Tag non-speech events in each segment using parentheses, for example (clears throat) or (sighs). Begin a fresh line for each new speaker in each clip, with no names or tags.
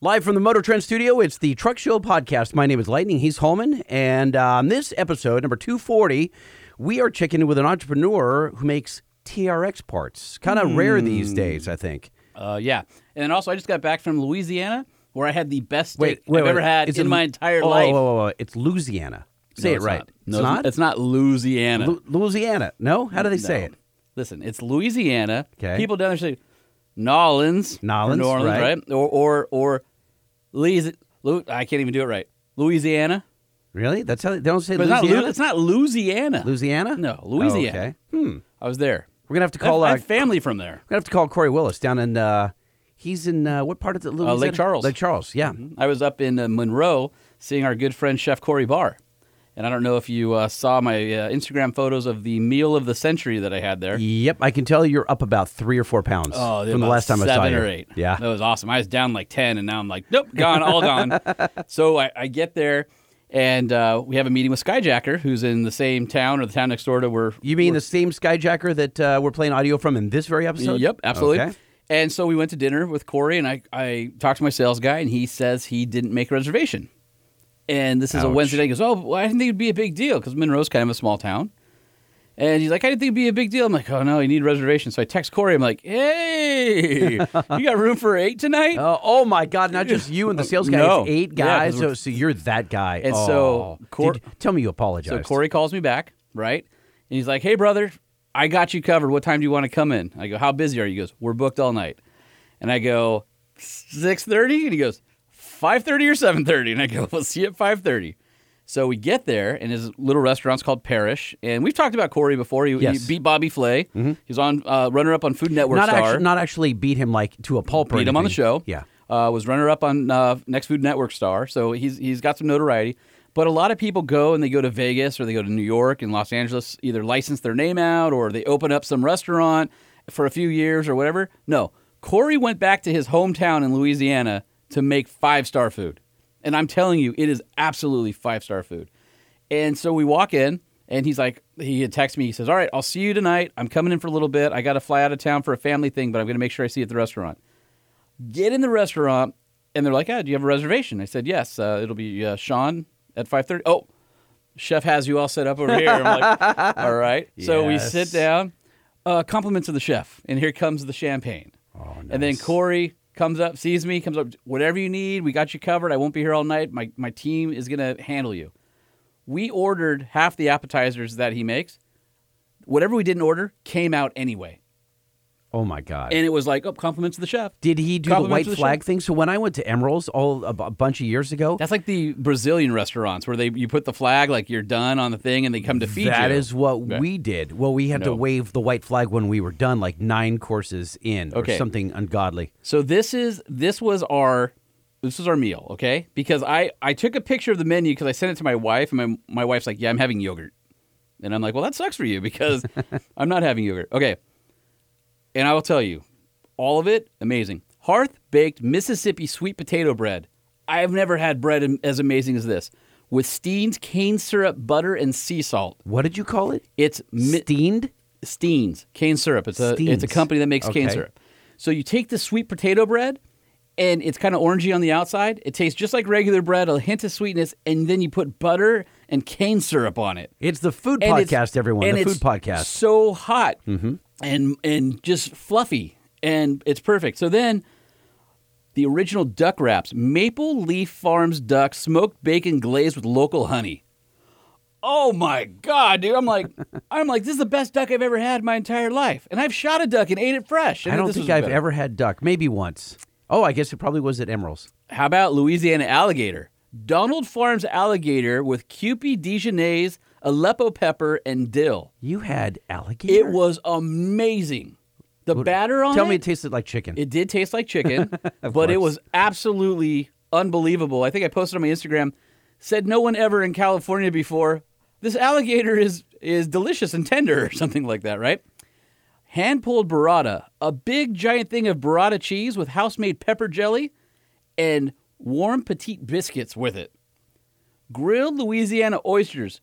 Live from the Motor Trend Studio, it's the Truck Show Podcast. My name is Lightning, he's Holman. And uh, on this episode, number 240, we are checking in with an entrepreneur who makes TRX parts. Kind
Hmm.
of rare these days, I think.
Uh, yeah, and then also I just got back from Louisiana where I had the best steak
wait,
I've
wait.
ever had
Is
in
it-
my entire
oh,
life.
Oh, oh, oh, it's Louisiana. Say
No,
it right.
Not. No, it's, it's not Louisiana.
Lu- Louisiana. No? How do they say
No.
it?
Listen, it's Louisiana.
'Kay.
People down there say Nolans. or
Nolens,
New Orleans,
right.
right? Or or or Louis- Lu- I can't even do it right. Louisiana.
Really? That's how they, they don't say
But it's not, Lu-
Louisiana?
it's not Louisiana.
Louisiana?
No,
Oh,
Louisiana.
okay. Hmm.
I was there.
We're going to have to
I have-
call
I
uh,
have family from there.
We're gonna have to call Corey Willis down in. Uh, he's in uh, what part of the Louisiana?
Charles. Mm-hmm.
Lake Charles. Yeah.
I was up in uh, Monroe seeing our good friend Chef Corey Barr. And I don't know if you uh, saw my uh, Instagram photos of the meal of the century that I had there.
Yep. I can tell you're up about three or four pounds from the
about
last time I saw
Oh, seven
you.
or eight.
Yeah.
that was awesome. I was down like ten, and now I'm like, nope, gone, all (laughs) gone. So I, I get there, and uh, we have a meeting with Skyjacker, who's in the same town or the town next door to where.
You mean the same skyjacker that uh, we're playing audio from in this very episode?
Yep, absolutely.
Okay.
And so we went to dinner with Corey, and I, I talked to my sales guy, and he says he didn't make a reservation. And this is a
Ouch.
Wednesday night. He goes, oh, well, I didn't think it'd be a big deal because Monroe's kind of a small town. And he's like, I didn't think it'd be a big deal. I'm like, oh no, you need reservations. So I text Corey. I'm like, hey, (laughs) you got room for
(laughs)
eight tonight?
Uh, oh my God! Not just you and the sales guy.
(laughs) No.
It's eight
Yeah,
guys.
'cause
so,
we're-
so you're that guy.
And
oh.
so Cor-
Did- tell me you apologize.
So Corey calls me back, right? And he's like, "Hey, brother, I got you covered. What time do you want to come in?" I go, "How busy are you?" He goes, "We're booked all night." And I go, 6.30? And he goes, 5.30 or 7.30? And I go, (laughs) "We'll see you at 5.30. So we get there, and his little restaurant's called Parish. And we've talked about Corey before. He, he
Yes. Mm-hmm.
beat Bobby Flay. He's on uh, runner-up on Food Network
not
Star.
actually, not actually beat him like to a pulp. or
Beat him on the
anything.
show.
Yeah.
uh, was runner-up on uh, Next Food Network Star, so he's he's got some notoriety. But a lot of people go and they go to Vegas or they go to New York and Los Angeles, either license their name out or they open up some restaurant for a few years or whatever. No, Corey went back to his hometown in Louisiana to make five-star food, and I'm telling you, it is absolutely five-star food. And so we walk in, and he's like, he had texted me. He says, "All right, I'll see you tonight. I'm coming in for a little bit. I got to fly out of town for a family thing, but I'm going to make sure I see you at the restaurant." Get in the restaurant, and they're like, "Ah, do you have a reservation?" I said, "Yes. Uh, it'll be uh, Sean at 5.30. Oh, chef has you all set up over here. I'm
(laughs)
like, "All right." So we
Yes.
sit down. Uh, compliments of the chef, and here comes the champagne.
Oh,
And then
nice.
Corey comes up, sees me, comes up, whatever you need, we got you covered. I won't be here all night. My, my team is going to handle you. We ordered half the appetizers that he makes. Whatever we didn't order came out anyway.
Oh my God.
And it was like, oh, compliments to the chef.
Did he do the
Compliment
white
to the show.
flag thing? So when I went to Emeralds all a, a bunch of years ago,
That's like the Brazilian restaurants where they you put the flag like you're done on the thing and they come to feed you.
That is what
Okay.
we did. Well, we had to
No.
wave the white flag when we were done, like nine courses in or
Okay.
something ungodly.
So this is this was our this was our meal, okay? Because I I took a picture of the menu because I sent it to my wife, and my my wife's like, "Yeah, I'm having yogurt," and I'm like, "Well, that sucks for
(laughs)
you because I'm not having yogurt." Okay, and I will tell you, all of it amazing. Hearth baked Mississippi sweet potato bread. I have never had bread am- as amazing as this with Steen's cane syrup, butter, and sea salt.
What did you call it?
It's mi-
Steamed?
Steens, cane syrup. It's a it's a
Steen's.
company that makes cane
Okay.
syrup. So you take the sweet potato bread, and it's kind of orangey on the outside. It tastes just like regular bread, a hint of sweetness, and then you put butter and cane syrup on it.
It's the food
And it's-
podcast, everyone.
and
The
it's
food podcast. Mm-hmm.
So hot and and just fluffy, and it's perfect. So then. The original duck wraps, Maple Leaf Farms duck, smoked bacon glazed with local honey. Oh my god, dude! I'm like,
(laughs)
I'm like, this is the best duck I've ever had in my entire life, and I've shot a duck and ate it fresh. and
I don't
this
think
was
I've
better.
ever had duck. Maybe once. Oh, I guess it probably was at Emeralds.
How about Louisiana alligator? Donald Farms alligator with Cupie Dijonnaise, Aleppo pepper, and dill.
You had alligator.
It was amazing. The batter on
Tell
it,
me, it tasted like chicken.
It did taste
(laughs)
like chicken, but it was absolutely unbelievable. I think I posted on my Instagram, said no one ever in California before. This alligator is is delicious and tender, or something like that, right? Hand pulled burrata, a big giant thing of burrata cheese with house made pepper jelly, and warm petite biscuits with it. Grilled Louisiana oysters.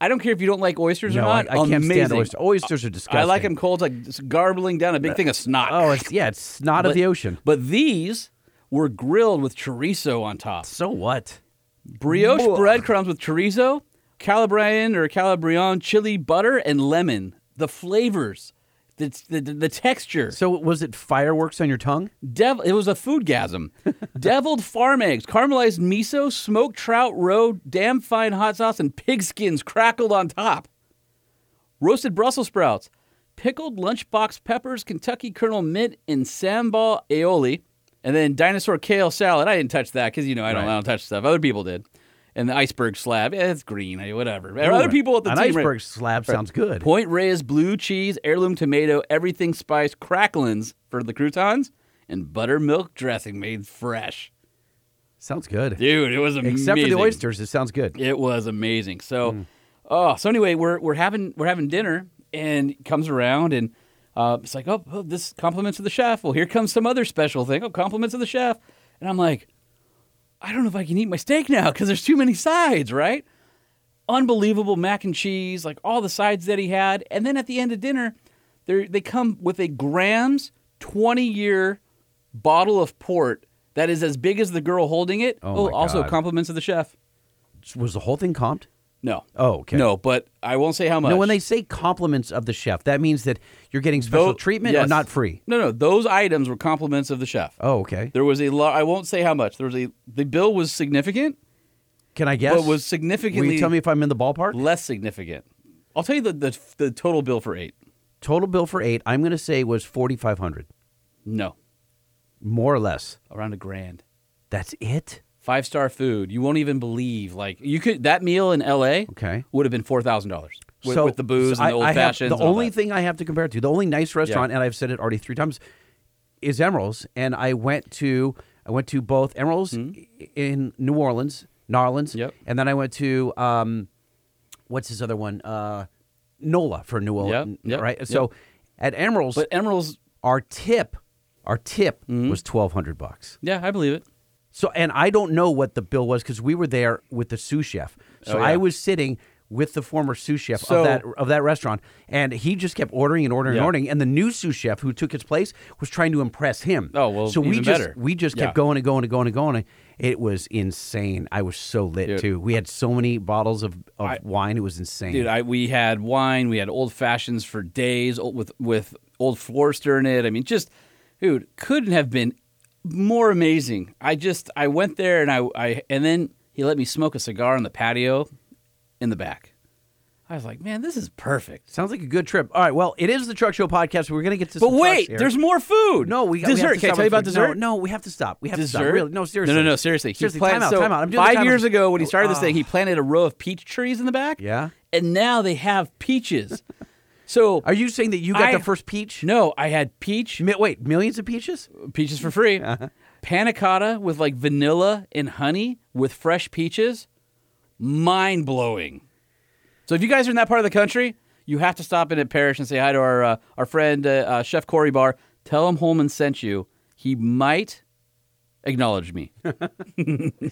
I don't care if you don't like oysters
no,
or not.
I, I can't stand
amazing.
oysters. Oysters are disgusting. Uh,
I like them cold, like just garbling down a big thing of snot.
Oh, it's yeah, it's not of
But-
the ocean.
But these were grilled with chorizo on top.
So what?
Brioche
Mwah.
breadcrumbs with chorizo, Calabrian or Calabrian chili butter, and lemon. The flavors, the, the, the texture.
So was it fireworks on your tongue?
Dev- it was
(laughs)
a foodgasm. Deviled farm eggs, caramelized miso, smoked trout roe, damn fine hot sauce, and pigskins crackled on top. Roasted Brussels sprouts, pickled lunchbox peppers, Kentucky Colonel Mint, and sambal aioli, and then dinosaur kale salad. I didn't touch that because you know I don't, I don't touch stuff. Other people did, and the iceberg slab. Yeah, it's green. eh, Whatever. Other people at the
An
team.
iceberg slab sounds good.
Point Reyes blue cheese, heirloom tomato, everything spice, cracklins for the croutons, and buttermilk dressing made fresh.
Sounds good.
Dude, it was amazing.
Except for the oysters, it sounds good.
It was amazing. So,
Hmm.
oh, so anyway, we're we're having we're having dinner, and it comes around, and uh, it's like, oh, oh, this compliments of the chef. Well, here comes some other special thing. Oh, compliments of the chef, and I'm like, I don't know if I can eat my steak now because there's too many sides, right? Unbelievable mac and cheese, like all the sides that he had, and then at the end of dinner, they they come with a Graham's 20 year bottle of port that is as big as the girl holding it.
Oh, my
also
God.
compliments of the chef.
Was the whole thing comped?
No.
Oh, okay.
No, but I won't say how much.
No, when they say compliments of the chef, that means that you're getting special
Tho-
treatment or
yes.
not free.
No, no, those items were compliments of the chef.
Oh, okay.
There was a lot. I won't say how much. There was a. The bill was significant,
Can I guess?
but was
Will
significantly
you tell me if I'm in the ballpark?
less significant. I'll tell you the, the the total bill for eight.
Total bill for eight, I'm going to say was 4,500,
No,
more or less.
around a grand.
That's it?
Five star food. You won't even believe. Like you could that meal in L.A.
Okay.
would have been four thousand dollars with,
so
with the booze
so
and
I-
the old
I have-
fashions.
The
and all
only
that.
thing I have to compare it to, the only nice restaurant, and I've said it already three times, is Emeralds. And I went to I went to both Emeralds i- in New Orleans, Narlands,
Hmm? Yep.
and then I went to um, what's his other one? Uh, Nola for New Orleans,
yep,
right?
yep.
So at Emeralds,
But Hmm? Emeralds.
our tip, our tip was twelve hundred bucks.
Yeah, I believe it.
So, and I don't know what the bill was because we were there with the sous chef. So
Oh, yeah.
I was sitting with the former sous chef
So-
of that of that restaurant, and he just kept ordering and ordering and
Yeah.
ordering. And the new sous chef who took his place was trying to impress him.
Oh, well,
So we
even
just
better.
we just kept
Yeah.
going and going and going and going. It was insane. I was so lit
Dude.
too. We had so many bottles of, of
I-
wine. It was insane.
Dude, I, we had wine, we had old fashions for days old, with with old Forster in it. I mean, just dude, couldn't have been more amazing. I just I went there and I, I and then he let me smoke a cigar on the patio in the back. I was like, man, this is perfect.
Sounds like a good trip. All right. Well, it is the Truck Show podcast. We're gonna get to.
But
some
wait,
trucks here.
there's more food.
No, we
dessert.
We have to
Can I
stop
tell you
with
about
food.
dessert?
No, no, we have to stop. We have to
Dessert?
stop. Really? No, seriously.
No, no, no, seriously. He
Seriously,
planned-
time out,
so
time out. I'm doing the
five
time
years
out.
ago when he started this
Ah.
thing, he planted a row of peach trees in the back.
Yeah.
And now they have peaches. (laughs) so
Are you saying that you got
I-
the first peach?
No, I had peach,
Mi- wait, millions of peaches?
peaches for free, panna cotta with like vanilla and honey with fresh peaches. Mind blowing. So if you guys are in that part of the country, you have to stop in at Parrish and say hi to our uh, our friend uh, uh, Chef Corey Barr. Tell him Holman sent you. He might acknowledge me.
All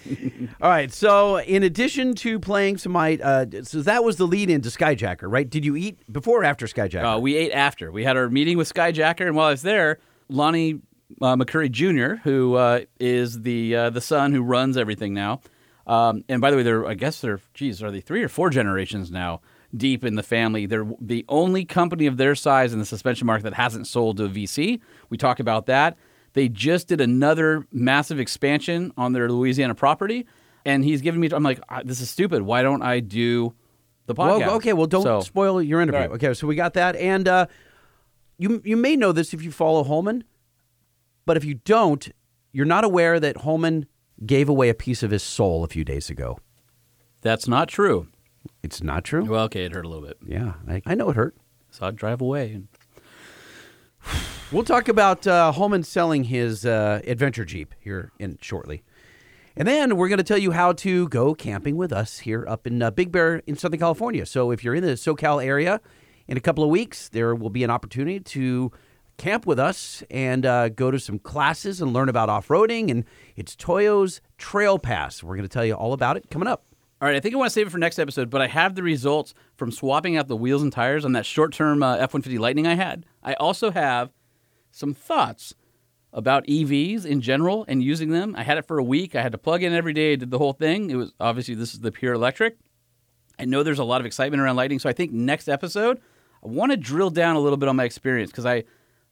right. So, in addition to playing some my, uh, so that was the lead in to Skyjacker, right? Did you eat before or after Skyjacker?
Uh, we ate after. We had our meeting with Skyjacker, and while I was there, Lonnie uh, McCurry Jr., who uh, is the uh, the son who runs everything now, um, and by the way, they're I guess they're geez, are they three or four generations now deep in the family? They're the only company of their size in the suspension market that hasn't sold to a VC. We talk about that. They just did another massive expansion on their Louisiana property, and he's giving me. I'm like, "Ah, this is stupid. Why don't I do the podcast?
well, okay. Well, don't
So-
spoil your interview.
All right.
Okay. So, we got that. And uh, you, you may know this if you follow Holman, but if you don't, you're not aware that Holman gave away a piece of his soul a few days ago.
That's not true.
It's not true.
Well, okay, it hurt a little bit.
Yeah. I, I know it hurt.
So I'd drive away. And
We'll talk about uh, Holman selling his uh, adventure jeep here in shortly, and then we're going to tell you how to go camping with us here up in uh, Big Bear in Southern California. So if you're in the SoCal area, in a couple of weeks there will be an opportunity to camp with us and uh, go to some classes and learn about off-roading and it's Toyo's Trail Pass. We're going to tell you all about it coming up.
all right, I think I want to save it for next episode, but I have the results from swapping out the wheels and tires on that short-term uh, F-150 Lightning I had. I also have some thoughts about EVs in general and using them. I had it for a week. I had to plug in every day. I did the whole thing. It was obviously this is the pure electric. I know there's a lot of excitement around lighting, so I think next episode I want to drill down a little bit on my experience because I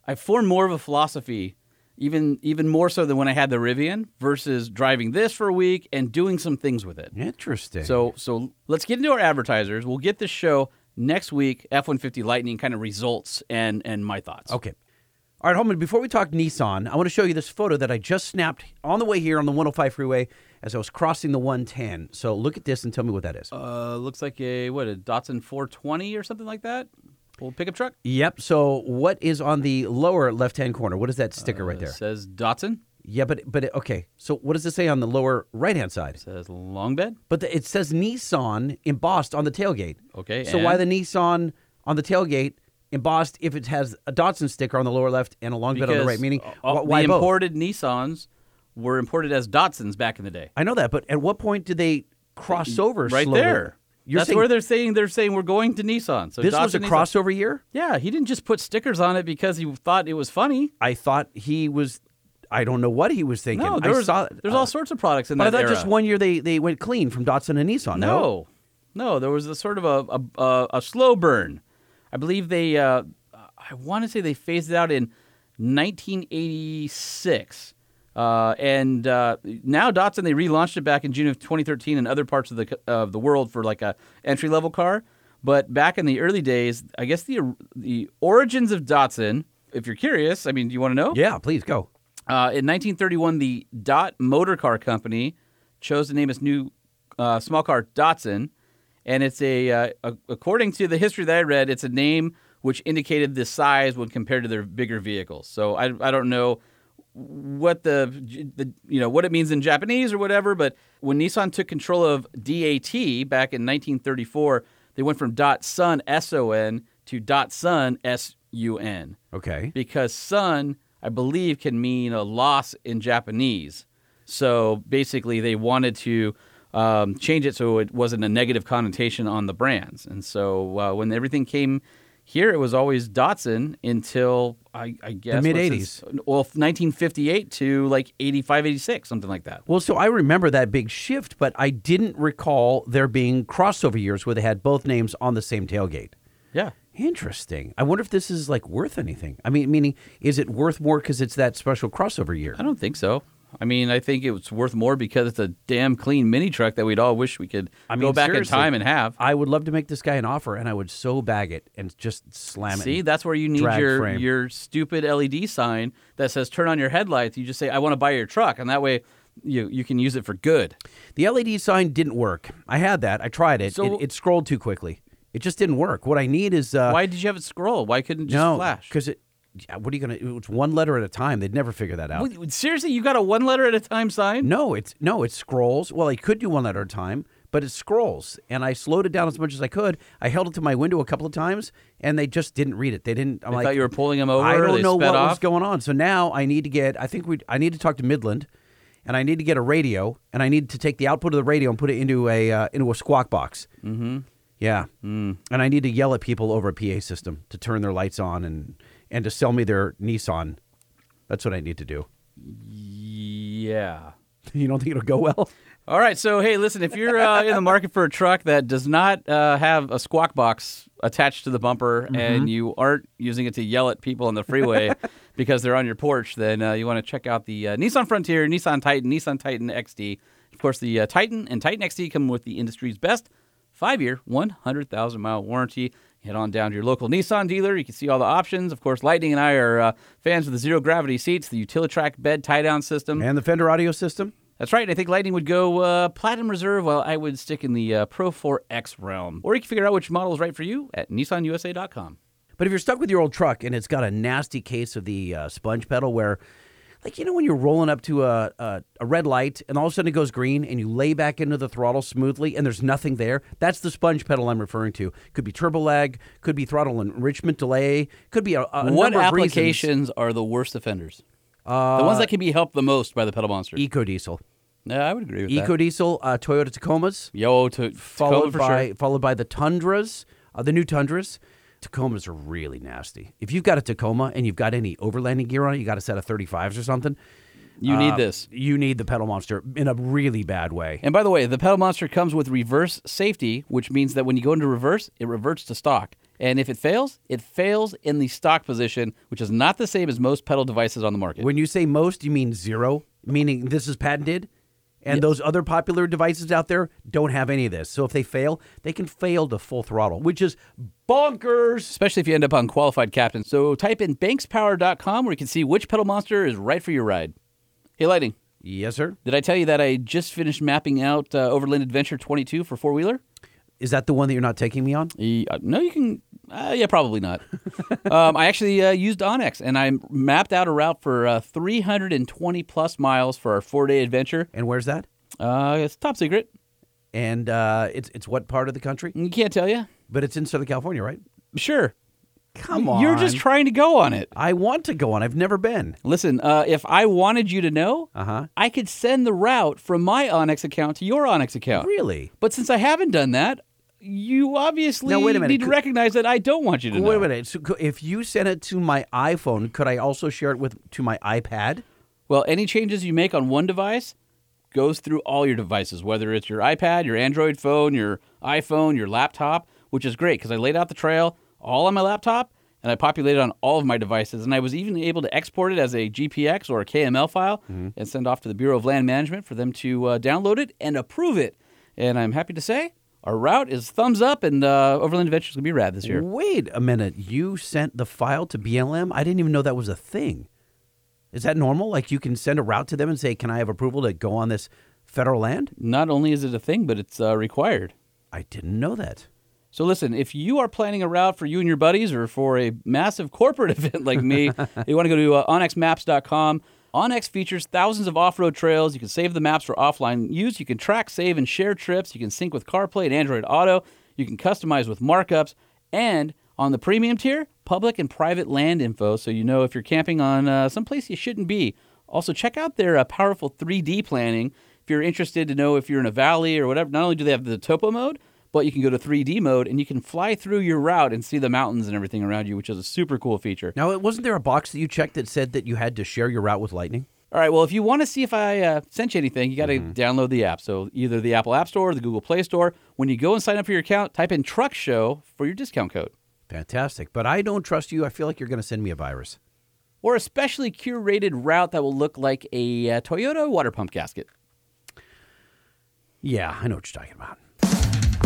I formed more of a philosophy, even even more so than when I had the Rivian versus driving this for a week and doing some things with it.
Interesting.
So so let's get into our advertisers. We'll get this show next week. F one fifty Lightning kind of results and and my thoughts.
Okay. All right, Holman, before we talk Nissan, I want to show you this photo that I just snapped on the way here on the 105 freeway as I was crossing the 110. So look at this and tell me what that is.
Uh, looks like a what a Datsun 420 or something like that. Old pickup truck.
yep. So what is on the lower left hand corner? What is that sticker right
Uh,
there?
Says Datsun.
Yeah, but but it- okay. So what does it say on the lower right hand side?
Says long bed.
But the, it says Nissan embossed on the tailgate.
Okay,
So why the
and?
Nissan on the tailgate embossed if it has a Datsun sticker on the lower left and a long bit on the
Because
right? Meaning
a-
wh-
a-
why
the
both?
imported Nissans were imported as Datsuns back in the day.
I know that, but at what point do they cross over?
Right
slowly?
there.
You're
That's
saying
where they're saying they're saying we're going to Nissan. So
this was a
Datsun, Nissan-
crossover year.
Yeah, he didn't just put stickers on it because he thought it was funny.
I thought he was. I don't know what he was thinking.
No, there
I
was,
saw,
there's
uh,
all sorts of products in
But I
that
thought
era.
just one year they, they went clean from Datsun and Nissan. No.
No, no, there was a sort of a a, a, a slow burn. I believe they, uh, I want to say they phased it out in 1986, uh, and uh, now Datsun they relaunched it back in June of 2013 in other parts of the c- of the world for like a entry level car. But back in the early days, I guess the the origins of Datsun. If you're curious, I mean, do you want to know?
Yeah, please go.
Uh, in 1931, the Dot Motor Car Company chose to name its new uh, small car Datsun, and it's a, uh, a according to the history that I read, it's a name which indicated the size when compared to their bigger vehicles. So I, I don't know what the, the you know what it means in Japanese or whatever, but when Nissan took control of DAT back in 1934, they went from Datsun S O N to Datsun S U N
Okay.
because sun, I believe, can mean a loss in Japanese. So basically, they wanted to um, change it so it wasn't a negative connotation on the brands. And so uh, when everything came here, it was always Datsun until I, I guess what's
mid-eighties.
this? Well, 1958 to like 85, 86, something like that.
Well, so I remember that big shift, but I didn't recall there being crossover years where they had both names on the same tailgate.
Yeah.
Interesting. I wonder if this is like worth anything. I mean, meaning, is it worth more because it's that special crossover year?
I don't think so. I mean, I think it was worth more because it's a damn clean mini truck that we'd all wish we could
I mean,
go back
seriously.
in time and have.
I would love to make this guy an offer, and I would so bag it and just slam it.
See, that's where you need
drag
your
frame.
your stupid LED sign that says "Turn on your headlights." You just say, "I want to buy your truck," and that way you you can use it for good.
The LED sign didn't work. I had that. I tried it.
So-
it, it scrolled too quickly. It just didn't work. What I need is uh,
Why did you have it scroll? Why couldn't it just
no
flash?
because it. yeah, What are you gonna? It's one letter at a time. They'd never figure that out.
Wait, wait, Seriously, you got a one letter at a time sign?
No, it's no, it scrolls. Well, I could do one letter at a time, but it scrolls, and I slowed it down as much as I could. I held it to my window a couple of times, and they just didn't read it. They didn't. I'm
I
like,
thought you were pulling them over.
I
or
don't
they
know
sped
what
off.
was going on. So now I need to get. I think we. I need to talk to Midland, and I need to get a radio, and I need to take the output of the radio and put it into a uh, into a squawk box. Mm-hmm. Yeah, mm. and I need to yell at people over a PA system to turn their lights on and and to sell me their Nissan. That's what I need to do.
Yeah.
(laughs) You don't think it'll go well?
All right, so hey, listen, if you're uh, in the market for a truck that does not uh, have a squawk box attached to the bumper and you aren't using it to yell at people on the freeway because they're on your porch, then uh, you want to check out the uh, Nissan Frontier, Nissan Titan, Nissan Titan XD. Of course, the uh, Titan and Titan XD come with the industry's best five year, 100,000 mile warranty. Head on down to your local Nissan dealer. You can see all the options. Of course, Lightning and I are uh, fans of the zero gravity seats, the Utilitrack bed tie down system.
And the Fender audio system.
That's right. And I think Lightning would go uh, Platinum Reserve, while I would stick in the uh, Pro 4X realm. Or you can figure out which model is right for you at nissanusa.com.
But if you're stuck with your old truck and it's got a nasty case of the uh, sponge pedal, where, like, you know, when you're rolling up to a, a, a red light and all of a sudden it goes green and you lay back into the throttle smoothly and there's nothing there, that's the sponge pedal I'm referring to. Could be turbo lag, could be throttle enrichment delay, could be a, a
What
number of reasons. Uh,
applications are the worst offenders? the ones that can be helped the most by the pedal monster.
Eco diesel,
yeah, I would agree with
e eco
that.
diesel, uh, Toyota Tacomas,
Yo, to
followed
Tacoma for
by
sure.
followed by the Tundras, uh, the new Tundras, Tacomas are really nasty. If you've got a Tacoma and you've got any overlanding gear on it, you got a set of 35s or something.
You need
uh,
this.
You need the pedal monster in a really bad way.
And by the way, the pedal monster comes with reverse safety, which means that when you go into reverse, it reverts to stock. And if it fails, it fails in the stock position, which is not the same as most pedal devices on the market.
When you say most, you mean zero, meaning this is patented, and those other popular devices out there don't have any of this. So if they fail, they can fail to full throttle, which is bonkers.
Especially if you end up on qualified captain. So type in bankspower.com where you can see which pedal monster is right for your ride. Hey, Lightning,
Yes, sir.
did I tell you that I just finished mapping out uh, Overland Adventure 22 for four wheeler?
Is that the one that you're not taking me on?
E- uh, No, you can. Uh, yeah, probably not. (laughs) um, I actually uh, used Onyx and I mapped out a route for uh, 320 plus miles for our four day adventure.
And where's that?
Uh, it's top secret.
And uh, it's it's what part of the country?
You can't tell you.
But it's in Southern California, right?
Sure.
Come
You're just trying to go on it.
I want to go on. I've never been.
Listen, uh, if I wanted you to know,
Uh huh.
I could send the route from my Onyx account to your Onyx account.
Really?
But since I haven't done that, you obviously
Now, wait a minute.
need to
Could-
recognize that I don't want you to know.
Wait a minute. So co- if you sent it to my iPhone, could I also share it with to my iPad?
Well, any changes you make on one device goes through all your devices, whether it's your iPad, your Android phone, your iPhone, your laptop, which is great because I laid out the trail all on my laptop and I populated on all of my devices. And I was even able to export it as a GPX or a KML file and send off to the Bureau of Land Management for them to uh, download it and approve it. And I'm happy to say our route is thumbs up and uh, Overland Adventures going to be rad this year.
Wait a minute. You sent the file to BLM? I didn't even know that was a thing. Is that normal? Like you can send a route to them and say, "Can I have approval to go on this federal land?"
Not only is it a thing, but it's uh, required.
I didn't know that.
So listen, if you are planning a route for you and your buddies or for a massive corporate (laughs) event like me, you want to go to uh, onxmaps.com. Onyx features thousands of off-road trails. You can save the maps for offline use. You can track, save, and share trips. You can sync with CarPlay and Android Auto. You can customize with markups. And on the premium tier, public and private land info, so you know if you're camping on uh, someplace you shouldn't be. Also, check out their uh, powerful 3D planning if you're interested to know if you're in a valley or whatever. Not only do they have the topo mode, but you can go to 3D mode and you can fly through your route and see the mountains and everything around you, which is a super cool feature.
Now, wasn't there a box that you checked that said that you had to share your route with Lightning?
All right, well, if you want to see if I uh, sent you anything, you got to
Mm-hmm.
download the app. So either the Apple App Store or the Google Play Store. When you go and sign up for your account, type in Truck Show for your discount code.
Fantastic. But I don't trust you. I feel like you're going to send me a virus.
Or a specially curated route that will look like a uh, Toyota water pump gasket.
Yeah, I know what you're talking about.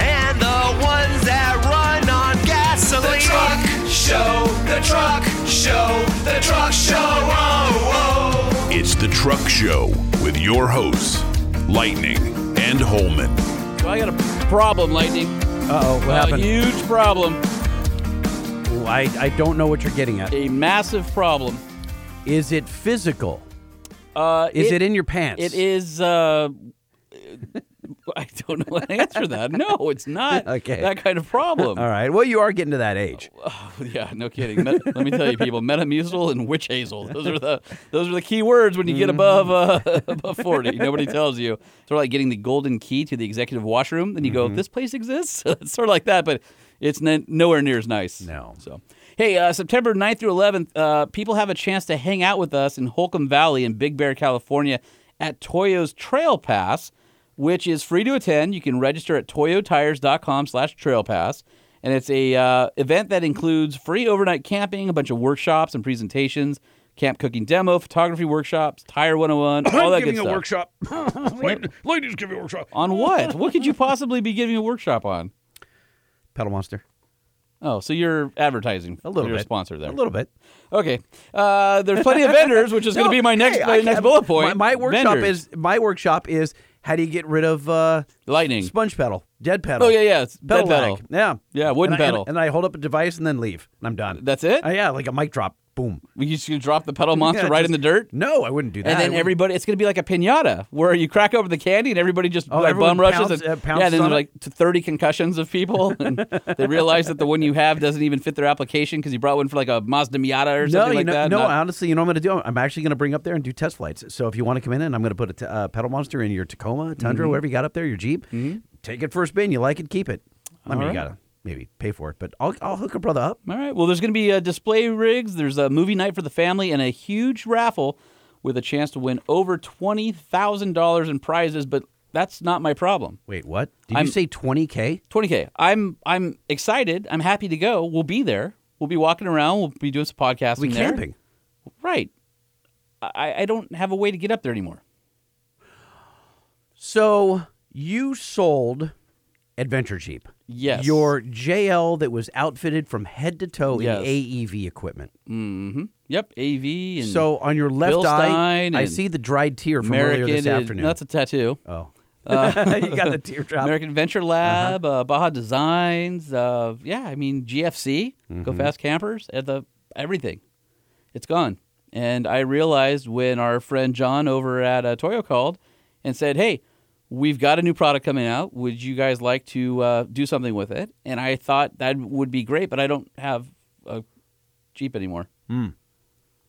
and the ones that run on gasoline. The truck show, the truck show, the truck show. Oh, oh.
It's the Truck Show with your hosts, Lightning and Holman.
Well, I got a problem, Lightning.
Uh-oh, what
a
happened?
huge problem.
Ooh, I, I don't know what you're getting at.
A massive problem.
Is it physical?
Uh,
Is it, in your pants?
It is. Uh, (laughs) I don't know how to answer that. No, it's
(laughs)
not
Okay.
that kind of
(laughs)
problem.
All right. Well, you are getting to that age.
Yeah, no kidding. Met, let me tell you, people, Metamucil and witch hazel. Those are the those are the key words when you get above uh, (laughs) above forty. Nobody tells you. Sort of like getting the golden key to the executive washroom. Then you go,
Mm-hmm.
this place exists. (laughs) it's sort of like that, but it's n- nowhere near as nice.
No.
So, hey, uh, September 9th through 11th, uh, people have a chance to hang out with us in Holcomb Valley in Big Bear, California at Toyo's Trail Pass, which is free to attend. You can register at toyotires.com slash trail pass. And it's a uh, event that includes free overnight camping, a bunch of workshops and presentations, camp cooking demo, photography workshops, tire 101, all that good stuff.
workshop. (laughs) Ladies giving a workshop.
on what? what could you possibly be giving a workshop on?
Pedal monster.
Oh, so you're advertising.
A little
you're
bit.
a sponsor there.
A little bit.
Okay. Uh, there's plenty of vendors, which
(laughs)
is going to be my next
Hey,
my
I
next
can't-
bullet point.
My, my workshop
Vendors.
is my workshop is how do you get rid of uh,
lightning.
sponge pedal? Dead pedal.
Hmm. Oh yeah, yeah, it's
Pedal
dead pedal.
lag. Yeah.
Yeah, wooden
and I- and-
pedal.
and I hold up a device and then leave. And I'm done.
That's it.
Uh, yeah, like a mic drop. Boom.
you just gonna drop the pedal monster
(laughs) Yeah,
right
just-
in the dirt.
No, I wouldn't do that.
And
I
then
wouldn't-
everybody, it's going to be like a pinata where you crack over the candy and everybody just
Oh,
like
everyone
bum rushes.
pounce-
and,
uh, pounces
yeah, and then
on
there's
it?
like t- 30 concussions of people. (laughs) And they realize that the one you have doesn't even fit their application because you brought one for like a Mazda Miata or
No,
something
you
like
know,
that.
no.
Not-
honestly, you know what I'm going to do? I'm actually going to bring up there and do test flights. So if you want to come in, and I'm going to put a t- uh, pedal monster in your Tacoma, Tundra,
Mm-hmm.
whatever you got up there, your Jeep. Take it for a spin. You like it, keep it. I mean, you
right.
got to maybe pay for it, but I'll, I'll hook a brother up.
All right. Well, there's going to be uh, display rigs. There's a movie night for the family and a huge raffle with a chance to win over twenty thousand dollars in prizes. But that's not my problem.
Wait, what? Did
I'm-
you say 20k?
20k. I'm I'm excited. I'm happy to go. We'll be there. We'll be walking around. We'll be doing some podcasting.
We
there.
camping.
Right. I, I don't have a way to get up there anymore.
So you sold Adventure Jeep.
Yes.
Your JL that was outfitted from head to toe
Yes.
in AEV equipment.
Mm-hmm. Yep. AV and
So on your left
Bill
eye,
Stein
I
and
see the dried tear from
American.
earlier this
and-
afternoon.
no, That's a tattoo.
(laughs)
oh. you got the teardrop.
American Venture
Uh-huh.
Lab, uh Baja Designs. Uh, yeah, I mean GFC, Go
Mm-hmm.
Fast Campers, at the everything. It's gone. And I realized when our friend John over at uh, Toyo called and said, "Hey, we've got a new product coming out. Would you guys like to uh, do something with it?" And I thought that would be great, but I don't have a Jeep anymore.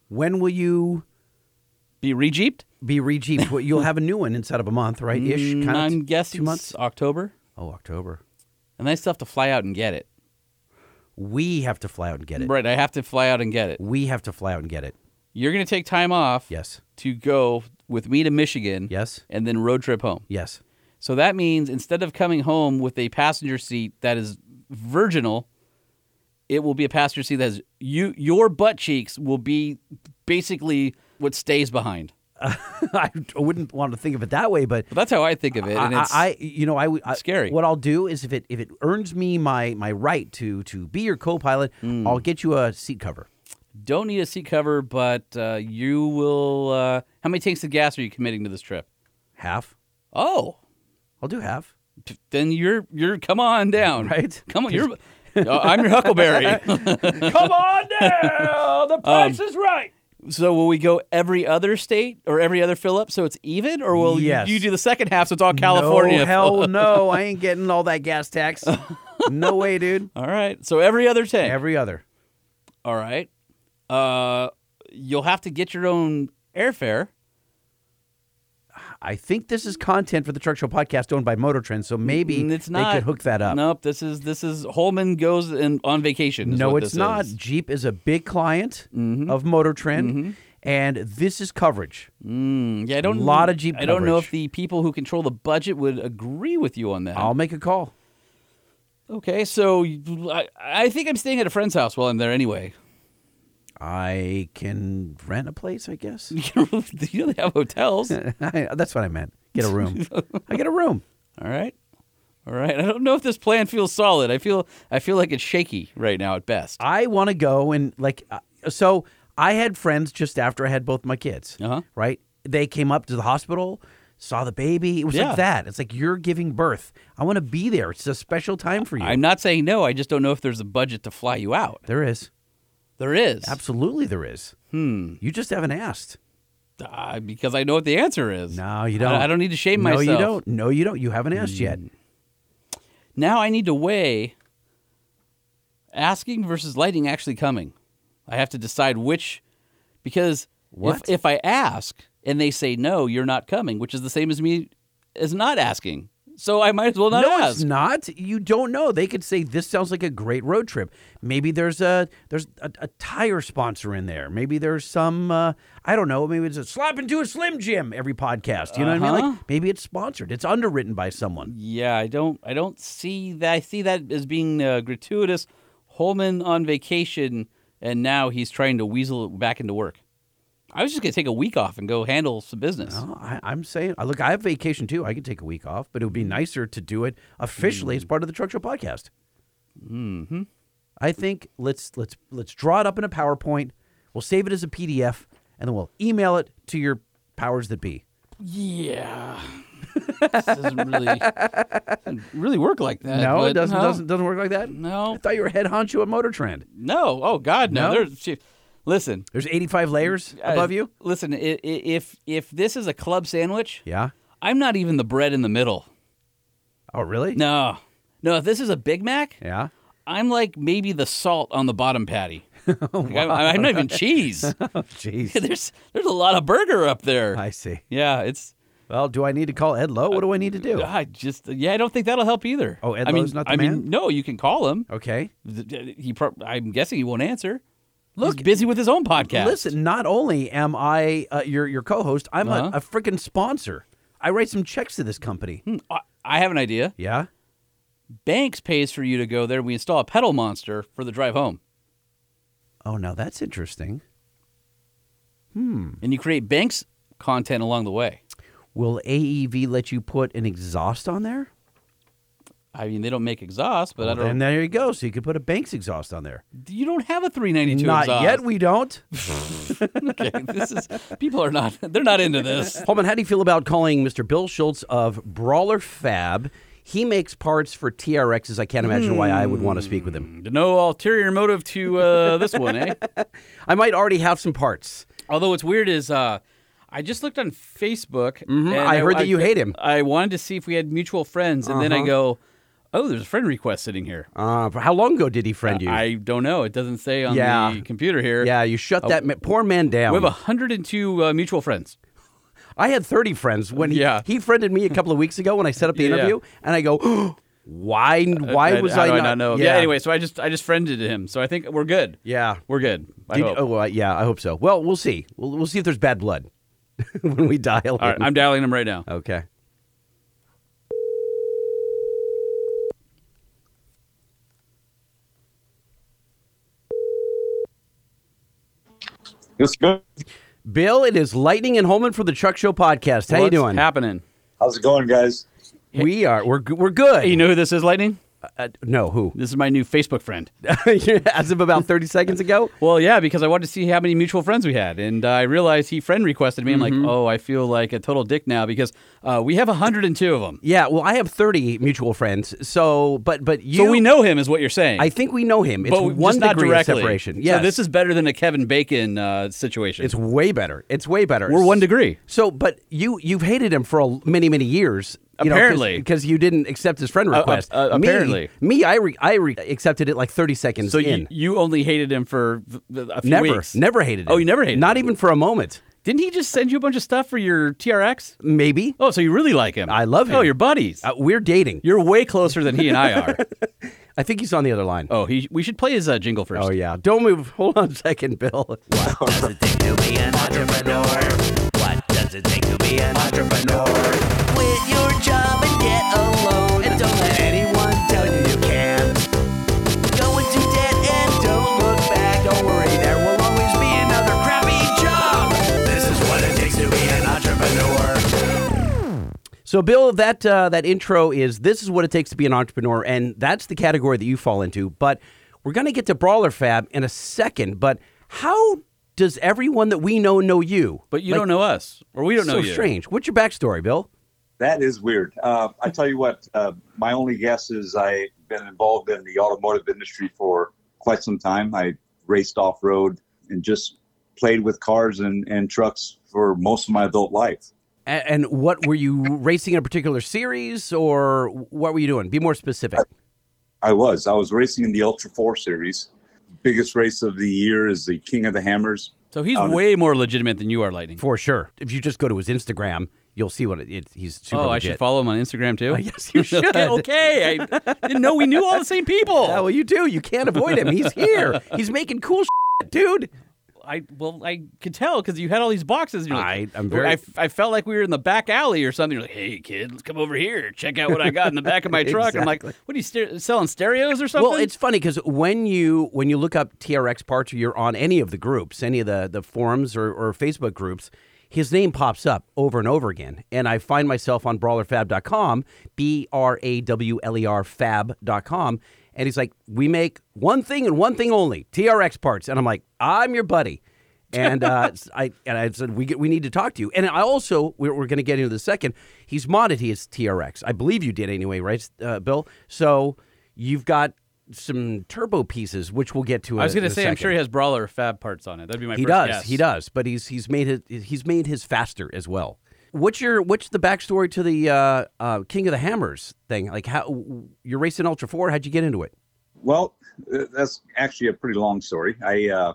When will you
Be rejeeped?
be rejeeped? Well, you'll have a new one inside of a month, right? Ish.
Mm,
Kind of
I'm
t-
guessing
two months.
it's October,
Oh, October.
and I still have to fly out and get it.
We have to fly out and get it.
Right, I have to fly out and get it.
We have to fly out and get it.
You're going to take time off.
Yes.
to go with me to Michigan.
Yes.
And then road trip home.
Yes. (laughs)
So that means instead of coming home with a passenger seat that is virginal, it will be a passenger seat that is you your butt cheeks will be basically what stays behind.
I wouldn't want to think of it that way, but
But that's how I think of it. And
I,
it's
I, I- you know, I, would- I
scary.
What I'll do is if it if it earns me my my right to to be your co-pilot,
Mm.
I'll get you a seat cover.
don't need a seat cover, but uh, you will uh, how many tanks of gas are you committing to this trip?
Half.
Oh.
I'll do half.
t- Then you're you're come on down.
(laughs) Right.
Come on, you're Uh, I'm your
(laughs)
Huckleberry.
Come on
(laughs)
now.
Um,
The price is right.
So will we go every other state or every other fill up so it's even, or will you-
Yes.
you, do the second half so it's all California?
No, hell no. I ain't getting all that gas
(laughs)
tax. no way, dude.
All right. So every other tank.
Every other.
all right. Uh, you'll have to get your own airfare.
I think this is content for the Truck Show podcast owned by Motor Trend, so maybe
Mm, it's
they
not.
could hook that up.
Nope. This is this is Holman goes in, on vacation. is
No,
what
it's
this
not.
is. Mm-hmm.
Jeep is a big client of Motor Trend, and this is coverage.
Mm, yeah, I don't.
Lot of Jeep
I don't know
coverage.
if the people who control the budget would agree with you on that.
I'll make a call.
okay. So you- I, I think I'm staying at a friend's house while I'm there anyway. (laughs)
I can rent a place, I
(laughs)
guess. (laughs)
you know they have hotels.
That's what I meant. Get a room. I get a
(laughs)
room.
All right. All right. (laughs) I don't know if this plan feels solid. I feel I feel like it's shaky right now at best.
I want to go and like uh, so I had friends just after I had both my kids.
Uh-huh.
Right? They came up to the hospital, saw the baby. It was
Yeah.
like that. It's like you're giving birth. I want to be there. It's a special time for you.
I'm not saying no. I just don't know if there's a budget to fly you out.
there is.
There is.
Absolutely there is. Hmm. You just haven't asked.
Uh, because I know what the answer is.
No, you
I-
don't.
I, don't need to shame
no,
myself. Hmm.
you don't. No, you don't. You haven't asked yet.
Now I need to weigh asking versus lighting actually coming. I have to decide which because
What?
if if I ask and they say no, you're not coming, which is the same as me as not asking. So I might as well not
no,
ask.
it's not. You don't know. They could say this sounds like a great road trip. Maybe there's a there's a, a tire sponsor in there. Maybe there's some uh, I don't know. Maybe it's a slap into a Slim Jim every podcast. You know what I mean?
Uh-huh.
Like maybe it's sponsored. It's underwritten by someone.
Yeah, I don't. I don't see that. I see that as being uh, gratuitous. Holman on vacation, and now he's trying to weasel it back into work. I was just gonna take a week off and go handle some business.
No, Oh, I, I'm saying, I- look, I have vacation too. I could take a week off, but it would be nicer to do it officially
Hmm.
as part of the Truck Show podcast. Mm-hmm. I think let's let's let's draw it up in a PowerPoint. We'll save it as a PDF, and then we'll email it to your powers that be.
Yeah. doesn't really doesn't really work like that.
No,
but
it doesn't
no.
doesn't doesn't work like that. I
No,
thought you were head honcho at Motor Trend.
no. Oh God, no.
No?
There's, she, listen,
There's
Mm,
85 layers above
guys,
you.
Listen, i- i- if if this is a club sandwich,
Yeah.
I'm not even the bread in the middle.
Oh, really?
No, no. If this is a Big Mac,
Yeah.
I'm like maybe the salt on the
(laughs)
bottom patty.
Oh,
Like, I'm, I'm not even cheese. (laughs)
Jeez.
there's there's a lot of burger up there.
I see.
yeah, it's
Well, do I need to call Ed Lowe? What do I need to do?
I just yeah. I don't think that'll help either.
Oh, Ed
I mean,
Lowe's not the
I
man?
mean, no, you can call him.
Okay.
He, pro- I'm guessing he won't answer. Look, He's busy with his own podcast.
Listen, not only am I uh, your your co-host, I'm
Uh-huh.
a, a freaking sponsor. I write some checks to this company.
Hmm, I, I have an idea.
Yeah.
Banks pays for you to go there. We install a pedal monster for the drive home,
Oh, now that's interesting.
and you create Banks content along the way.
Will AEV let you put an exhaust on there?
I mean, they don't make exhaust, but I don't.
And there you go. So you could put a Banks exhaust on there.
you don't have a 392
Not
exhaust.
yet. We don't.
(laughs) okay, this is people are not. They're not into this.
Holman, how do you feel about calling Mr. Bill Schultz of Brawler Fab? He makes parts for TRXs. I can't imagine why I would want to speak with him.
(laughs) No ulterior motive to uh, this one, eh?
I might already have some parts.
Although what's weird is uh, I just looked on Facebook. and
I heard that you hate him.
I wanted to see if we had mutual friends, and then I go, "Oh, there's a friend request sitting here."
Uh, how long ago did he friend you?
Uh, I don't know. It doesn't say on
Yeah.
the computer here.
yeah, you shut that ma- poor man down.
Oh. We have 102 uh, mutual friends.
I had 30 friends when he,
Yeah.
he friended me a couple of weeks ago when I set up the
(laughs) Yeah.
interview, and I go, (gasps) why? Why was
Uh, how
I,
do
not,
know? Yeah. Anyway, so I just I just friended him, so I think we're good.
Yeah.
We're good. I
Did you-
hope.
oh, uh, yeah, I hope so. Well, we'll see. We'll, we'll see if there's bad blood (laughs) when we dial.
All right,
in.
I'm dialing him right now.
okay.
It's good.
Bill, it is Lightning and Holman from the Truck Show podcast. How
What's
you doing?
Happening.
How's it going, guys?
We are. We're g- we're good.
Hey, you know who this is, Lightning?
Uh, no, who? (laughs)
This is my new Facebook friend.
As of about thirty seconds ago.
Well, yeah, because I wanted to see how many mutual friends we had, and I realized he friend requested me. I'm
Mm-hmm.
like, oh, I feel like a total dick now because uh, we have 102 of them,
Yeah. Well, I have thirty mutual friends. So, but but you.
so we know him, is what you're saying.
I think we know him. It's
but we-
one
just not
degree of
directly.
separation. Yes.
So this is better than a Kevin Bacon uh, situation.
It's way better. It's way better.
We're one degree.
So, but you you've hated him for a, many many years. You
Apparently.
because you didn't accept his friend
uh,
request.
uh,
Me-
apparently.
me, I re, I re- accepted it like thirty seconds
so
in.
you, you only hated him for th- th- a few
never,
weeks.
never hated him.
Oh, you never hated
Not even for a moment.
Didn't he just send you a bunch of stuff for your TRX?
Maybe
Oh, so you really like him?
I love
Oh,
him.
you're buddies.
uh, we're dating.
you're way closer than he and I
(laughs)
are.
I think he's on the other line.
oh, he. We should play his uh, jingle first.
Oh yeah. Don't move. (laughs) Hold on a second, Bill.
does it take to be an entrepreneur? What does it take to be an entrepreneur? Quit your job and get a loan. And don't let anyone tell you you can't. Go into debt and don't look back. Don't worry, there will always be another crappy job. This is what it takes to be an entrepreneur.
So, Bill, that uh, that intro is this is what it takes to be an entrepreneur, and that's the category that you fall into. But we're going to get to Brawler Fab in a second. But how does everyone that we know know you?
But you don't know us, or we don't
so
know you.
strange. What's your backstory, Bill?
That is weird. Uh, I tell you what, uh, my only guess is I've been involved in the automotive industry for quite some time. I raced off road and just played with cars and, and trucks for most of my adult life.
A- And what were you racing in a particular series, or what were you doing? Be more specific.
I was. I was racing in the Ultra 4 Series. Biggest race of the year is the King of the Hammers.
So he's
Um,
way more legitimate than you are, Lightning.
For sure. If you just go to his Instagram, you'll see what it, it, he's super.
oh, I
legit.
should follow him on Instagram too.
(laughs) yes,
(laughs)
you should.
okay, okay. I didn't know we knew all the same (laughs) people.
Yeah, well, you do. You can't avoid him. He's here. He's making cool, (laughs) shit, dude.
I well, I could tell because you had all these boxes. And you're like,
I- I'm very-
I, I felt like we were in the back alley or something. You're like, hey kid, let's come over here, check out what I got in the
(laughs)
back of my truck. I'm like, what are you ste- selling stereos or something?
Well, it's funny because when you when you look up TRX parts, or you're on any of the groups, any of the the forums or, or Facebook groups, his name pops up over and over again, and I find myself on brawlerfab.com, b r a w l e r fab.com, and he's like, "We make one thing and one thing only, TRX parts," and I'm like, "I'm your buddy." and uh, I and I said we get, we need to talk to you. And I also we're, we're going to get into the second. He's modded his TRX. I believe you did anyway, right, uh, Bill? So you've got some turbo pieces, which we'll get to.
I was
going to
say, i I'm sure he has brawler fab parts on it. That'd be my
He
first
does.
guess.
He does. But he's he's made his he's made his faster as well. What's your what's the backstory to the uh, uh, King of the Hammers thing? Like how you're racing Ultra Four? How'd you get into it?
Well, th- that's actually a pretty long story. I uh,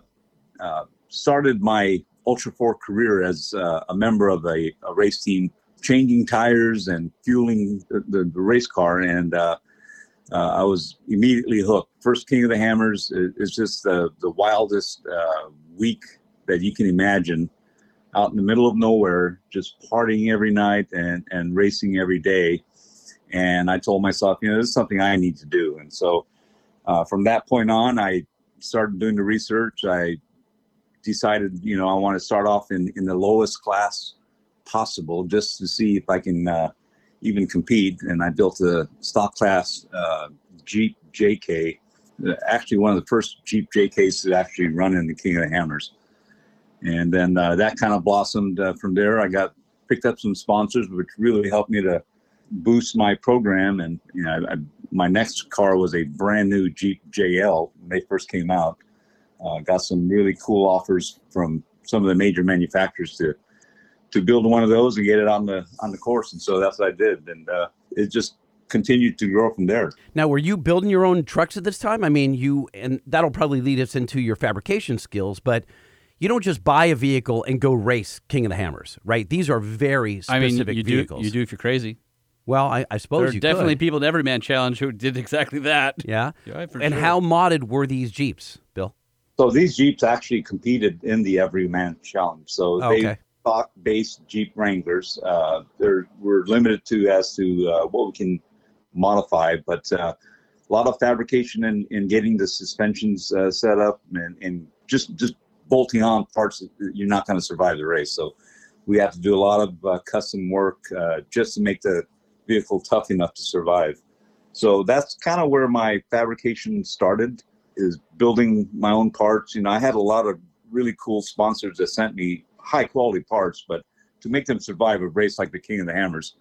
uh, started my Ultra 4 career as uh, a member of a, a race team, changing tires and fueling the, the, the race car. And uh, uh, I was immediately hooked. First King of the Hammers i- is just the, the wildest uh, week that you can imagine out in the middle of nowhere, just partying every night and, and racing every day. And I told myself, you know, this is something I need to do. And so uh, from that point on, I started doing the research. I decided, you know, I want to start off in, in the lowest class possible just to see if I can uh, even compete. And I built a stock class uh, Jeep JK, uh, actually one of the first Jeep JKs to actually run in the King of the Hammers. And then uh, that kind of blossomed uh, from there. I got picked up some sponsors, which really helped me to boost my program. And you know, I, I my next car was a brand new Jeep JL when they first came out. Uh, got some really cool offers from some of the major manufacturers to to build one of those and get it on the on the course, and so that's what I did, and uh, it just continued to grow from there.
Now, were you building your own trucks at this time? I mean, you and that'll probably lead us into your fabrication skills, but you don't just buy a vehicle and go race King of the Hammers, right? These are very
I mean,
specific
you do,
vehicles.
you do if you're crazy.
Well, I, I
There
suppose
are
you
definitely
could.
people in Everyman Challenge who did exactly that.
yeah.
Yeah, for
and
sure.
how modded were these Jeeps, Bill?
So these Jeeps actually competed in the Everyman Challenge. So
Oh,
they
okay.
stock-based Jeep Wranglers. Uh, they're we're limited to as to uh, what we can modify, but uh, a lot of fabrication and in, getting the suspensions uh, set up and, and just just bolting on parts. that You're not going to survive the race, so we have to do a lot of uh, custom work uh, just to make the vehicle tough enough to survive. So that's kind of where my fabrication started is building my own parts. You know, I had a lot of really cool sponsors that sent me high quality parts, but to make them survive a race like the King of the Hammers,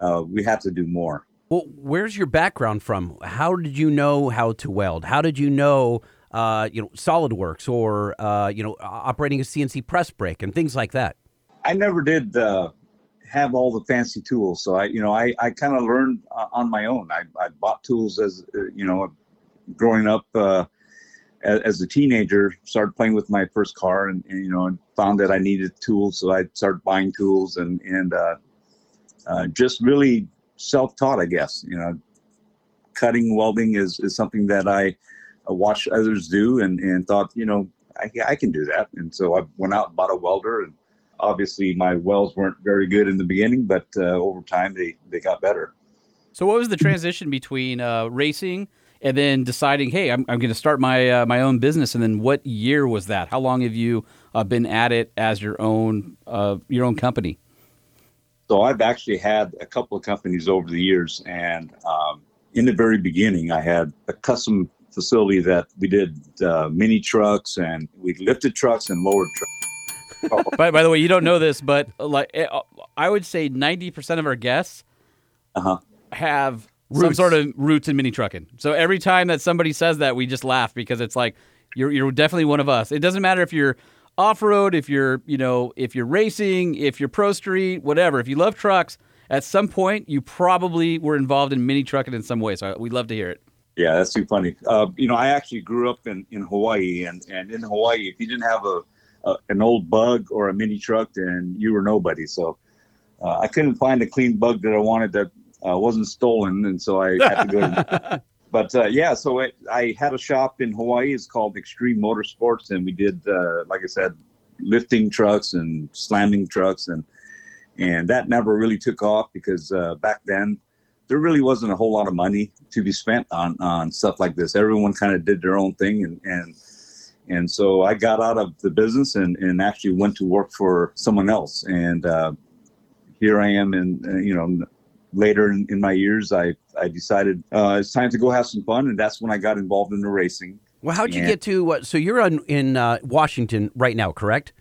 uh, we have to do more.
Well, where's your background from? How did you know how to weld? How did you know, uh, you know, SolidWorks or uh, you know, operating a CNC press brake and things like that?
I never did uh, have all the fancy tools, so I, you know, I, I kind of learned uh, on my own. I, I bought tools as uh, you know, growing up uh, as, as a teenager, started playing with my first car, and, and you know, and found that I needed tools, so I started buying tools and and uh, uh, just really self-taught, I guess. You know, cutting welding is is something that I uh, watched others do and and thought, you know, I, I can do that, and so I went out and bought a welder and obviously my wells weren't very good in the beginning, but uh, over time they, they got better.
So, what was the transition between uh, racing and then deciding, hey, I'm, I'm going to start my uh, my own business? And then, what year was that? How long have you uh, been at it as your own uh, your own company?
So I've actually had a couple of companies over the years, and um, in the very beginning, I had a custom facility that we did uh, mini trucks and we lifted trucks and lowered trucks.
by, by the way, you don't know this, but uh, like eh, uh, I would say, ninety percent of our guests
Uh-huh.
have some sort of roots in mini trucking. So every time that somebody says that, we just laugh because it's like you're you're definitely one of us. It doesn't matter if you're off road, if you're you know if you're racing, if you're pro street, whatever. If you love trucks, at some point you probably were involved in mini trucking in some way. So we love to hear it.
Yeah, that's too funny. Uh, you know, I actually grew up in, in Hawaii, and, and in Hawaii, if you didn't have a, a an old bug or a mini truck, then you were nobody. So uh, I couldn't find a clean bug that I wanted that uh, wasn't stolen, and so I had to go. to- but uh, yeah, so I, I had a shop in Hawaii. It's called Extreme Motorsports, and we did, uh, like I said, lifting trucks and slamming trucks, and and that never really took off because uh, back then there really wasn't a whole lot of money to be spent on on stuff like this. Everyone kind of did their own thing, and and and so I got out of the business and and actually went to work for someone else. And uh, here I am, and uh, you know, later in, in my years, I I decided uh, it's time to go have some fun, and that's when I got involved in the racing.
Well, how'd you
Yeah.
get to? Uh, so you're on, in uh, Washington right now, correct?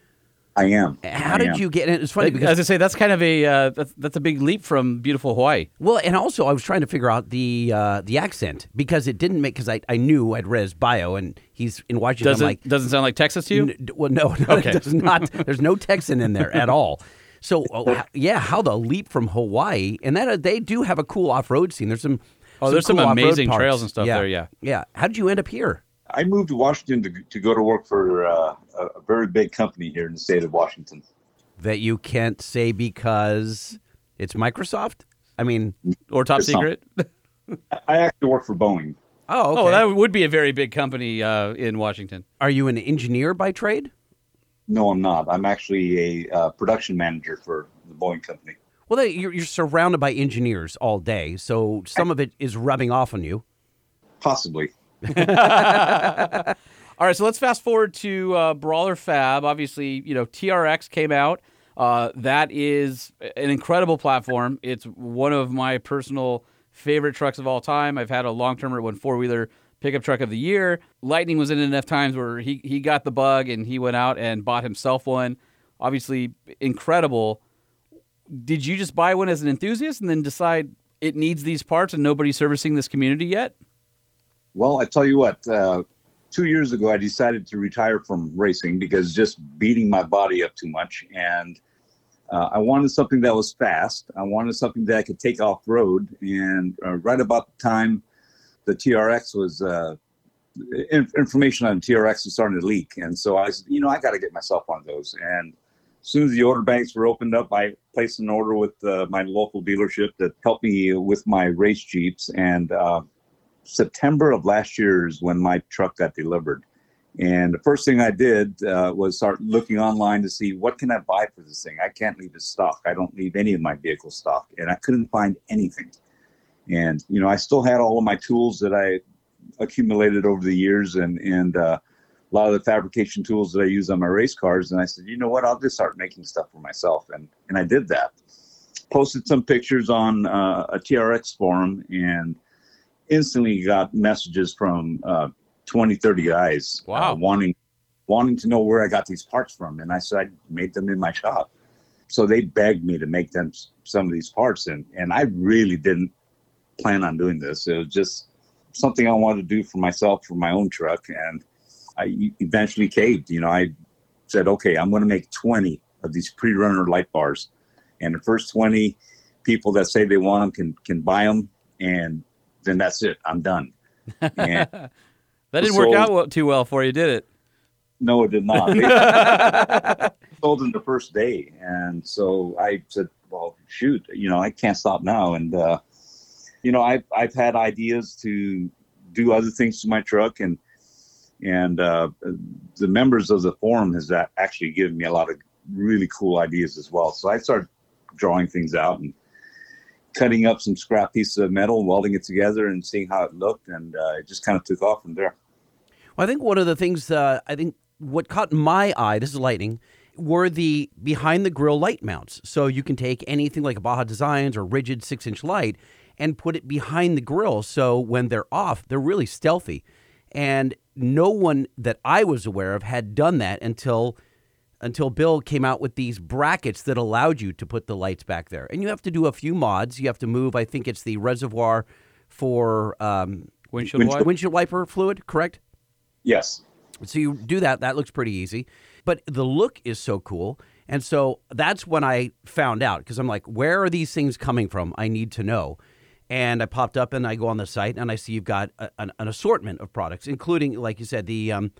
I am.
How
I
did
am.
you get? And it's funny because
As I say, that's kind of a uh, that's, that's a big leap from beautiful Hawaii.
Well, and also I was trying to figure out the uh, the accent because it didn't make because I, I knew I'd read his bio and he's in Washington.
Doesn't
I'm like,
doesn't sound like Texas to you?
n- d- well, no, (laughs) no,
Okay.
it does not. There's no Texan in there at all.
(laughs)
So oh, h- yeah, how the leap from Hawaii and that uh, they do have a cool off road scene. There's some
Oh, there's some
cool off-road
amazing
parks.
trails and stuff there, yeah.
yeah. How did you end up here?
I moved to Washington to, to go to work for uh, a, a very big company here in the state of Washington.
That you can't say because it's Microsoft. I mean, oh,
or top
It's not.
secret?
I actually work for Boeing.
oh, okay.
Oh, that would be a very big company uh, in Washington.
Are you an engineer by trade?
No, I'm not. I'm actually a uh, production manager for the Boeing company.
Well, they- you're, you're surrounded by engineers all day, so some of it is rubbing off on you.
Possibly.
All right, so let's fast forward to uh, Brawler Fab. Obviously, you know TRX came out. Uh, that is an incredible platform. It's one of my personal favorite trucks of all time. I've had a long termer one four wheeler pickup truck of the year. Lightning was in it enough times where he he got the bug and he went out and bought himself one. Obviously, incredible. Did you just buy one as an enthusiast and then decide it needs these parts and nobody's servicing this community yet?
Well, I tell you what, uh, two years ago, I decided to retire from racing because just beating my body up too much. And uh, I wanted something that was fast. I wanted something that I could take off road. And uh, right about the time the TRX was, uh, in- information on TRX was starting to leak. And so I said, you know, I got to get myself one of those. And as soon as the order banks were opened up, I placed an order with uh, my local dealership that helped me with my race Jeeps. And, uh, September of last year is when my truck got delivered. And the first thing I did uh, was start looking online to see what can I buy for this thing. I can't leave it stock. I don't leave any of my vehicle stock, and I couldn't find anything. And you know, I still had all of my tools that I accumulated over the years, and and uh, a lot of the fabrication tools that I use on my race cars. And I said, you know what? I'll just start making stuff for myself, and and I did that. Posted some pictures on uh, a TRX forum, and instantly got messages from uh, 20, 30 guys uh,
Wow.
wanting wanting to know where I got these parts from. And I said, I made them in my shop. So they begged me to make them s- some of these parts. And, and I really didn't plan on doing this. It was just something I wanted to do for myself, for my own truck. And I e- eventually caved. You know, I said, okay, I'm going to make 20 of these pre runner light bars. And the first 20 people that say they want them can, can buy them. And then that's it. I'm done. And
That didn't work
So-
out well- too well for you, did it?
No, it did not.
(laughs)
They sold in the first day, and so I said, "Well, shoot, you know, I can't stop now." And uh, you know, I've I've had ideas to do other things to my truck, and and uh, the members of the forum has a- actually given me a lot of really cool ideas as well. So I started drawing things out and cutting up some scrap pieces of metal, welding it together, and seeing how it looked, and uh, it just kind of took off from there.
Well, I think one of the things uh, I think what caught my eye, this is lightning, were the behind the grill light mounts. So you can take anything like a Baja Designs or rigid six inch light and put it behind the grill. So when they're off, they're really stealthy. And no one that I was aware of had done that until until Bill came out with these brackets that allowed you to put the lights back there. And you have to do a few mods. You have to move. I think it's the reservoir for um,
Windshield
the
wiper?
windshield wiper fluid. Correct.
Yes,
So you do that. That looks pretty easy. But the look is so cool. And so that's when I found out because I'm like, where are these things coming from? I need to know. And I popped up and I go on the site and I see you've got a, an, an assortment of products, including, like you said, the um,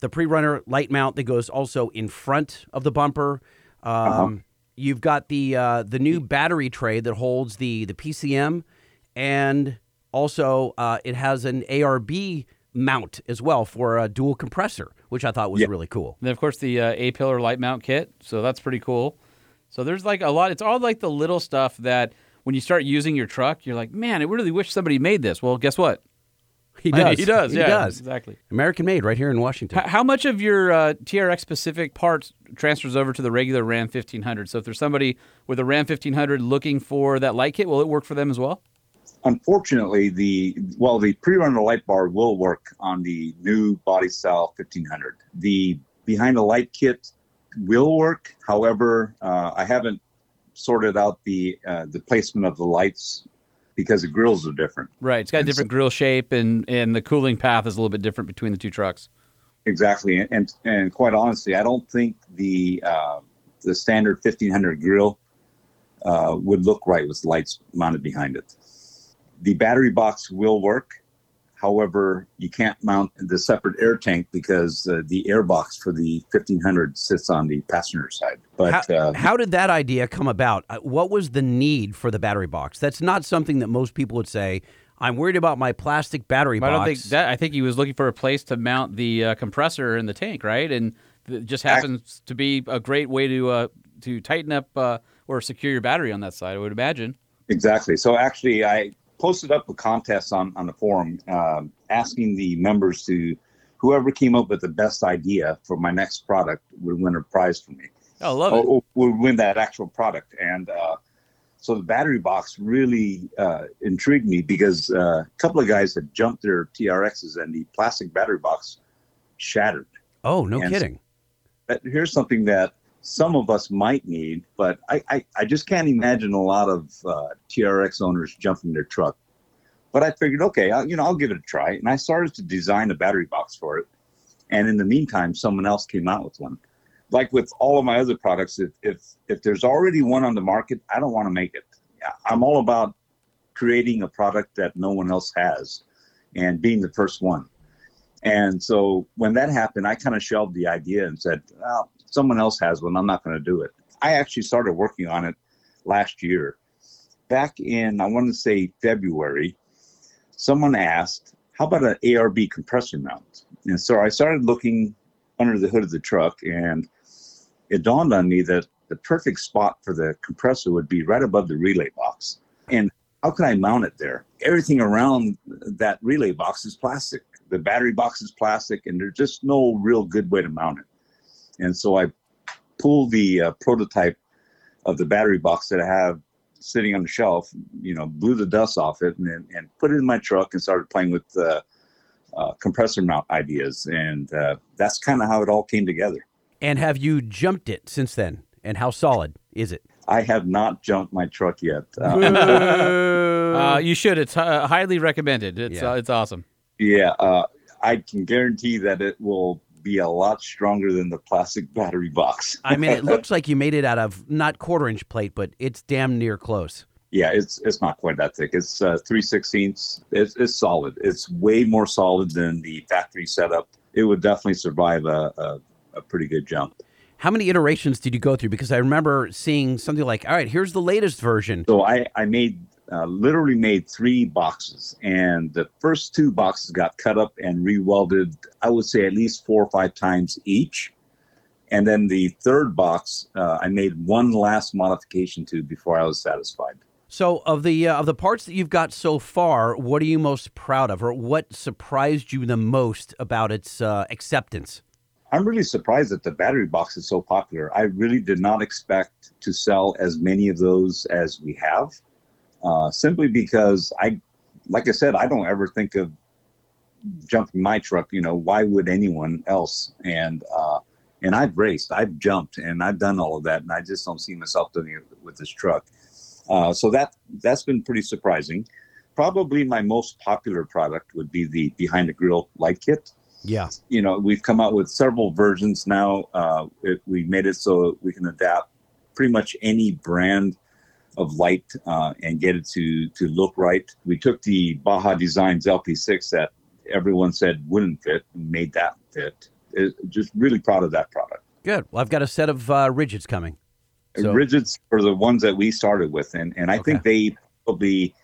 the pre-runner light mount that goes also in front of the bumper. Um, You've got the uh, the new battery tray that holds the the PCM, and also uh, it has an ARB mount as well for a dual compressor, which I thought was really cool. (laughs)
And then, of course, the uh, A pillar light mount kit. So that's pretty cool. So there's like a lot. It's all like the little stuff that when you start using your truck, you're like, man, I really wish somebody made this. Well, guess what?
He does.
he does.
He
yeah,
does.
Exactly.
American made right here in Washington.
H- how much of your uh, TRX specific parts transfers over to the regular Ram 1500? So if there's somebody with a Ram 1500 looking for that light kit, will it work for them as well?
unfortunately, the well, the pre-runner light bar will work on the new body style 1500. The behind the light kit will work. However, uh, I haven't sorted out the uh, the placement of the lights because the grills are different.
Right. It's got a
And so-
different grill shape, and and the cooling path is a little bit different between the two trucks.
Exactly, and and quite honestly, I don't think the uh, the standard fifteen hundred grill uh, would look right with lights mounted behind it. The battery box will work, however, you can't mount the separate air tank because uh, the air box for the fifteen hundred sits on the passenger side. But
how,
uh,
how did that idea come about? Uh, What was the need for the battery box? That's not something that most people would say. I'm worried about my plastic battery
I
box.
don't think that. I think he was looking for a place to mount the uh, compressor in the tank, right? And it just
Ac-
happens to be a great way to uh, to tighten up uh, or secure your battery on that side. I would imagine.
Exactly. So actually, I posted up a contest on on the forum, um, asking the members to whoever came up with the best idea for my next product would win a prize for me.
Oh, I love
Or,
it.
or would win that actual product, and uh, so the battery box really uh, intrigued me because uh, a couple of guys had jumped their TRXs and the plastic battery box shattered.
oh, no
Yes.
kidding.
But Uh, here's something that some of us might need, but I, I, I just can't imagine a lot of uh, TRX owners jumping their truck. But I figured, okay, I, you know, I'll give it a try, and I started to design a battery box for it. And in the meantime, someone else came out with one. Like with all of my other products, if if, if there's already one on the market, I don't want to make it. I- I'm all about creating a product that no one else has, and being the first one. And so when that happened, I kind of shelved the idea and said, well, someone else has one. I'm not going to do it. I actually started working on it last year. Back in, I want to say February, someone asked, how about an ARB compressor mount? And so I started looking under the hood of the truck and it dawned on me that the perfect spot for the compressor would be right above the relay box. And how can I mount it there? Everything around that relay box is plastic. The battery box is plastic, and there's just no real good way to mount it. And so I pulled the uh, prototype of the battery box that I have sitting on the shelf, you know, blew the dust off it, and, then- and put it in my truck and started playing with uh, uh, compressor mount ideas. And uh, that's kind of how it all came together.
And have you jumped it since then? And how solid is it?
I have not jumped my truck yet. Uh,
Oh.
(laughs) Uh, you should. It's uh, highly recommended. It's
Yeah.
uh, it's awesome.
(laughs) Yeah, uh, I can guarantee that it will be a lot stronger than the plastic (laughs) battery box.
I mean, it looks like you made it out of not quarter inch plate, but it's damn near close.
Yeah, it's it's not quite that thick. It's uh, three sixteenths. It's it's solid. It's way more solid than the factory setup. It would definitely survive a, a, a pretty good jump.
How many iterations did you go through? Because I remember seeing something like, all right, here's the latest version.
So I I made uh, literally made three boxes, and the first two boxes got cut up and rewelded. I would say at least four or five times each. And then the third box, uh, I made one last modification to before I was satisfied.
So, of the uh, of the parts that you've got so far, what are you most proud of, or what surprised you the most about its uh, acceptance?
I'm really surprised that the battery box is so popular. I really did not expect to sell as many of those as we have, uh, simply because I, like I said, I don't ever think of jumping my truck. You know, why would anyone else? And uh, and I've raced, I've jumped, and I've done all of that, and I just don't see myself doing it with this truck. Uh, so that that's been pretty surprising. Probably my most popular product would be the behind the grill light kit
Yeah,
you know we've come out with several versions now uh, it, we made it so we can adapt pretty much any brand of light uh, and get it to to look right we took the baja designs lp6 that everyone said wouldn't fit and made that fit it, just really proud of that product
good. Well, I've got a set of uh, rigids coming. So-
rigids are the ones that we started with and, and i think they probably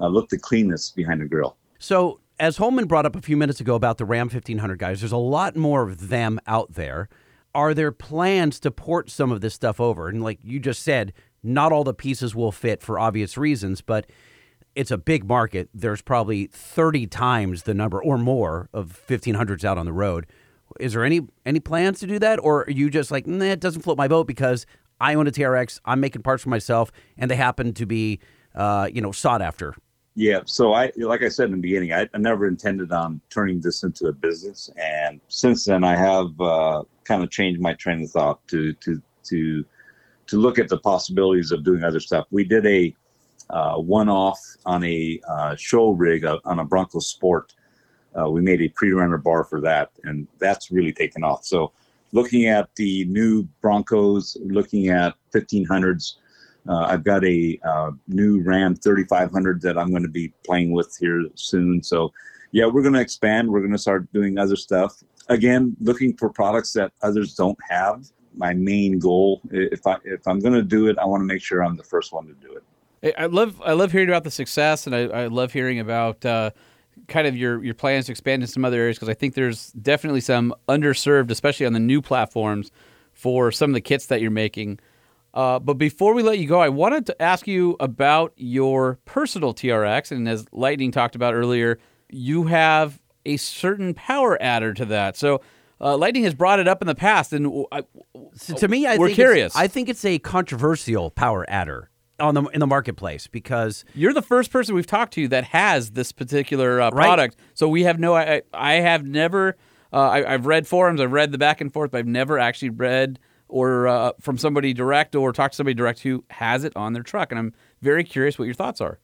uh, look the cleanest behind the grill
So, as Holman brought up a few minutes ago about the Ram 1500 guys, there's a lot more of them out there. Are there plans to port some of this stuff over? And like you just said, not all the pieces will fit for obvious reasons, but it's a big market. There's probably 30 times the number or more of 1500s out on the road. Is there any any plans to do that or are you just like, "Nah, it doesn't float my boat because I own a TRX, I'm making parts for myself and they happen to be uh, you know, sought after
Yeah. So I, like I said in the beginning, I, I never intended on turning this into a business, and since then I have uh, kind of changed my train of thought to to to to look at the possibilities of doing other stuff. We did a uh, one-off on a uh, show rig uh, on a Bronco Sport. Uh, we made a pre-runner bar for that, and that's really taken off. So, looking at the new Broncos, looking at 1500s, uh, I've got a uh, new Ram 3500 that I'm going to be playing with here soon. So, yeah, we're going to expand. We're going to start doing other stuff. Again, looking for products that others don't have. My main goal, i- if I if I'm going to do it, I want to make sure I'm the first one to do it.
I- I love I love hearing about the success, and I, I love hearing about uh, kind of your your plans to expand in some other areas because I think there's definitely some underserved, especially on the new platforms, for some of the kits that you're making. Uh, but before we let you go, I wanted to ask you about your personal TRX, and as Lightning talked about earlier, you have a certain power adder to that. So uh, Lightning has brought it up in the past, and w- I-
So to me, I
Oh, We're
think it's-
curious.
I think it's a controversial power adder on the in the marketplace because
You're the first person we've talked to that has this particular uh,
Right.
product. So we have no. I, I- I have never. Uh, I, I've read forums. I've read the back and forth. But I've never actually read or uh, from somebody direct or talked to somebody direct who has it on their truck. And I'm very curious what your thoughts are.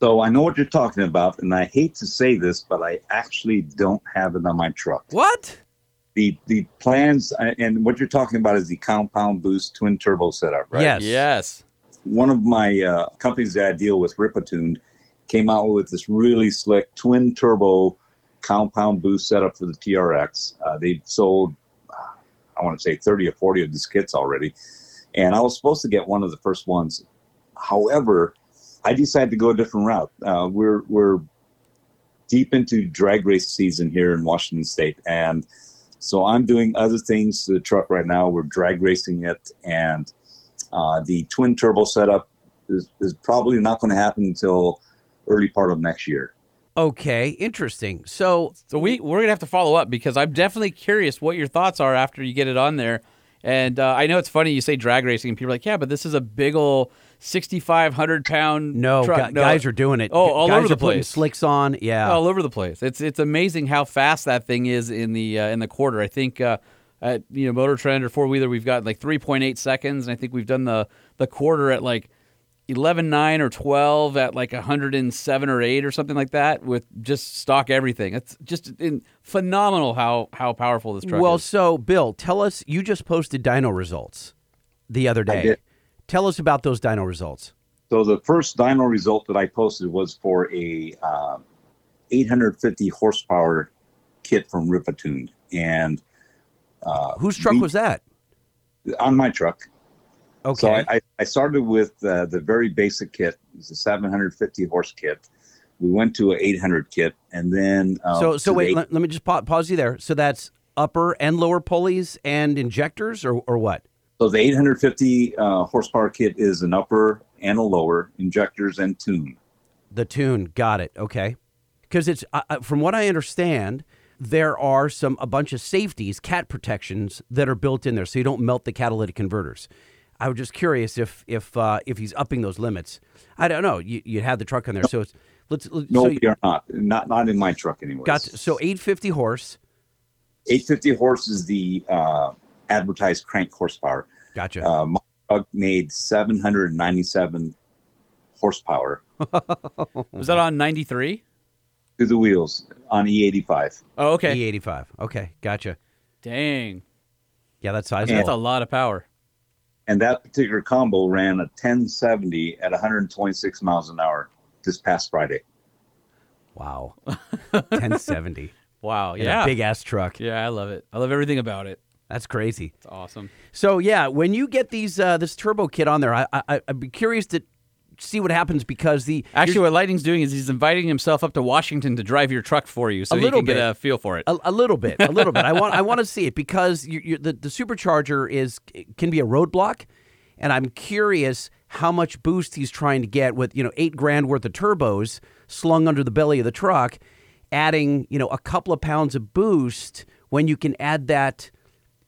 So I know what you're talking about, and I hate to say this, but I actually don't have it on my truck.
what?
The the plans uh, and what you're talking about is the compound boost twin turbo setup, right?
Yes.
Yes.
one of my uh, companies that I deal with, Ripatuned, came out with this really slick twin turbo compound boost setup for the TRX. Uh, they've sold, uh, I want to say, 30 or 40 of these kits already. And I was supposed to get one of the first ones. However, I decided to go a different route. Uh, we're, we're deep into drag race season here in Washington State. And so I'm doing other things to the truck right now. We're drag racing it. And uh, the twin turbo setup is, is probably not going to happen until early part of next year.
Okay, interesting. So
So we we're gonna have to follow up because I'm definitely curious what your thoughts are after you get it on there. And uh, I know it's funny you say drag racing, and people are like, "Yeah, but this is a big ol' 6,500 pound
no,
truck."
gu- guys are doing it.
Oh,
Gu-
all
guys
over the
are putting
place.
Slicks on. Yeah.
all over the place. It's it's amazing how fast that thing is in the uh, in the quarter. I think uh, at you know Motor Trend or Four Wheeler, we've got like 3.8 seconds, and I think we've done the the quarter at like 11.9 or 12 at like 107 or 8 or something like that with just stock everything. It's just in, phenomenal how how powerful this truck
well,
is.
so Bill, tell us. You just posted dyno results the other day.
did.
Tell us about those dyno results.
So the first dyno result that I posted was for a uh, 850 horsepower kit from Ripatune, and uh,
Whose truck
we-
was that?
on my truck.
Okay.
So I, I, I started with uh, the very basic kit. It's a 750 horse kit. We went to a 800 kit, and then um,
so,
to
so
the
wait.
eight-
Let, let me just pa- pause you there. So that's upper and lower pulleys and injectors, or or what?
So the 850 uh, horsepower kit is an upper and a lower injectors and tune.
The tune, got it. Okay, because it's uh, uh, from what I understand, there are some a bunch of safeties, cat protections that are built in there, so you don't melt the catalytic converters. I was just curious if if uh, if he's upping those limits. I don't know. You you had the truck on there, so it's, let's. let's
No,
so
we are not. Not not in my truck anyway.
got so 850 horse.
850 horse is the uh, advertised crank horsepower.
Gotcha.
Uh, my truck made 797 horsepower
was that on 93?
through the wheels on E E85.
Oh, okay.
E85. E Okay, gotcha.
Dang,
Yeah, that's sizable.
that's a lot of power.
And that particular combo ran a 1070 at 126 miles an hour this past Friday.
(laughs)
wow. 1070.
Wow.
in
Yeah.
A big ass truck.
yeah, I love it. I love everything about it.
That's crazy.
It's awesome.
So yeah, when you get these uh, this turbo kit on there, I, I I'd be curious to see what happens because the
Actually, what Lightning's doing is he's inviting himself up to Washington to drive your truck for you, so
A
you
little
can
bit.
get a feel for it.
a, a little bit, a little bit. I want I want to see it because you, you, the the supercharger is can be a roadblock, and I'm curious how much boost he's trying to get with you know eight grand worth of turbos slung under the belly of the truck, adding you know a couple of pounds of boost when you can add that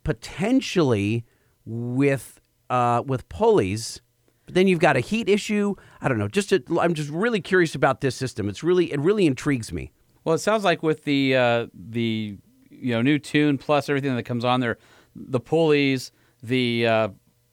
potentially with uh, with pulleys But then you've got a heat issue. I don't know. Just a, I'm just really curious about this system. It's really it really intrigues me.
Well, it sounds like with the uh, the you know new tune plus everything that comes on there, the pulleys, the uh,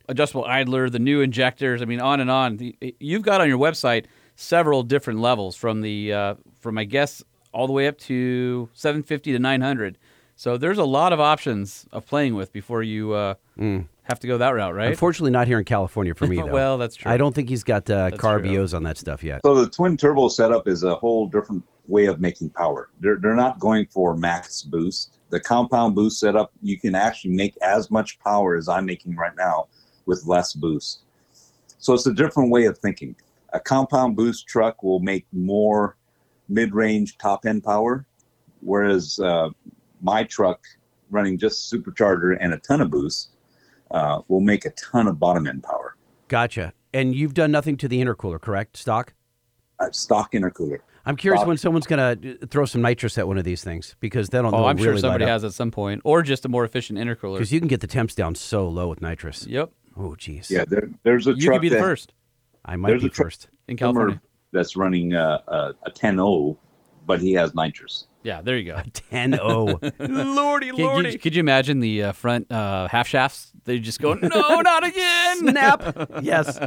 adjustable idler, the new injectors. I mean, on and on. The- You've got on your website several different levels from the uh, from I guess all the way up to 750 to 900. So there's a lot of options of playing with before you uh,
Hmm.
have to go that route, right?
Unfortunately, not here in California
(laughs)
for me though.
Well, that's true.
I don't think he's got uh,
true.
carbios on that stuff yet.
So the twin turbo setup is a whole different way of making power. They're, they're not going for max boost. The compound boost setup, you can actually make as much power as I'm making right now with less boost. So it's a different way of thinking. A compound boost truck will make more mid range top end power, whereas uh, my truck running just supercharger and a ton of boost uh, will make a ton of bottom end power.
Gotcha. And you've done nothing to the intercooler, correct? Stock.
Uh, stock intercooler.
I'm curious
Stock.
when someone's going to throw some nitrous at one of these things because they don't.
Oh, I'm sure somebody has at some point, or just a more efficient intercooler.
because you can get the temps down so low with nitrous.
Yep,
Oh, geez.
Yeah, there, there's a
you
truck
could be the
that-
first
I might
There's
be
a tr-
first.
in
Plumber
California.
that's running uh, a, a 10-0, but he has nitrous.
Yeah, there you go. (laughs)
10-0.
Lordy, lordy. Could you, could you imagine the uh, front uh, half shafts? They just go, no, not again. (laughs)
Snap. Yes.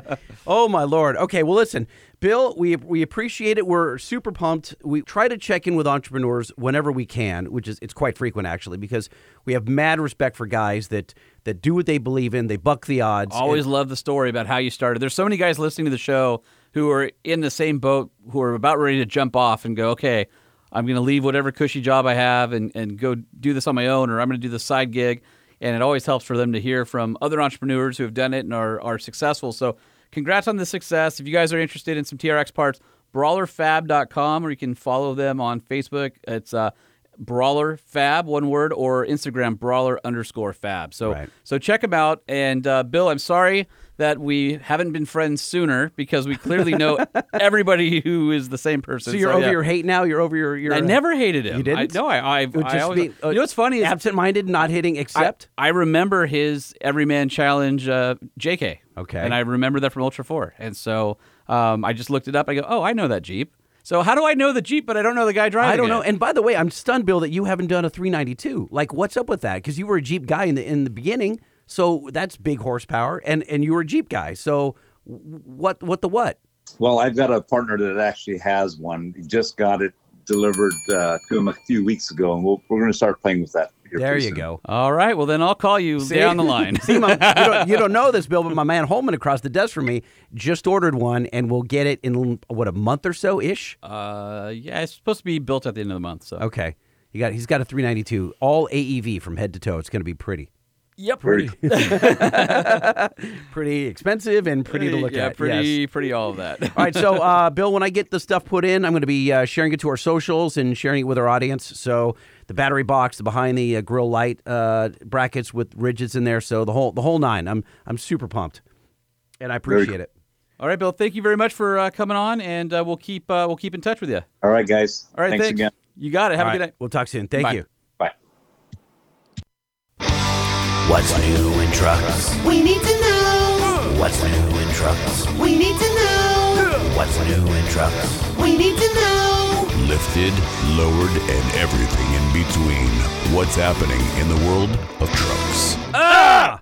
Oh my lord. Okay. Well, listen, Bill. We we appreciate it. We're super pumped. We try to check in with entrepreneurs whenever we can, which is it's quite frequent actually, because we have mad respect for guys that that do what they believe in. They buck the odds.
Always love the story about how you started. There's so many guys listening to the show who are in the same boat, who are about ready to jump off and go, okay, I'm going to leave whatever cushy job I have and, and go do this on my own, or I'm going to do this side gig. And it always helps for them to hear from other entrepreneurs who have done it and are, are successful. So, congrats on the success. If you guys are interested in some TRX parts, brawlerfab.com, or you can follow them on Facebook. It's uh, Brawler Fab, one word, or Instagram Brawler underscore Fab. So
Right.
so check them out. And uh, Bill, I'm sorry that we haven't been friends sooner because we clearly
(laughs)
know everybody who is the same person.
So you're over
yeah.
your hate now. You're over your. your
I never hated him.
You didn't?
I, no, I. I,
would
I
just be,
always,
uh,
you know what's funny is
absent-minded, not hitting, except.
I, I remember his Everyman Challenge uh, JK.
Okay.
And I remember that from Ultra 4. And so um, I just looked it up. I go, oh, I know that Jeep. So how do I know the Jeep, but I don't know the guy driving
I don't
it?
know. And by the way, I'm stunned, Bill, that you haven't done a 392. Like, what's up with that? Because you were a Jeep guy in the in the beginning, so that's big horsepower, and and you were a Jeep guy. So w- what what the what?
Well, I've got a partner that actually has one. He just got it delivered uh, to him a few weeks ago, and we'll, we're going to start playing with that. here
There
pretty
you
soon.
go.
All right. Well, then I'll call you down
(laughs)
the line.
See, my, you, don't,
(laughs)
you don't know this, Bill, but my man Holman across the desk from me just ordered one, and we'll get it in what a month or so ish.
uh, yeah, it's supposed to be built at the end of the month. So
Okay, he got he's got a 392, all AEV from head to toe. It's going to be pretty,
Yep.
Very
(laughs) pretty expensive and pretty, to look
yeah,
at.
pretty,
yes.
pretty, all of
(laughs)
that.
All right, so uh, Bill, when I get the stuff put in, I'm going to be uh, sharing it to our socials and sharing it with our audience. So the battery box, the behind the uh, grill light uh, brackets with ridges in there, so the whole the whole nine. I'm I'm super pumped, and I
Very
appreciate it.
all right, Bill. Thank you very much for uh, coming on, and uh, we'll keep uh, we'll keep in touch with you.
All right, guys.
All right.
thanks,
Thanks,
again.
You got it. Have
All
a good
right,
night.
We'll talk soon. Thank
Bye.
you.
Bye.
What's new in trucks?
We need to know.
What's new in trucks?
We need to know.
What's new in trucks?
We need to know.
Lifted, lowered, and everything in between. What's happening in the world of trucks?
Uh,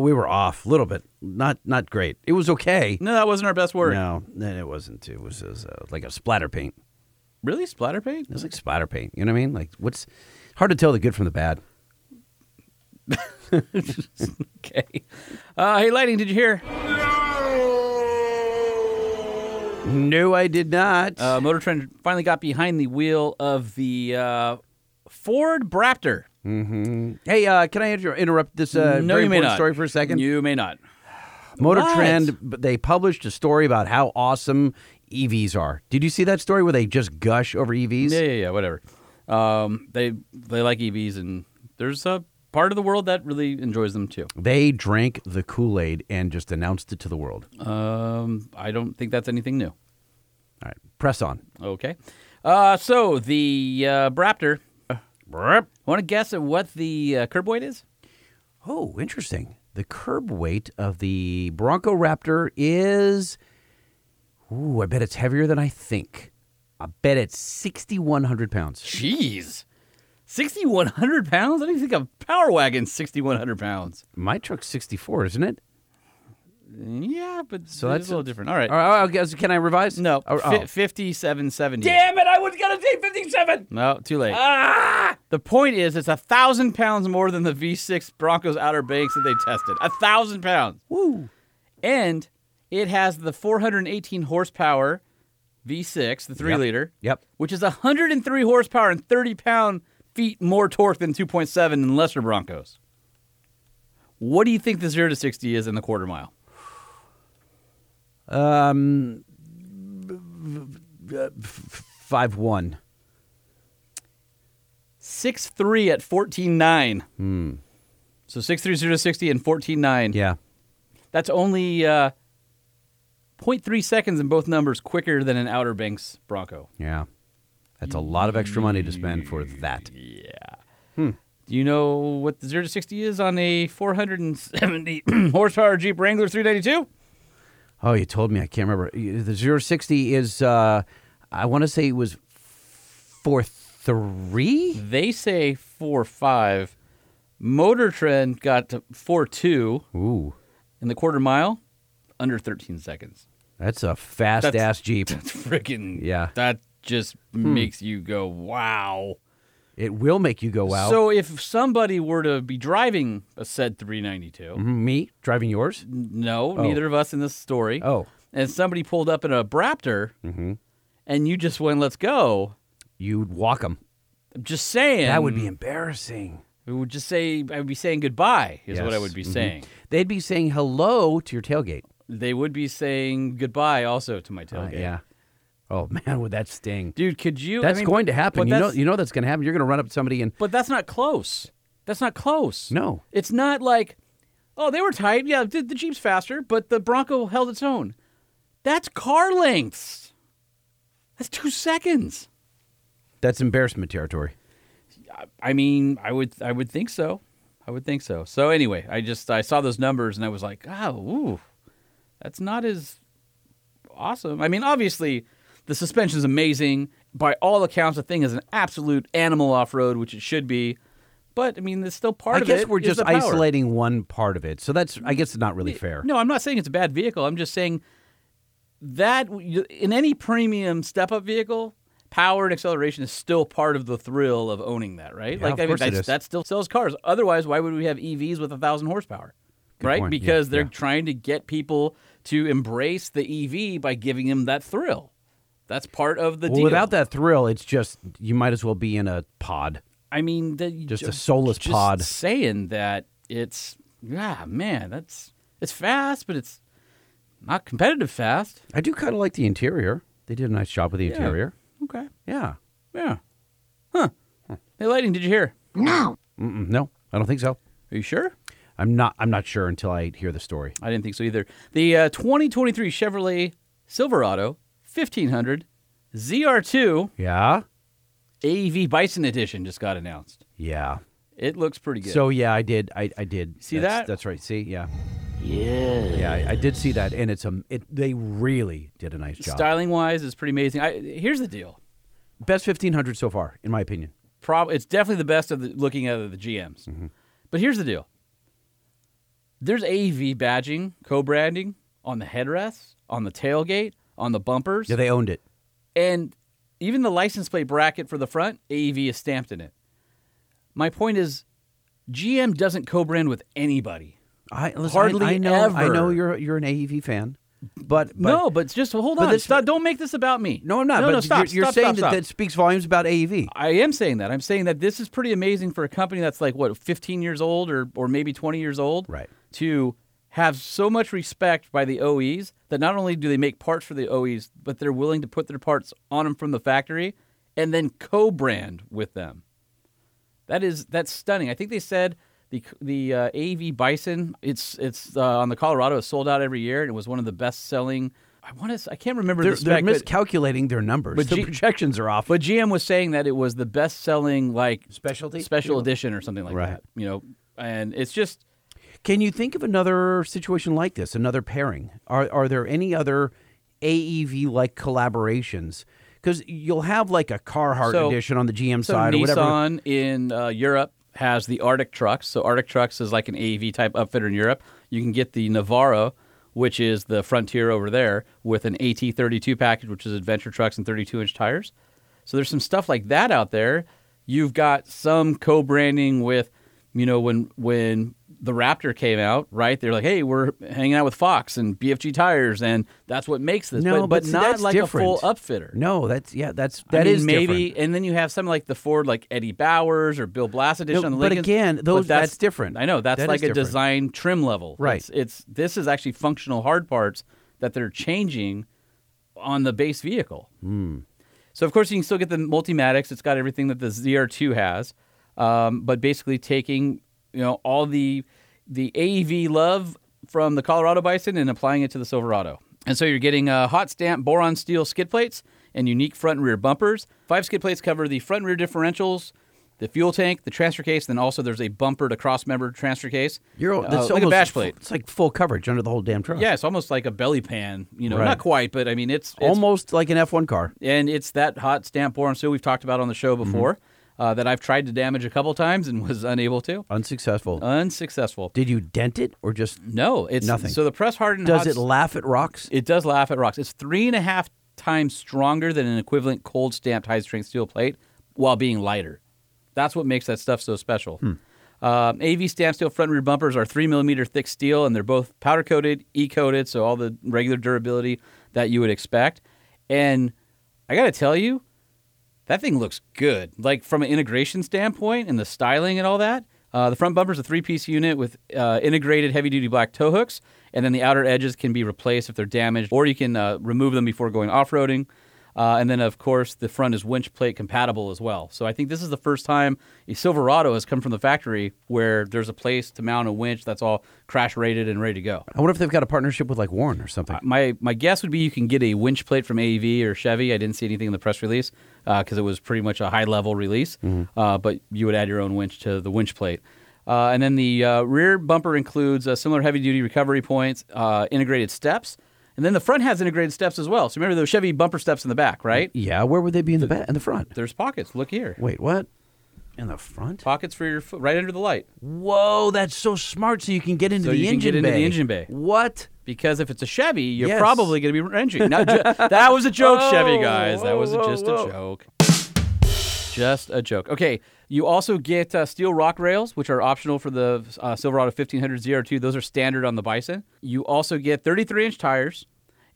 we were off a little bit, not not great. It was okay.
No, that wasn't our best word.
No, then it wasn't. It was, it was uh, like a splatter paint.
Really, splatter paint?
It was like splatter paint. You know what I mean? Like what's hard to tell the good from the bad.
(laughs) Okay. Uh, hey, lighting. Did you hear?
No, I did not.
Uh, Motor Trend finally got behind the wheel of the uh, Ford Raptor.
Hey, uh, can I inter- interrupt this uh,
no,
very
you may
important
not.
story for a second?
You may not.
Motor
What?
Trend, b- they published a story about how awesome EVs are. Did you see that story where they just gush over E EVs?
Yeah, yeah, yeah. Whatever. Um, they they like EVs, and there's a part of the world that really enjoys them too.
They drank the Kool Aid and just announced it to the world. All
Um, I don't think that's anything new.
right, press on.
Okay. Uh, so the uh, Braptor. I want to guess at what the uh, curb weight is?
Oh, interesting. The curb weight of the Bronco Raptor is. Ooh, I bet it's heavier than I think. I bet it's 6,100 pounds.
Jeez. 6,100 pounds? I didn't think a power wagon's 6,100 pounds.
My truck's 64, isn't it?
Yeah, but
So
so
that's
that's a little different. All right.
All right, I Uh, oh, guess- can I revise?
No,
Oh,
fi-
oh.
5770.
Damn it, I was gonna say 57.
No, too late. Ah! The point is, it's a thousand pounds more than the V6 Broncos Outer Banks that they tested. A thousand pounds. Woo! And it has the 418 horsepower V6, the three
Yep.
liter,
Yep.
which is 103 horsepower and 30 pound feet more torque than 2.7 in lesser Broncos. What do you think the zero to 60 is in the quarter mile?
Um, five one.
Six three at 14.9. Hmm. So 6.3, 0 to 60 and 14.9.
Yeah.
That's only uh, 0.3 seconds in both numbers quicker than an Outer Banks Bronco.
Yeah. That's a lot of extra money to spend for that.
Do you know what the 0 to 60 is on a 470 (clears throat) horsepower Jeep Wrangler 392?
Oh, you told me. I can't remember. Y- The 060 is, uh, I want to say it was 4 3?
They say 4.5. Motor Trend got to 4.2
Ooh.
in the quarter mile, under 13 seconds. (laughs)
That's a fast
That's-
ass Jeep.
That's freaking.
Yeah. Hmm.
That just makes you go, wow.
It will make you go wow.
So if somebody were to be driving a said 392,
Mhm, me driving yours?
No, neither of us in this story.
Mm-hmm. Oh, Mm-hmm.
And somebody pulled up in a Braptor and you just went, let's go.
you'd walk them.
I'm just saying.
That would be embarrassing.
We would just say, I would be saying goodbye, is what I
Yes. Mm-hmm.
would be saying.
They'd be saying hello to your tailgate.
They would be saying goodbye also to my
Uh,
tailgate.
yeah. Oh (laughs) man, would that sting?
Dude, could you? I
That's
mean,
going to
but
happen. You know,
that's-
you know that's going to happen. You're going to run up to somebody and
But that's not close. That's not close.
no,
It's not like, oh, they were tight. Yeah, the, the Jeep's faster, but the Bronco held its own. That's car lengths. That's two seconds.
that's embarrassment territory.
I mean, I would I would think so. I would think so. So anyway, I just I saw those numbers and I was like, oh, ooh, that's not as awesome. I mean, obviously, the suspension's amazing. By all accounts, the thing is an absolute animal off road, which it should be. But I mean, it's still part
I
of
guess
it
we're
is
just
the power.
isolating one part of it, so that's I guess not really fair.
No, I'm not saying it's a bad vehicle. I'm just saying that in any premium step up vehicle, power and acceleration is still part of the thrill of owning that, right?
Yeah, of
I
course it
that's,
is.
that still sells cars. Otherwise, why would we have EVs with a thousand horsepower? right?
point. Yeah,
Because they're
yeah.
trying to get people to embrace the EV by giving them that thrill. That's part of the
Well,
deal.
without that thrill, it's just you might as well be in a pod.
I mean, the,
Just a soulless
just
pod.
Saying that it's yeah, man, that's it's fast, but it's not competitive fast.
I do kind of like the interior. They did a nice job with the interior.
Okay.
Yeah.
Yeah. Huh. Hey, lighting, did you hear?
Mm-mm, no, I don't think so.
Are you sure?
I'm not. I'm not sure until I hear the story.
I didn't think so either. The uh, 2023 Chevrolet Silverado 1500 ZR2
Yeah.
AEV Bison Edition just got announced.
Yeah.
It looks pretty good.
So yeah, I did. I, I did.
See
that's,
that?
That's right. See, yeah,
Yeah.
yeah. I, I did see that, and it's um, it they really did a nice job.
styling wise, it's pretty amazing. I, here's the deal.
Best fifteen hundred so far, in my opinion.
Prob- it's definitely the best of the, looking at the GMs. But here's the deal. There's AEV badging, co-branding on the headrests, on the tailgate, on the bumpers.
Yeah, they owned it.
And even the license plate bracket for the front, AEV is stamped in it. My point is, GM doesn't co-brand with anybody.
I listen,
Hardly
I, I know. I
ever.
know you're you're an AEV fan, but, but
no, but just hold
but
on.
this-
Stop- don't make this about me.
no, I'm not.
No,
but
no, stop,
you're, you're
stop,
saying
stop,
that
stop.
that speaks volumes about E AEV.
I am saying that. I'm saying that this is pretty amazing for a company that's like what 15 years old or or maybe 20 years old.
Right.
To have so much respect by the OEs that not only do they make parts for the OEs, but they're willing to put their parts on them from the factory and then co-brand with them. That is that's stunning. I think they said the the uh, AV Bison it's it's uh, on the Colorado is sold out every year and it was one of the best selling. I want to I can't remember
They're,
the
they're
spec, but-
miscalculating their numbers.
But
the
G-
projections are off.
but GM was saying that it was the best selling like
Specialty?
special edition or something like
Right.
that. You know, and it's just
Can you think of another situation like this? Another pairing? Are are there any other AEV like collaborations? Because you'll have like a Carhartt
So-
edition on the GM
So
side or whatever.
Nissan in uh, Europe has the Arctic trucks. So Arctic trucks is like an AV type upfitter in Europe. You can get the Navarro, which is the Frontier over there, with an AT32 package, which is adventure trucks and 32 inch tires. So there's some stuff like that out there. You've got some co-branding with, you know, when when the Raptor came out, right? They're like, hey, we're hanging out with Fox and BFG tires, and that's what makes this.
No,
but,
but see,
not
that's
like a full
different.
upfitter.
No, that's yeah, that's
I
that
mean,
is
maybe,
different.
and then you have something like the Ford, like Eddie Bowers or Bill Blast edition.
No,
on the
but
Lincolns,
again, those- that's different.
I know that's
That
like
is
a
different.
design trim level,
Right.
It's, it's this is actually functional hard parts that they're changing on the base vehicle. So of course you can still get the Multimatics. It's got everything that the ZR2 has, um, but basically taking you know all the the AEV love from the Colorado Bison and applying it to the Silverado. And so you're getting uh, hot stamp boron steel skid plates and unique front and rear bumpers. Five skid plates cover the front and rear differentials, the fuel tank, the transfer case, then also there's a bumper to cross member transfer case.
You're
Uh,
that's
like
almost
a bash
full-
plate.
It's like full coverage under the whole damn truck.
Yeah, it's almost like a belly pan. You know,
Right.
not quite, but I mean it's, it's
almost like an F1 car.
and it's that hot stamp boron steel we've talked about on the show
Mm-hmm.
before uh, that I've tried to damage a couple times and (laughs) was unable to.
Unsuccessful.
Uh, Unsuccessful.
Did you dent it or just
No, it's
Nothing.
So the press hardened
does
hot
it laugh at rocks?
it does laugh at rocks. It's three and a half times stronger than an equivalent cold stamped high strength steel plate while being lighter. That's what makes that stuff so special.
Hmm.
Um, AV stamped steel front and rear bumpers are three millimeter thick steel, and they're both powder coated, E coated, so all the regular durability that you would expect. And I got to tell you, that thing looks good. Like from an integration standpoint and the styling and all that. Uh, the front bumper's a three-piece unit with uh, integrated heavy-duty black tow hooks, and then the outer edges can be replaced if they're damaged, or you can uh, remove them before going off-roading. Uh, and then, of course, the front is winch plate compatible as well. So I think this is the first time a Silverado has come from the factory where there's a place to mount a winch that's all crash rated and ready to go.
I wonder if they've got a partnership with like Warren or something.
My my guess would be you can get a winch plate from AEV or Chevy. I didn't see anything in the press release because it was pretty much a high level release. Uh, but you would add your own winch to the winch plate. Uh, and then the uh, rear bumper includes uh, similar heavy duty recovery points, uh, integrated steps, and then the front has integrated steps as well. So remember those Chevy bumper steps in the back, right?
yeah, where would they be in the, back in the front?
There's pockets. Look here,
Wait, Mm-hmm. what? In the front?
pockets for your foot right under the light.
Whoa, that's so smart. So you can get into
So
the
you can
engine
get into
bay.
the engine bay.
What?
Because if it's a Chevy, you're
Yes.
probably going to be wrenching.
(laughs)
Now, ju- that was a joke, Chevy guys. That was a- just a joke. Just a joke. Okay, you also get uh, steel rock rails, which are optional for the uh, Silverado 1500 ZR2. Those are standard on the Bison. You also get 33 inch tires,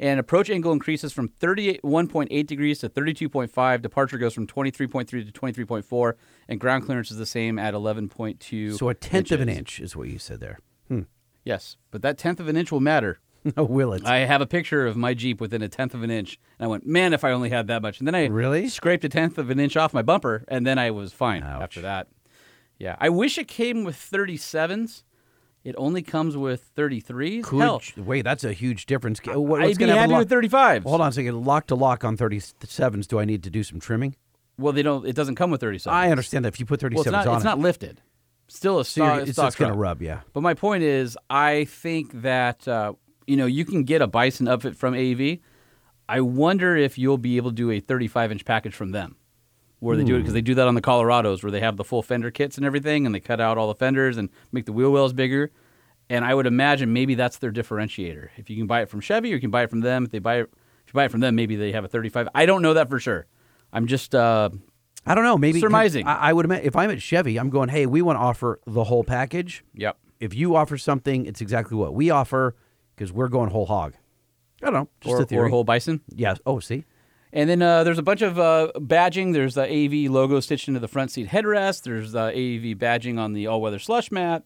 and approach angle increases from 31.8 degrees to 32.5. Departure goes from 23.3 to 23.4, and ground clearance is the same at 11.2.
So a tenth of an
inches.
inch is what you said there. (laughs)
Yes, but that tenth of an inch will matter.
No, will it?
I have a picture of my Jeep within a tenth of an inch, and I went, man, if I only had that much. And then I
Really?
scraped a tenth of an inch off my bumper, and then I was fine after that. Yeah, I wish it came with 37s. It only comes with 33s.
Could
Hell,
you- wait, that's a huge difference. What- What's
I'd be
gonna happen
happy
lock-
with 35s.
Hold on a second. Lock to lock on 37s. Do I need to do some trimming?
Well, they don't. It doesn't come with 37s.
I understand that if you put 37s
Well, it's not.
on it,
It's not lifted. Still a
so you're-
stock.
it's,
stock
it's going to
truck.
rub, yeah.
But my point is, I think that uh, you know you can get a Bison upfit from AV. I wonder if you'll be able to do a 35 inch package from them, where they do it because they do that on the Colorados, where they have the full fender kits and everything, and they cut out all the fenders and make the wheel wells bigger. And I would imagine maybe that's their differentiator. If you can buy it from Chevy, or you can buy it from them. If they buy it, if you buy it from them, maybe they have a 35. I don't know that for sure. I'm just uh,
I don't know. Maybe
Surmising.
I, I would admit if I'm at Chevy, I'm going. Hey, we want to offer the whole package.
yep.
If you offer something, it's exactly what we offer because we're going whole hog. I don't know. Just
Or,
a theory.
or whole Bison.
yeah. Oh, see.
And then uh, there's a bunch of uh, badging. There's the AV logo stitched into the front seat headrest. There's the AV badging on the all-weather slush mat.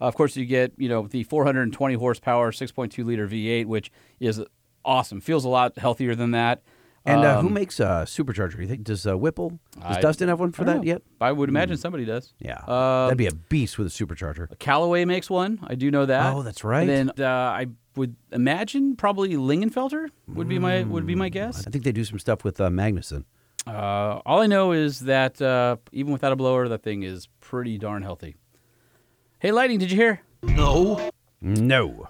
of course, you get you know the 420 horsepower, 6.2 liter V8, which is awesome. Feels a lot healthier than that.
And uh, who makes a supercharger? You think does uh, Whipple? Does
Um, I-
Dustin have one for
I don't
that
know.
yet?
I would imagine somebody does.
Yeah.
Uh,
That'd be a beast with a supercharger.
Callaway makes one. I do know that.
Oh, that's right.
And then uh, I would imagine probably Lingenfelter would be my would be my guess.
I think they do some stuff with uh, Magnuson.
Uh, all I know is that uh, even without a blower, that thing is pretty darn healthy. Hey, lighting, did you hear?
No.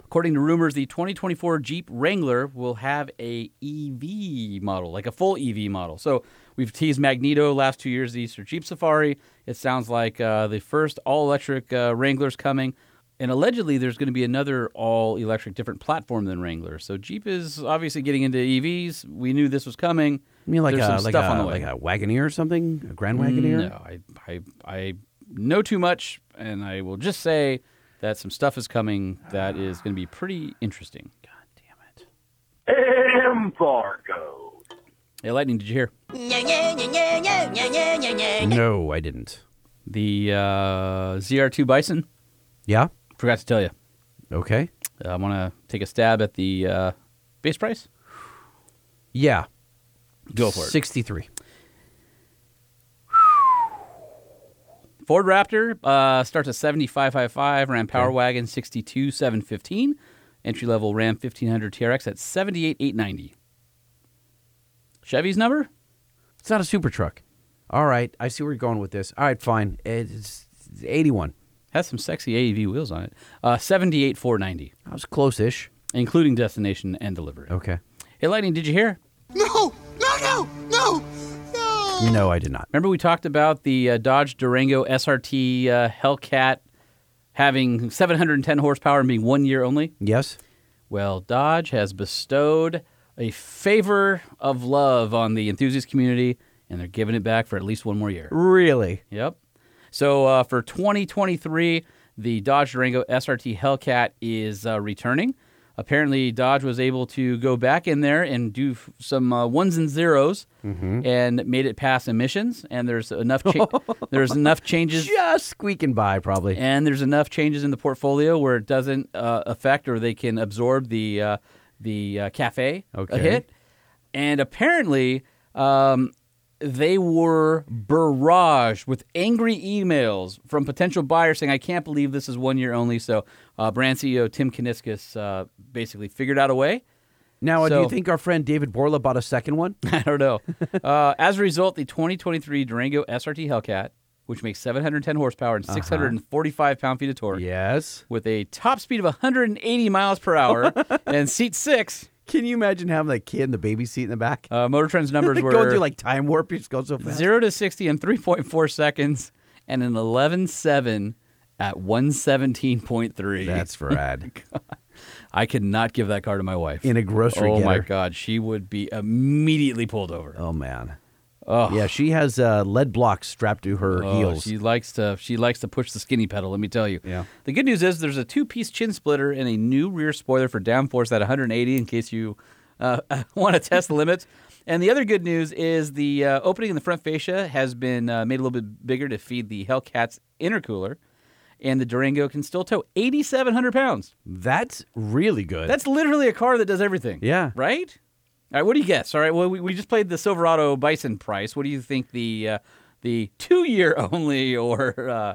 According to rumors, the 2024 Jeep Wrangler will have a EV model, like a full EV model. So we've teased Magneto last two years, the Easter Jeep Safari. It sounds like uh, the first all-electric uh, Wrangler's coming, and allegedly there's going to be another all-electric, different platform than Wrangler. So Jeep is obviously getting into EVs. We knew this was coming.
I mean, like
there's
a
some
like
stuff
a,
on the way. Mm,
like a Wagoneer or something, a Grand Wagoneer.
No, I, I, I know too much, and I will just say that some stuff is coming that is going to be pretty interesting.
Embargo.
Hey, Lightning, did you hear?
No, I didn't.
The uh, ZR2 Bison?
Yeah.
Forgot to tell you.
Okay.
I want to take a stab at the uh, base price.
Yeah.
Go for it.
Sixty-three.
Ford Raptor uh, starts at 7555, Ram Power Wagon 62715, entry level Ram 1500 TRX at 78890. Chevy's number?
It's not a super truck. All right, I see where you're going with this. All right, fine. It's eighty-one.
Has some sexy AEV wheels on it. Uh, 78490,
I was close-ish.
including destination and delivery.
Okay.
Hey, Lightning, did you hear?
No! No, no! No! No!
No, I did not.
Remember we talked about the uh, Dodge Durango SRT uh, Hellcat having 710 horsepower and being one year only?
Yes.
Well, Dodge has bestowed a favor of love on the enthusiast community, and they're giving it back for at least one more year.
Really?
Yep. So uh, for 2023, the Dodge Durango SRT Hellcat is uh, returning. Apparently, Dodge was able to go back in there and do f- some uh, ones and zeros, and made it pass emissions. And there's enough cha- there's enough changes
Just squeaking by, probably.
and there's enough changes in the portfolio where it doesn't uh, affect or they can absorb the uh, the uh, cafe
Okay.
a hit. And apparently, um, they were barraged with angry emails from potential buyers saying, "I can't believe this is one year only." So, uh, brand CEO Tim Kaniskis uh, basically figured out a way. (laughs)
Now, uh do
So-
you think our friend David Borla bought a second
(laughs)
one?
I don't know. uh, as a result, the 2023 Durango SRT Hellcat, which makes 710 horsepower and 645 pound feet of torque,
yes.
with a top speed of 180 miles
(laughs)
per hour and seat six.
Can you imagine having that kid in the baby seat in the back? (laughs)
Uh, Motor Trend's numbers were
going through like time warp. You just go so fast.
zero to 60 in 3.4 seconds and an 11.7 at 117.3. (laughs)
That's for ad.
I could not give that car to my wife.
in a grocery.
oh my
getter.
God, she would be immediately pulled over.
Oh man. Oh yeah, she has uh, lead blocks strapped to her
Oh,
heels.
She likes to she likes to push the skinny pedal. Let me tell you.
Yeah.
The good news is there's a two piece chin splitter and a new rear spoiler for downforce at 180 in case you uh, (laughs) want to test the limits. And the other good news is the uh, opening in the front fascia has been uh, made a little bit bigger to feed the Hellcat's intercooler, and the Durango can still tow 8,700 pounds.
That's really good.
That's literally a car that does everything.
Yeah.
Right? All right, what do you guess? All right, well, we, we just played the Silverado Bison price. What do you think the uh, the two year (laughs) only or uh,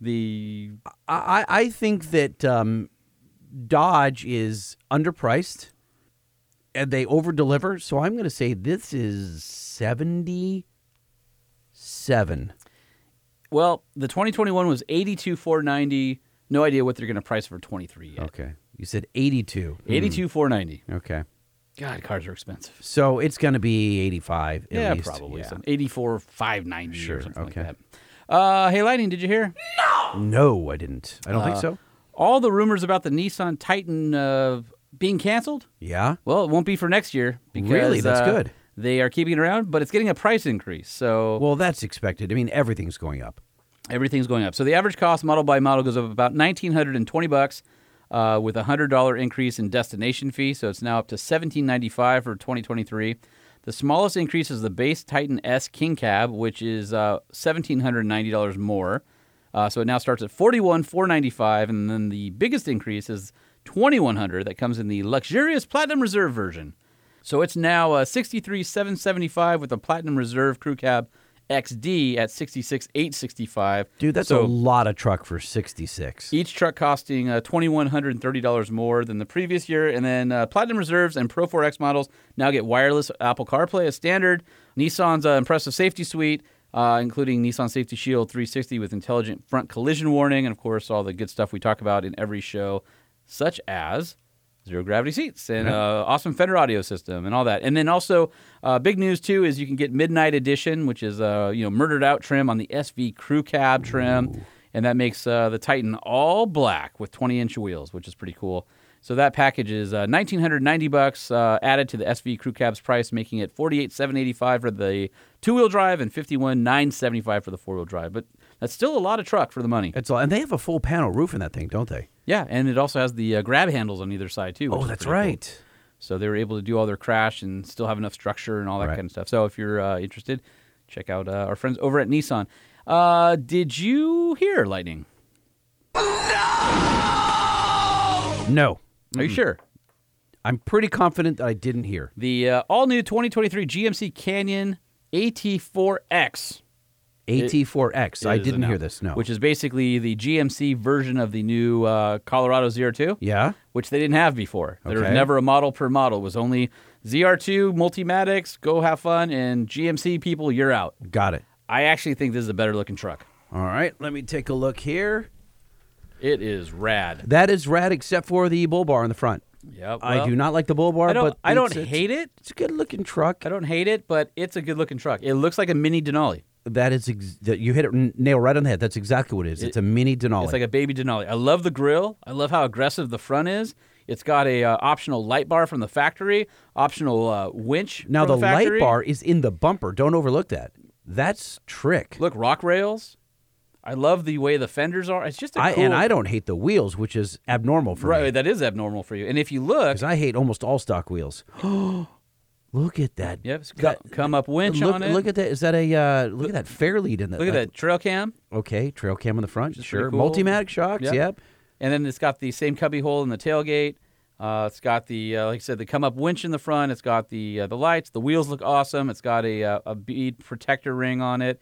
the.
I, I I think that um, Dodge is underpriced and they over deliver. So I'm going to say this is 77.
Well, the 2021 was 82,490. No idea what they're going to price for 23 yet.
Okay. Hmm. You said 82.
82,490.
Okay.
God, cars are expensive.
So it's going to be 85. At
yeah,
least.
probably.
Yeah.
Some 84,590
Sure,
or something
okay.
like that. Uh, hey, Lightning, did you hear?
No, I didn't. I don't
Uh,
think so.
All the rumors about the Nissan Titan uh, being canceled?
Yeah.
Well, it won't be for next year because
Really? That's
uh,
good.
They are keeping it around, but it's getting a price increase. So
Well, that's expected. I mean, everything's going up.
everything's going up. So the average cost model by model goes up about 1920 bucks uh, with a $100 increase in destination fee. So it's now up to 1795 for 2023. The smallest increase is the base Titan S King Cab, which is uh, $1790 more. Uh, so it now starts at 41495 and then the biggest increase is 2100 that comes in the luxurious Platinum Reserve version. So it's now uh, 63,775 with the Platinum Reserve Crew Cab XD at 66,865.
Dude, that's
so E
a lot of truck for 66.
each truck costing uh, $2,130 more than the previous year. And then uh, Platinum Reserves and Pro 4X models now get wireless Apple CarPlay as standard. Nissan's uh, impressive safety suite uh, including Nissan Safety Shield 360 with intelligent front collision warning, and of course, all the good stuff we talk about in every show, such as zero gravity seats and uh, awesome Fender audio system and all that. And then also, uh, big news too is you can get Midnight Edition, which is uh, you know murdered out trim on the SV Crew Cab trim, and that makes uh, the Titan all black with 20 inch wheels, which is pretty cool. So that package is uh, 1,990 bucks uh, added to the SV Crew Cab's price, making it 48,785 for the two wheel drive and 51,975 for the four wheel drive. But that's still a lot of truck for the money.
It's all, and they have a full panel roof in that thing, don't they?
Yeah, and it also has the uh, grab handles on either side too. which
Oh,
is
that's
pretty cool.
right.
So they were able to do all their crash and still have enough structure and all that
Right.
kind of stuff. So if you're uh, interested, check out uh, our friends over at Nissan. Uh, did you hear lightning?
No,
Are you sure?
I'm pretty confident that I didn't hear.
The uh, all new 2023 GMC Canyon AT4X.
AT4X. I
is
didn't hear
announced,
this. No.
Which is basically the GMC version of the new uh, Colorado ZR2.
yeah.
which they didn't have before. There was
Okay.
never a model per model. It was only ZR2, Multimatics, go have fun, and GMC people, you're out.
Got it.
I actually think this is a better looking truck.
All right. Let me take a look here.
It is rad.
That is rad, except for the bull bar in the front.
Yep.
I
well,
do not like the bull bar,
I don't,
but
I don't
it's- it's-
hate it.
It's a good looking truck.
I don't hate it, but it's a good looking truck. It looks like a mini Denali.
That is ex- that you hit it n- nail right on the head. That's exactly what it is. it's a mini Denali.
It's like a baby Denali. I love the grill. I love how aggressive the front is. It's got a uh, optional light bar from the factory, optional uh, winch.
now
from
the light
factory.
bar is in the bumper. Don't overlook that. That's trick.
Look, rock rails. I love the way the fenders are. It's just a
I
cool,
and I don't hate the wheels, which is abnormal for
Right,
me
that is abnormal for you. And if you look,
because I hate almost all stock wheels. (gasps) look at that.
yep, it's
That-
co- come up winch
look,
on it.
look at that. Is that a uh, look, at that fair lead in that?
Look at that trail cam,
Okay, trail cam on the front.
pretty
Sure,
cool.
multimatic shocks.
Yep.
Yep.
and then it's got the same cubby hole in the tailgate. Uh, it's got the uh, like I said, the come up winch in the front. It's got the uh, the lights. The wheels look awesome. It's got a uh, a bead protector ring on it.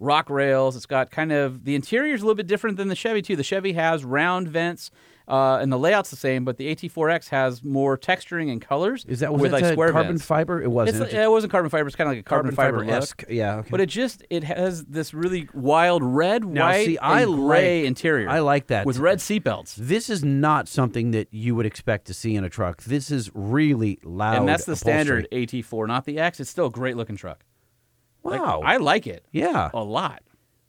Rock rails. It's got kind of the interior's a little bit different than the Chevy too. The Chevy has round vents. Uh, and the layout's the same, but the AT4X has more texturing and colors.
Is that was
with
that
like
a
square
carbon
vents.
fiber? It
It's,
wasn't. It
it wasn't carbon fiber. It's kind of like a carbon, fiber look.
esque. Yeah. Okay.
But it just it has this really wild red,
Now,
white,
see, I
and gray
like-
interior.
I like that.
with red seatbelts.
This is not something that you would expect to see in a truck. This is really loud.
And that's the
upholstery.
standard AT4, not the X. It's still a great looking truck. Like,
Wow.
I like it
yeah.
a lot.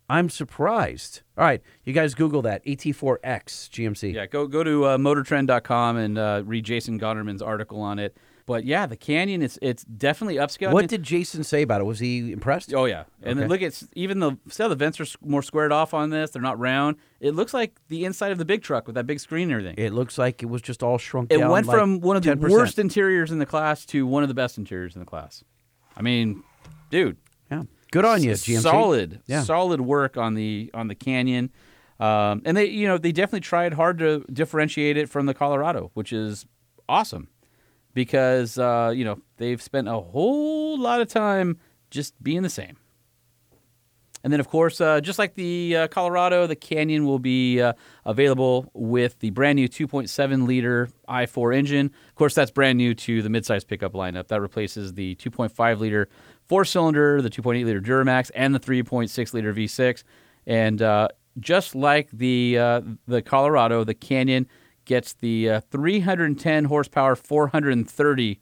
I'm surprised. All right, you guys Google that E AT4X GMC.
Yeah, go go to uh, motortrend.com and uh, read Jason Gonerman's article on it. But yeah, the Canyon it's it's definitely upscale. I
What
mean,
did Jason say about it? Was he impressed?
Oh yeah, and then
Okay.
look at even the see how the vents are s- more squared off on this. They're not round. It looks like the inside of the big truck with that big screen and everything.
It looks like it was just all shrunk
It
down.
went
like
from one of the
10%.
worst interiors in the class to one of the best interiors in the class. I mean, dude,
Yeah. Good on you, GMC.
solid,
Yeah.
solid work on the on the Canyon. Um, and they, you know, they definitely tried hard to differentiate it from the Colorado, which is awesome because uh, you know they've spent a whole lot of time just being the same. And then, of course, uh, just like the uh, Colorado, the Canyon will be uh, available with the brand new 2.7 liter i4 engine. Of course, that's brand new to the midsize pickup lineup. That replaces the 2.5 liter four cylinder, the 2.8 liter Duramax, and the 3.6 liter V6. And uh, just like the uh, the Colorado, the Canyon gets the uh, 310 horsepower, 430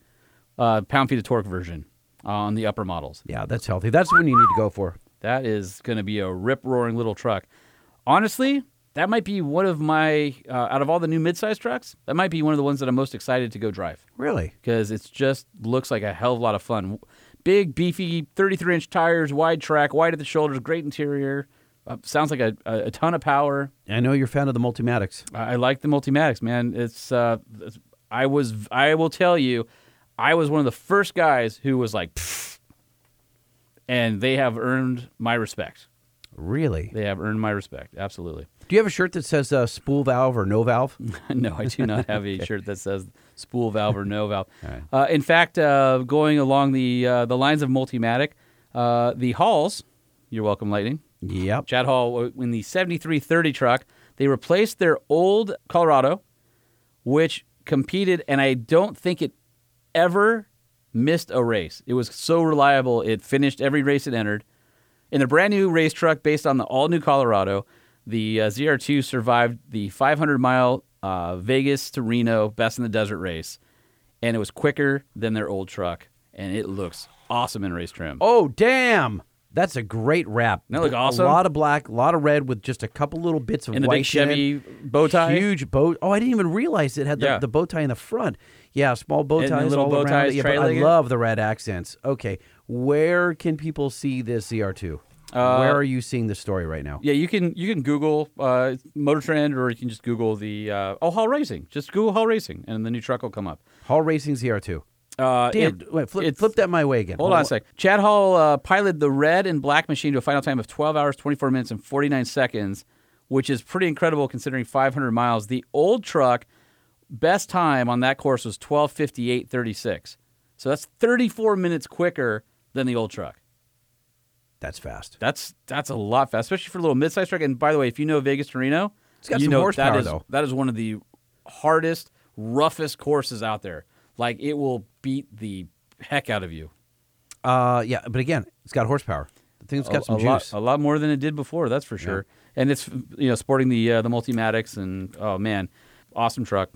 uh, pound feet of torque version uh, on the upper models.
Yeah, that's healthy. That's the one you need to go for.
That is going to be a rip roaring little truck. Honestly, that might be one of my uh, out of all the new midsize trucks. That might be one of the ones that I'm most excited to go drive
Really?
because it's just looks like a hell of a lot of fun. Big, beefy, 33 inch tires, wide track, wide at the shoulders, great interior. Uh, sounds like a, a, a ton of power.
I know you're a fan of the Multimatics.
I, I like the Multimatics, man. It's, uh, it's- I was I will tell you, I was one of the first guys who was like, "Pfft," and they have earned my respect.
Really?
They have earned my respect. Absolutely. (laughs)
Do you have a shirt that says uh, spool valve or no valve?
no, I do not (laughs) have a shirt that says spool valve or no valve. Uh, in fact, uh, going along the uh, the lines of Multimatic, uh, the Halls, you're welcome, Lightning.
yep.
Chad Hall uh, in the 7330 truck, they replaced their old Colorado, which competed, and I don't think it ever missed a race. It was so reliable. It finished every race it entered. In the brand new race truck based on the all new Colorado, the uh, ZR2 survived the 500 mile uh, Vegas to Reno Best in the Desert race, and it was quicker than their old truck, and it looks awesome in race trim.
Oh, damn. That's a great wrap.
That look
A
awesome.
lot of black, a lot of red with just a couple little bits of
in the
white
big Chevy
in.
bow tie.
Huge bow. Oh, I didn't even realize it had the,
Yeah.
the bow tie in the front. Yeah, small bow
And the
ties
little
all
bow
around.
ties,
it. yeah, but I
tri-legged.
love the red accents. Okay, where can people see this ZR2?
Uh,
where are you seeing this story right now?
Yeah, you can you can Google uh, Motor Trend, or you can just Google the uh, oh Hall Racing. Just Google Hall Racing, and the new truck will come up.
Hall Racing ZR2.
Uh,
Damn,
it-
wait, flip,
it's-
flip that my way again.
Hold on a sec. Chad Hall uh, piloted the red and black machine to a final time of 12 hours, 24 minutes, and 49 seconds, which is pretty incredible considering 500 miles. The old truck best time on that course was 12:58.36, so that's 34 minutes quicker than the old truck.
That's fast.
That's that's a lot fast, especially for a little mid-sized truck. And by the way, if you know Vegas to Reno,
It's got
you
some
know that
horsepower,
is
though.
that is one of the hardest, roughest courses out there. Like it will beat the heck out of you.
Uh, yeah, but again, it's got horsepower. The thing's got
a,
some
a
juice.
Lot, a lot more than it did before, that's for sure. And it's you know sporting the uh, the Multimatics and oh man, awesome truck.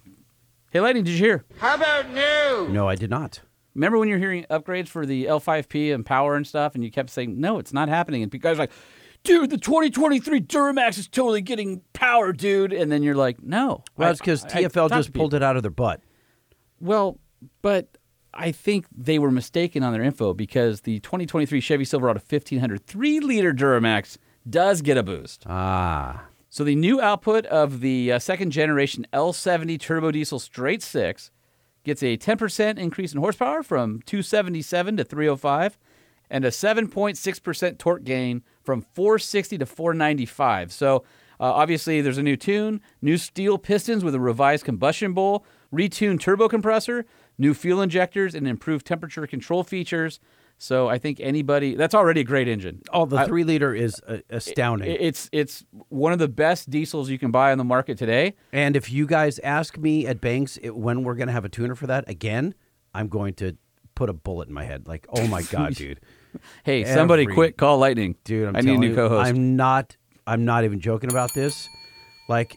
Hey, Lightning, did you hear?
no, I did not.
Remember when you were hearing upgrades for the L5P and power and stuff, and you kept saying, no, it's not happening. And guys were like, dude, the 2023 Duramax is totally getting power, dude. And then you're like, no.
Well,
I-
it's because
I- I
TFL
talked to
just
people.
pulled it out of their butt.
Well, but I think they were mistaken on their info because the 2023 Chevy Silverado 1500 3 liter Duramax does get a boost.
Ah,
So the new output of the uh, second generation L70 turbo diesel straight six gets a 10% increase in horsepower from 277 to 305 and a 7.6% torque gain from 460 to 495. So uh, obviously there's a new tune, new steel pistons with a revised combustion bowl, retuned turbo compressor, new fuel injectors and improved temperature control features. So I think anybody that's already a great engine.
oh, the three liter is uh, astounding.
It- It's it's one of the best diesels you can buy on the market today.
and if you guys ask me at Banks it, when we're going to have a tuner for that again, I'm going to put a bullet in my head. Like, oh my (laughs) god, dude,
Hey, somebody,
Every-
quick, call Lightning,
dude, I'm
I need a
telling
new
you,
co-host.
I'm not. I'm not even joking about this. Like,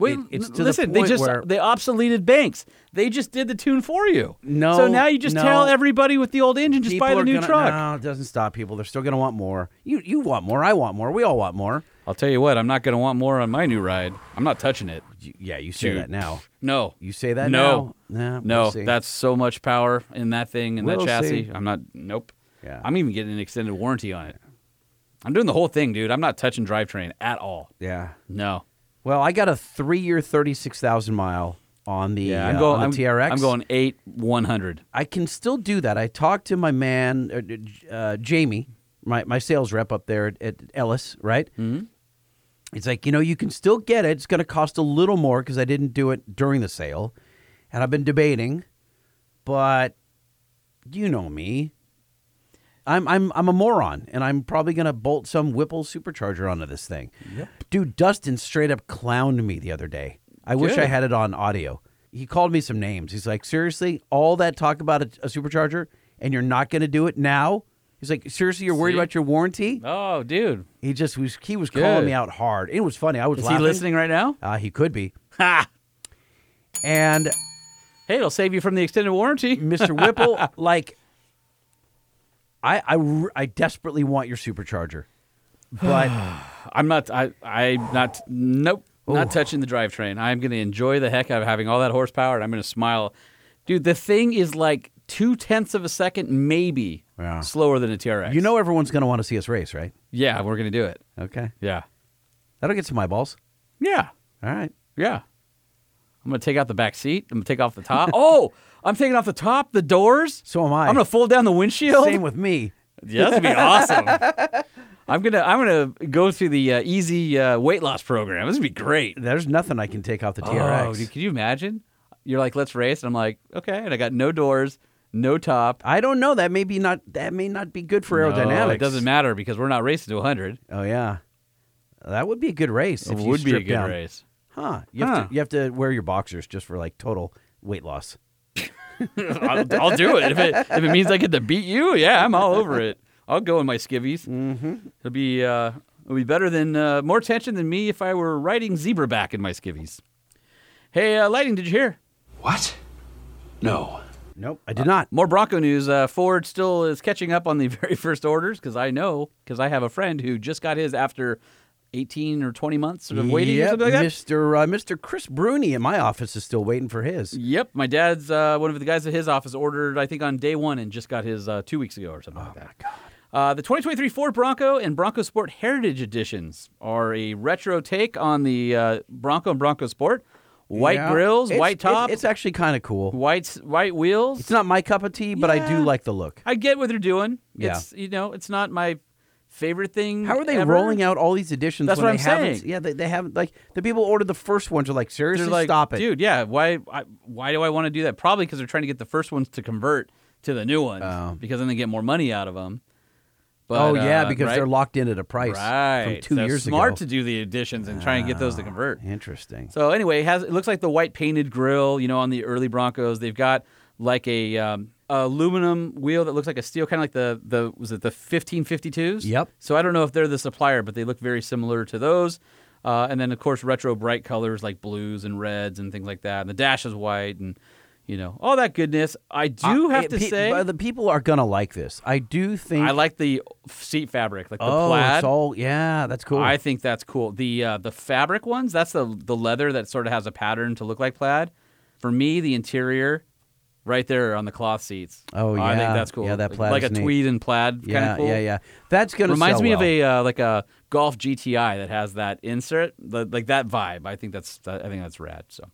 Wait,
it- it's
l-
to the
listen. they
point
just
where-
they obsoleted banks. They just did the tune for you.
No,
so now you just
no.
tell everybody with the old engine, just
people
buy the
are
new
gonna-
truck.
No, it doesn't stop people. They're still going to want more. You you want more. I want more. We all want more.
I'll tell you what, I'm not going to want more on my new ride. I'm not touching it.
You- yeah, you say
Dude.
that now.
No,
You say that
No.
now. Nah,
no,
we'll see.
that's so much power in that thing and that
We'll
chassis.
see.
I'm not. Nope.
Yeah.
I'm even getting an extended warranty on it. I'm doing the whole thing, dude. I'm not touching drivetrain at all.
yeah.
No.
Well, I got a three-year, thirty-six thousand mile on the,
Yeah,
uh,
I'm going
on the TRX.
I'm going eight one hundred.
I can still do that. I talked to my man uh, J- uh, Jamie, my my sales rep up there at, at Ellis, right? Mm-hmm. It's like you know you can still get it. It's going to cost a little more because I didn't do it during the sale, and I've been debating, but you know me. I'm I'm I'm a moron, and I'm probably gonna bolt some Whipple supercharger onto this thing. Dude, Dustin straight up clowned me the other day. I wish I
Good.
had it on audio. He called me some names. He's like, seriously, all that talk about a, a supercharger, and you're not gonna do it now. He's like, seriously, you're worried
See?
about your warranty?
Oh, dude,
He just was he was calling
Good.
me out hard. It was funny. I was
is
laughing.
he listening right now?
Uh, he could be.
Ha!
And
Hey, it'll save you from the extended warranty.
Mr.
(laughs)
Whipple, like, I, I r- I desperately want your supercharger, but
(sighs) I'm not. I. I'm not. Nope. Not touching the drivetrain. I'm going to enjoy the heck out of having all that horsepower, and I'm going to smile. Dude, the thing is like two tenths of a second, maybe
Yeah.
slower than a TRX.
you know everyone's going to want to see us race, right?
Yeah, we're going to do it.
Okay,
Yeah.
that'll get some eyeballs.
Yeah.
All right.
Yeah. I'm going to take out the back seat. I'm going to take off the top. (laughs) oh, I'm taking off the top, the doors.
So am I.
I'm going to fold down the windshield.
Same with me.
Yeah, that'd be awesome. (laughs) I'm gonna I'm gonna go through the uh, easy uh, weight loss program. This would be great.
There's nothing I can take off the
Oh,
TRX.
dude, can you imagine? You're like, let's race, and I'm like, okay, and I got no doors, no top.
I don't know. That may be not. That may not be good for
No,
aerodynamics.
it doesn't matter because we're not racing to 100.
Oh yeah, that would be a good race.
It
if you
would be a
strip
good
down.
race.
huh? You have,
Huh.
to, you have to wear your boxers just for like total weight loss.
I'll, I'll do it if it if it means I get to beat you. Yeah, I'm all over it. I'll go in my skivvies. Mm-hmm. It'll be uh, it'll be better than uh, more attention than me if I were riding zebra back in my skivvies. Hey, uh, lighting, did you hear?
What? No.
Nope, I
Uh,
did not.
More Bronco news. Uh, Ford still is catching up on the (laughs) very first orders because I know because I have a friend who just got his after 18 or 20 months of waiting or
Yep,
something like that.
Mr. Uh, Mr. Chris Bruni in my office is still waiting for his.
Yep, my dad's uh, one of the guys at his office ordered, I think, on day one and just got his uh, two weeks ago or something
Oh,
like that. Uh, the 2023 Ford Bronco and Bronco Sport Heritage Editions are a retro take on the uh, Bronco and Bronco Sport. White
Yeah.
grills,
It's-
white
it's-
top,
It's, actually kind of cool.
white s- white wheels.
It's not my cup of tea, but I do
Yeah.
like the look.
I get what they're doing.
Yeah.
It's you know, it's not my favorite thing.
How are they
ever.
rolling out all these editions?
That's
when
what
they
I'm
haven't-
saying.
Yeah, they, they haven't. Like the people ordered the first ones are like, seriously,
They're like,
stop it.
dude. Yeah, why? I, why do I want to do that? Probably because they're trying to get the first ones to convert to the new ones because then they get more money out of them. But,
oh yeah,
uh,
because
right?
they're locked in at a price
right
from two
so
years
smart
ago.
to do the additions and try and get those to convert.
Interesting.
So anyway, it has it looks like the white painted grill, you know, on the early Broncos. They've got like a um, aluminum wheel that looks like a steel, kind of like the the was it the 1552s?
Yep.
So I don't know if they're the supplier, but they look very similar to those. Uh, and then of course retro bright colors like blues and reds and things like that. And the dash is white and you know all that goodness. I do
I-
have
Uh, it-
to
pe-
say
but the people are gonna like this. I do think.
I like the seat fabric, like the
oh,
plaid.
it's all yeah. That's cool.
I think that's cool. The uh, the fabric ones, that's the the leather that sort of has a pattern to look like plaid. For me, the interior, right there on the cloth seats.
Oh,
I think
yeah.
that's cool.
Yeah, that plaid
like
is
a
neat.
tweed and plaid
yeah,
kind of cool.
yeah, yeah. That's gonna
Reminds
sell
me of
well.
a uh, like a golf GTI that has that insert, the, like that vibe. I think that's I think that's rad. So.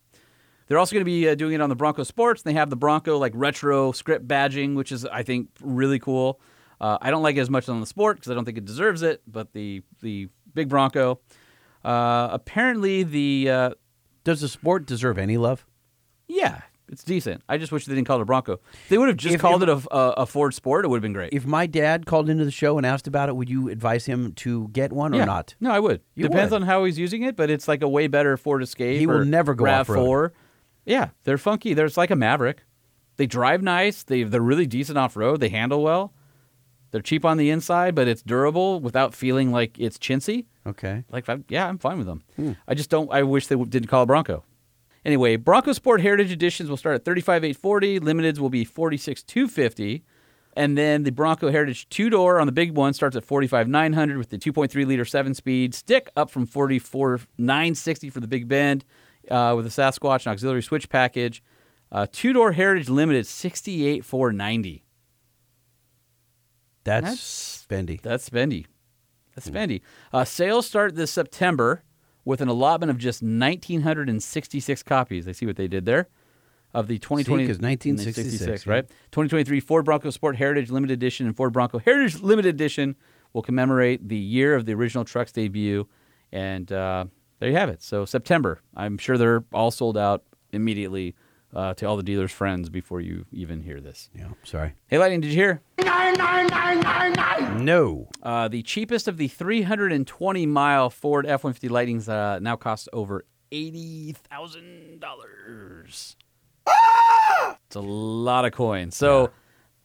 They're also going to be uh, doing it on the Bronco Sports. They have the Bronco like retro script badging, which is I think really cool. Uh, I don't like it as much on the Sport because I don't think it deserves it, but the the big Bronco. Uh, apparently the uh,
Does the sport deserve any love?
yeah, it's decent. I just wish they didn't call it a Bronco. If They would have just
If-
called
if-
it a, a, a Ford Sport. It would have been great.
If my dad called into the show and asked about it, would you advise him to get one or
yeah.
not?
No, I would.
You
Depends
would.
on how he's using it, but it's like a way better Ford Escape.
He will
or
never go
Rav4.
off-road.
Yeah, they're funky. They're it's like a Maverick. They drive nice. They they're really decent off road. They handle well. They're cheap on the inside, but it's durable without feeling like it's chintzy.
Okay.
Like, I'm, yeah, I'm fine with them. I just don't. I wish they w- didn't call it Bronco. Anyway, Bronco Sport Heritage Editions will start at thirty-five eight forty. Limiteds will be forty-six two fifty, and then the Bronco Heritage two door on the big one starts at forty-five nine hundred with the two point three liter seven speed stick up from forty-four nine sixty for the big bend uh, with a Sasquatch and auxiliary switch package. Uh, two door Heritage Limited sixty-eight four ninety.
That's,
That's-
spendy.
That's spendy. That's
Hmm.
spendy. Uh, sales start this September with an allotment of just 1,966 copies. I see what they did there. Of the 2020,
See, 'cause 1966,
right? 2023 Ford Bronco Sport Heritage Limited Edition and Ford Bronco Heritage Limited Edition will commemorate the year of the original truck's debut. And uh, there you have it. So September. I'm sure they're all sold out immediately uh, to all the dealers' friends before you even hear this.
Yeah, sorry.
Hey, Lightning, did you hear?
No.
Uh, the cheapest of the 320 mile Ford F 150 Lightnings uh, now costs over $80,000. It's a lot of coin. So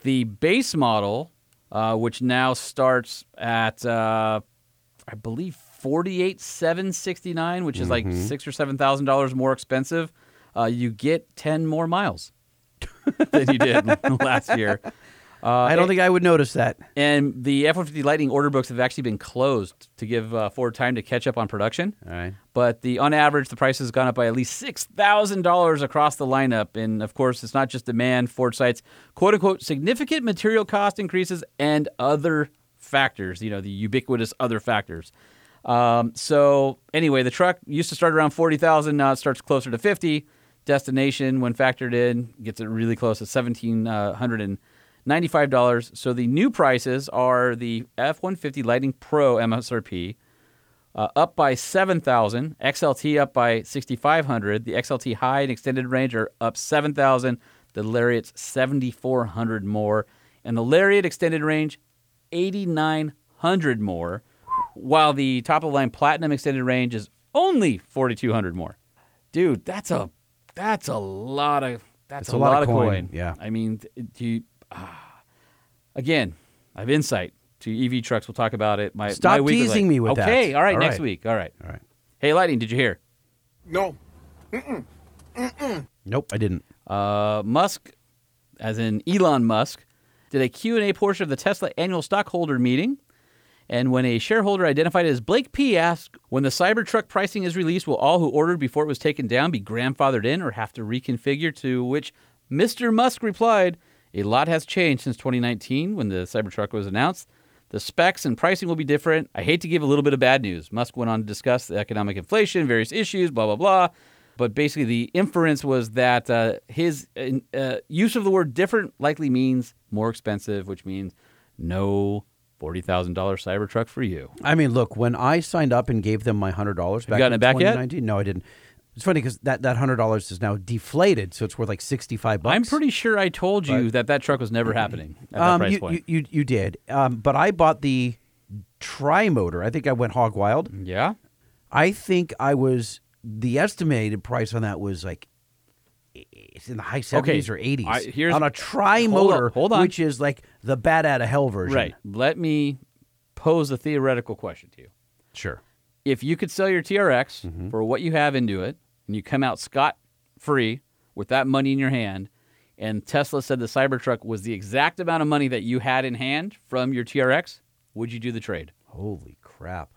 the base model, uh, which now starts at, uh, I believe, 48769 which is like six or $7,000 more expensive, uh, you get 10 more miles (laughs) than you did (laughs) last year.
I
Uh,
don't think I would notice that.
And the F 150 Lightning order books have actually been closed to give uh, Ford time to catch up on production.
All right.
But the, on average, the price has gone up by at least $6,000 across the lineup. And of course, it's not just demand. Ford cites quote unquote significant material cost increases and other factors, you know, the ubiquitous other factors. Um, so anyway, the truck used to start around 40,000, now it starts closer to 50. Destination, when factored in, gets it really close to uh, 1795 dollars So the new prices are the F 150 Lightning Pro MSRP, uh, up by 7,000. XLT up by 6,500. The XLT High and Extended Range are up 7,000. The Lariat's 7,400 more. And the Lariat Extended Range, 8,900 more. While the top of the line Platinum Extended Range is only 4,200 more. Dude, that's a that's a lot of that's
It's
a, lot, of coin.
yeah.
I mean, do you, ah. again, I have insight to EV trucks. We'll talk about it. My
Stop
my weekly
teasing
light.
me with
okay,
that.
Okay, all right,
All
next
right.
week. All right.
All right.
Hey, Lightning, did you hear?
No.
Nope, I didn't.
Uh, Musk, as in Elon Musk, did a Q&A portion of the Tesla annual stockholder meeting. And when a shareholder identified as Blake P asked, when the Cybertruck pricing is released, will all who ordered before it was taken down be grandfathered in or have to reconfigure? To which Mr. Musk replied, a lot has changed since 2019 when the Cybertruck was announced. The specs and pricing will be different. I hate to give a little bit of bad news. Musk went on to discuss the economic inflation, various issues, blah, blah, blah. But basically, the inference was that uh, his uh, use of the word different likely means more expensive, which means no $40,000 Cybertruck for you.
I mean, look, when I signed up and gave them my hundred dollars back,
gotten
in
it back yet?
2019, No, I didn't. It's funny because that, that hundred dollars is now deflated, so it's worth like sixty five bucks.
I'm pretty sure I told you that that truck was never happening at that
um,
price
you,
point.
You, you you did, um, but I bought the tri motor. I think I went hog wild.
yeah?
I think I was the estimated price on that was like it's in the high seventies or eighties
I- here's-
on a tri
hold on,
motor,
hold on.
which is like the bad out of hell version.
Right. Let me pose a theoretical question to you.
Sure.
if you could sell your TRX for what you have into it and you come out scot free with that money in your hand, and Tesla said the Cybertruck was the exact amount of money that you had in hand from your TRX, would you do the trade?
Holy crap.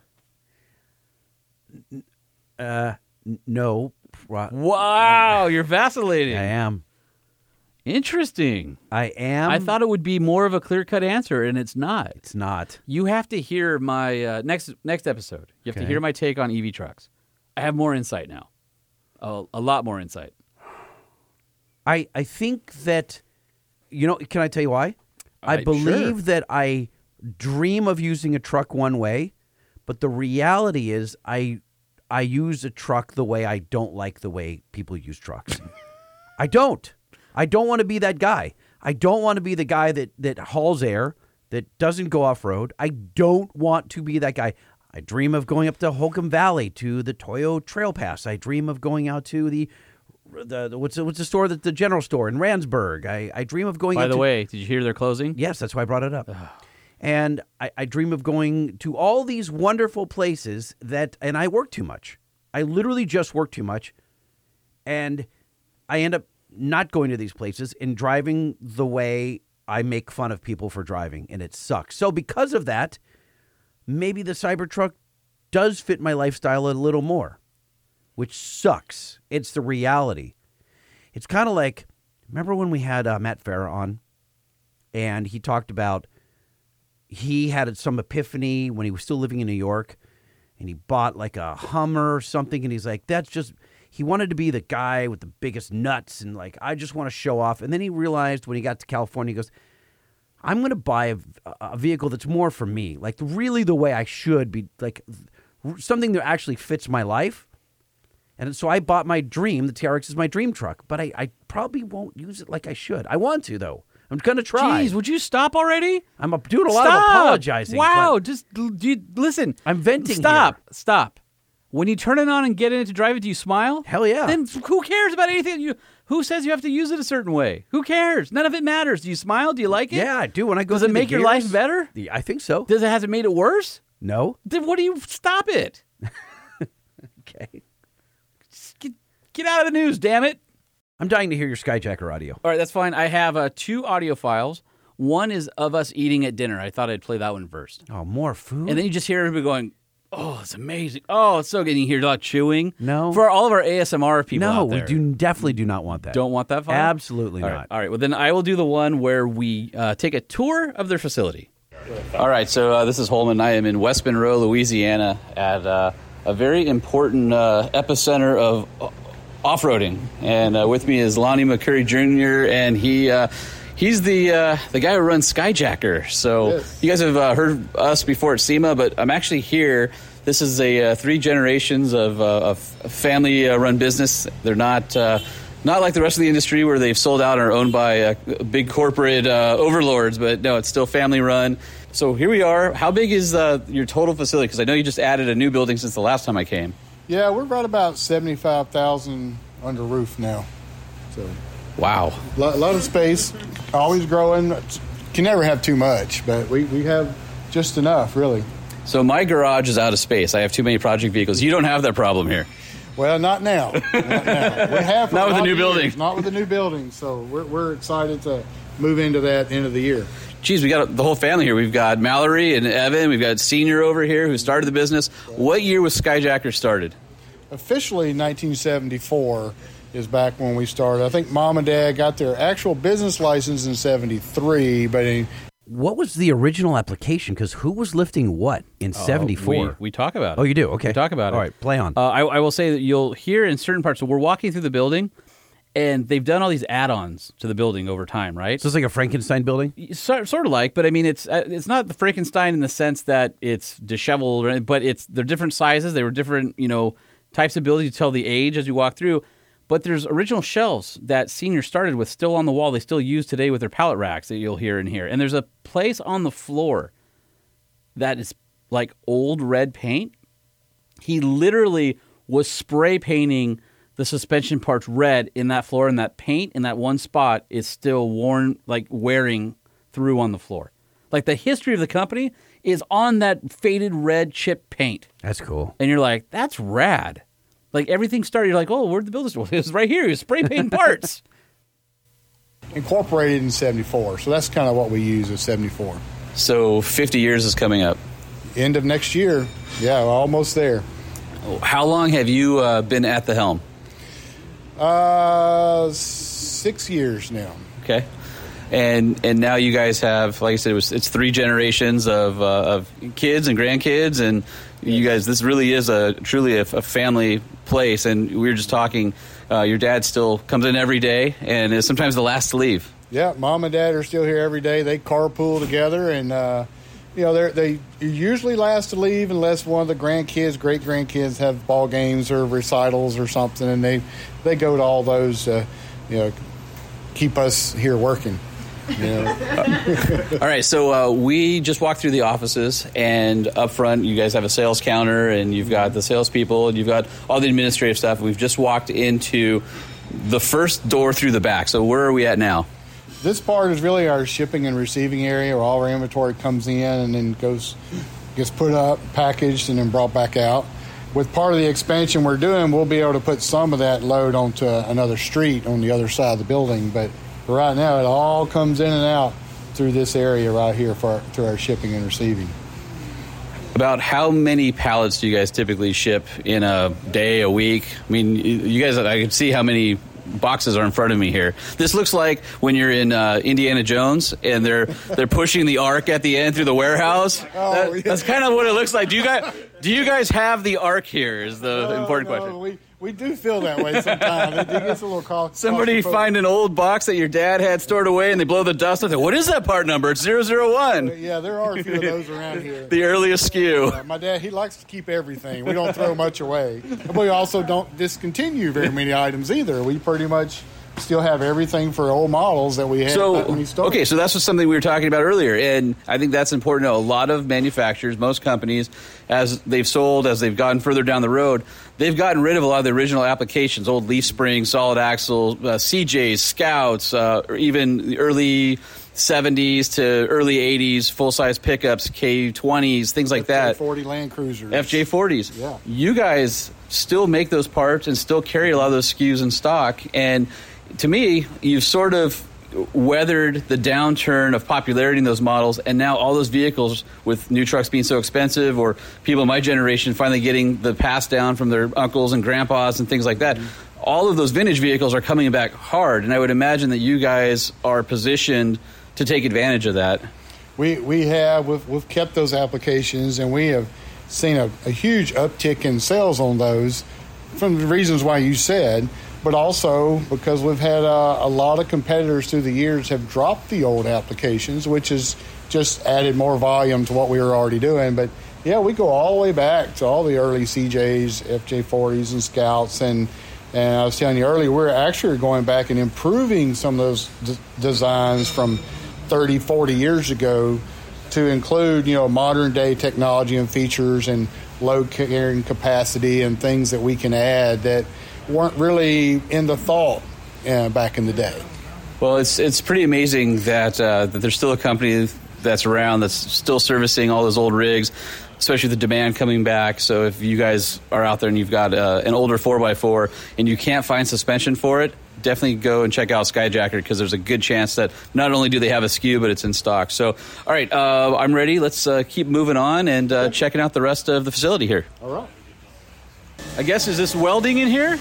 N- Uh, n- no. pro-
(laughs) Wow, you're vacillating.
I am.
Interesting.
I am.
I thought it would be more of a clear cut answer, and it's not.
it's not.
You have to hear my uh, next next episode. You have to
Okay.
hear my take on EV trucks. I have more insight now, a, a lot more insight.
I I think that, you know, can I tell you why? I,
I- Uh, sure.
believe that I dream of using a truck one way, but the reality is I I use a truck the way I don't like the way people use trucks. I don't. I don't want to be that guy. I don't want to be the guy that that hauls air, that doesn't go off road. I don't want to be that guy. I dream of going up to Holcomb Valley to the Toyo Trail Pass. I dream of going out to the the, the what's the, what's the store that the general store in Randsburg. I, I dream of going.
By
out
the
to,
way, did you hear they're closing?
Yes, that's why I brought it up. and I, I dream of going to all these wonderful places that, and I work too much. I literally just work too much. And I end up not going to these places and driving the way I make fun of people for driving, and it sucks. So, because of that, maybe the Cybertruck does fit my lifestyle a little more, which sucks. It's the reality. It's kind of like, remember when we had uh, Matt Farah on? and he talked about he had some epiphany when he was still living in New York and he bought like a Hummer or something and he's like that's just he wanted to be the guy with the biggest nuts and like I just want to show off and then he realized when he got to California he goes I'm going to buy a, a vehicle that's more for me like really the way I should be like r- something that actually fits my life and so I bought my dream the TRX is my dream truck but I, I probably won't use it like I should I want to though I'm going to try
Jeez, would you stop already?
I'm up- doing a lot
Stop.
of apologizing.
Wow,
but
just l- do you- listen.
I'm venting
Stop,
here.
stop. When you turn it on and get in it to drive it, do you smile?
Hell yeah.
Then who cares about anything? You who says you have to use it a certain way? Who cares? None of it matters. Do you smile? Do you like it?
yeah, I do. When I go,
Does it
through the
make your life
gears-
better?
The- I think so.
Does it has it made it worse?
No.
Then what do you stop it?
Okay.
Just Get, get out of the news, damn it.
I'm dying to hear your Skyjacker audio.
All right, that's fine. I have uh, two audio files. One is of us eating at dinner. I thought I'd play that one first.
Oh, more food.
And then you just hear everybody going, "Oh, it's amazing! Oh, it's so good!" And you hear a lot of chewing.
No.
for all of our ASMR people.
no,
out
we
there,
do definitely do not want that.
Don't want that. File?
Absolutely
All right.
not.
All right. Well, then I will do the one where we uh, take a tour of their facility. All right. So uh, this is Holman. I am in West Monroe, Louisiana, at uh, a very important uh, epicenter of o- off-roading, and uh, with me is Lonnie McCurry Jr. and he. Uh, He's the uh, the guy who runs Skyjacker. So you guys have uh, heard us before at SEMA, but I'm actually here. This is a uh, three generations of, uh, of family uh, run business. They're not uh, not like the rest of the industry where they've sold out and are owned by uh, big corporate uh, overlords, but no, it's still family run. So here we are. How big is uh, your total facility? Because I know you just added a new building since the last time I came.
Yeah, we're right about seventy-five thousand under roof now. So
Wow.
a lot, of space, always growing. Can never have too much, but we, we have Just enough, really.
So my garage is out of space. I have too many project vehicles. You don't have that problem here.
Well, not now. Not now.
(laughs)
We have for
Not
a
with the
lot
new
of
building.
years. Not with the new building. So we're, we're excited to move into that end of the year.
Geez, we got the whole family here. We've got Mallory and Evan. We've got Senior over here who started the business. What year was Skyjacker started?
Officially, 1974 is back when we started. I think mom and dad got their actual business license in 73, but in
What was the original application? Because who was lifting what in '74?
Oh, Uh, We, we talk about it.
Oh, you do? Okay.
We talk about it.
All right, play on.
Uh, I, I will say that you'll hear in certain parts. So we're walking through the building, and they've done all these add-ons to the building over time, right?
so it's like a Frankenstein building.
sort, sort of like, but I mean, it's uh, it's not the Frankenstein in the sense that it's disheveled, or- but it's they're different sizes. They were different, you know, types of buildings. You tell the age as you walk through. But there's original shelves that senior started with still on the wall. They still use today with their pallet racks that you'll hear in here. And there's a place on the floor that is like old red paint. He literally was spray painting the suspension parts red in that floor, and that paint in that one spot is still worn, like wearing through on the floor. Like the history of the company is on that faded red chip paint.
That's cool.
And you're like, that's rad. Like everything started, you're like, oh, where'd the builders? (laughs) Well, it was right here. He was spray painting parts.
incorporated in 74. So that's kind of what we use is 74.
(laughs) so 50 years is coming up.
End of next year. Yeah, we're almost there.
How long have you uh, been at the helm?
Uh, six years now.
Okay. And and now you guys have, like I said, it was, it's three generations of uh, of kids and grandkids, and you guys, this really is a truly a, a family place. And we were just talking, uh, your dad still comes in every day, and is sometimes the last to leave.
Yeah, mom and dad are still here every day. They carpool together, and uh, you know they're, they usually last to leave unless one of the grandkids, great grandkids, have ball games or recitals or something, and they they go to all those. Uh, you know, keep us here working. You know,
All right, so uh, we just walked through the offices, and up front, you guys have a sales counter, and you've got the salespeople, and you've got all the administrative stuff. We've just walked into the first door through the back. So where are we at now?
this part is really our shipping and receiving area, where all our inventory comes in and then goes gets put up, packaged, and then brought back out. With part of the expansion we're doing, we'll be able to put some of that load onto another street on the other side of the building. But for right now, it all comes in and out through this area right here for through our shipping and receiving.
About how many pallets do you guys typically ship in a day, a week? I mean, you- you guys, I can see how many boxes are in front of me here. This looks like when you're in uh, Indiana Jones and they're they're pushing the ark at the end through the
(laughs)
warehouse. That-
Oh, yeah.
That's kind of what it looks like. Do you guys do you guys have the ark here? Is the important
Oh, No,
question.
no, We, we do feel that way sometimes. it gets a little cau-
Somebody
claustrophobic.
find an old box that your dad had stored away and they blow the dust off. it. What is that part number? It's 001.
Yeah, there are a few of
(laughs)
those around here.
The earliest skew.
Uh, My dad, he likes to keep everything. We don't throw much away. And we also don't discontinue very many items either. We pretty much still have everything for old models that we had back when
So
he started.
okay, so that's what something we were talking about earlier, and I think that's important. to know. A lot of manufacturers, most companies, as they've sold, as they've gotten further down the road, they've gotten rid of a lot of the original applications: old leaf springs, solid axle, uh, CJs, Scouts, uh, or even the early. 70s to early 80s full size pickups, K20s, things like that.
forty Land Cruisers.
FJ40s.
Yeah.
You guys still make those parts and still carry a lot of those SKUs in stock. And to me, you've sort of weathered the downturn of popularity in those models. And now all those vehicles with new trucks being so expensive or people in my generation finally getting the pass down from their uncles and grandpas and things like that. All of those vintage vehicles are coming back hard. And I would imagine that you guys are positioned to take advantage of that.
We we have we've, we've kept those applications and we have seen a, a huge uptick in sales on those from the reasons why you said, but also because we've had uh, a lot of competitors through the years have dropped the old applications, which has just added more volume to what we were already doing. But yeah, we go all the way back to all the early CJs, FJ40s, and Scouts and. And I was telling you earlier, we're actually going back and improving some of those d- designs from 30, 40 years ago to include, you know, modern day technology and features and load carrying capacity and things that we can add that weren't really in the thought uh, back in the day.
Well, it's it's pretty amazing that uh, that there's still a company that's around that's still servicing all those old rigs, especially the demand coming back. So if you guys are out there and you've got uh, an older 4x4 and you can't find suspension for it, definitely go and check out Skyjacker because there's a good chance that not only do they have a SKU, but it's in stock. So, all right, uh, I'm ready. Let's uh, keep moving on and uh, checking out the rest of the facility here.
All right.
I guess, is this welding in here?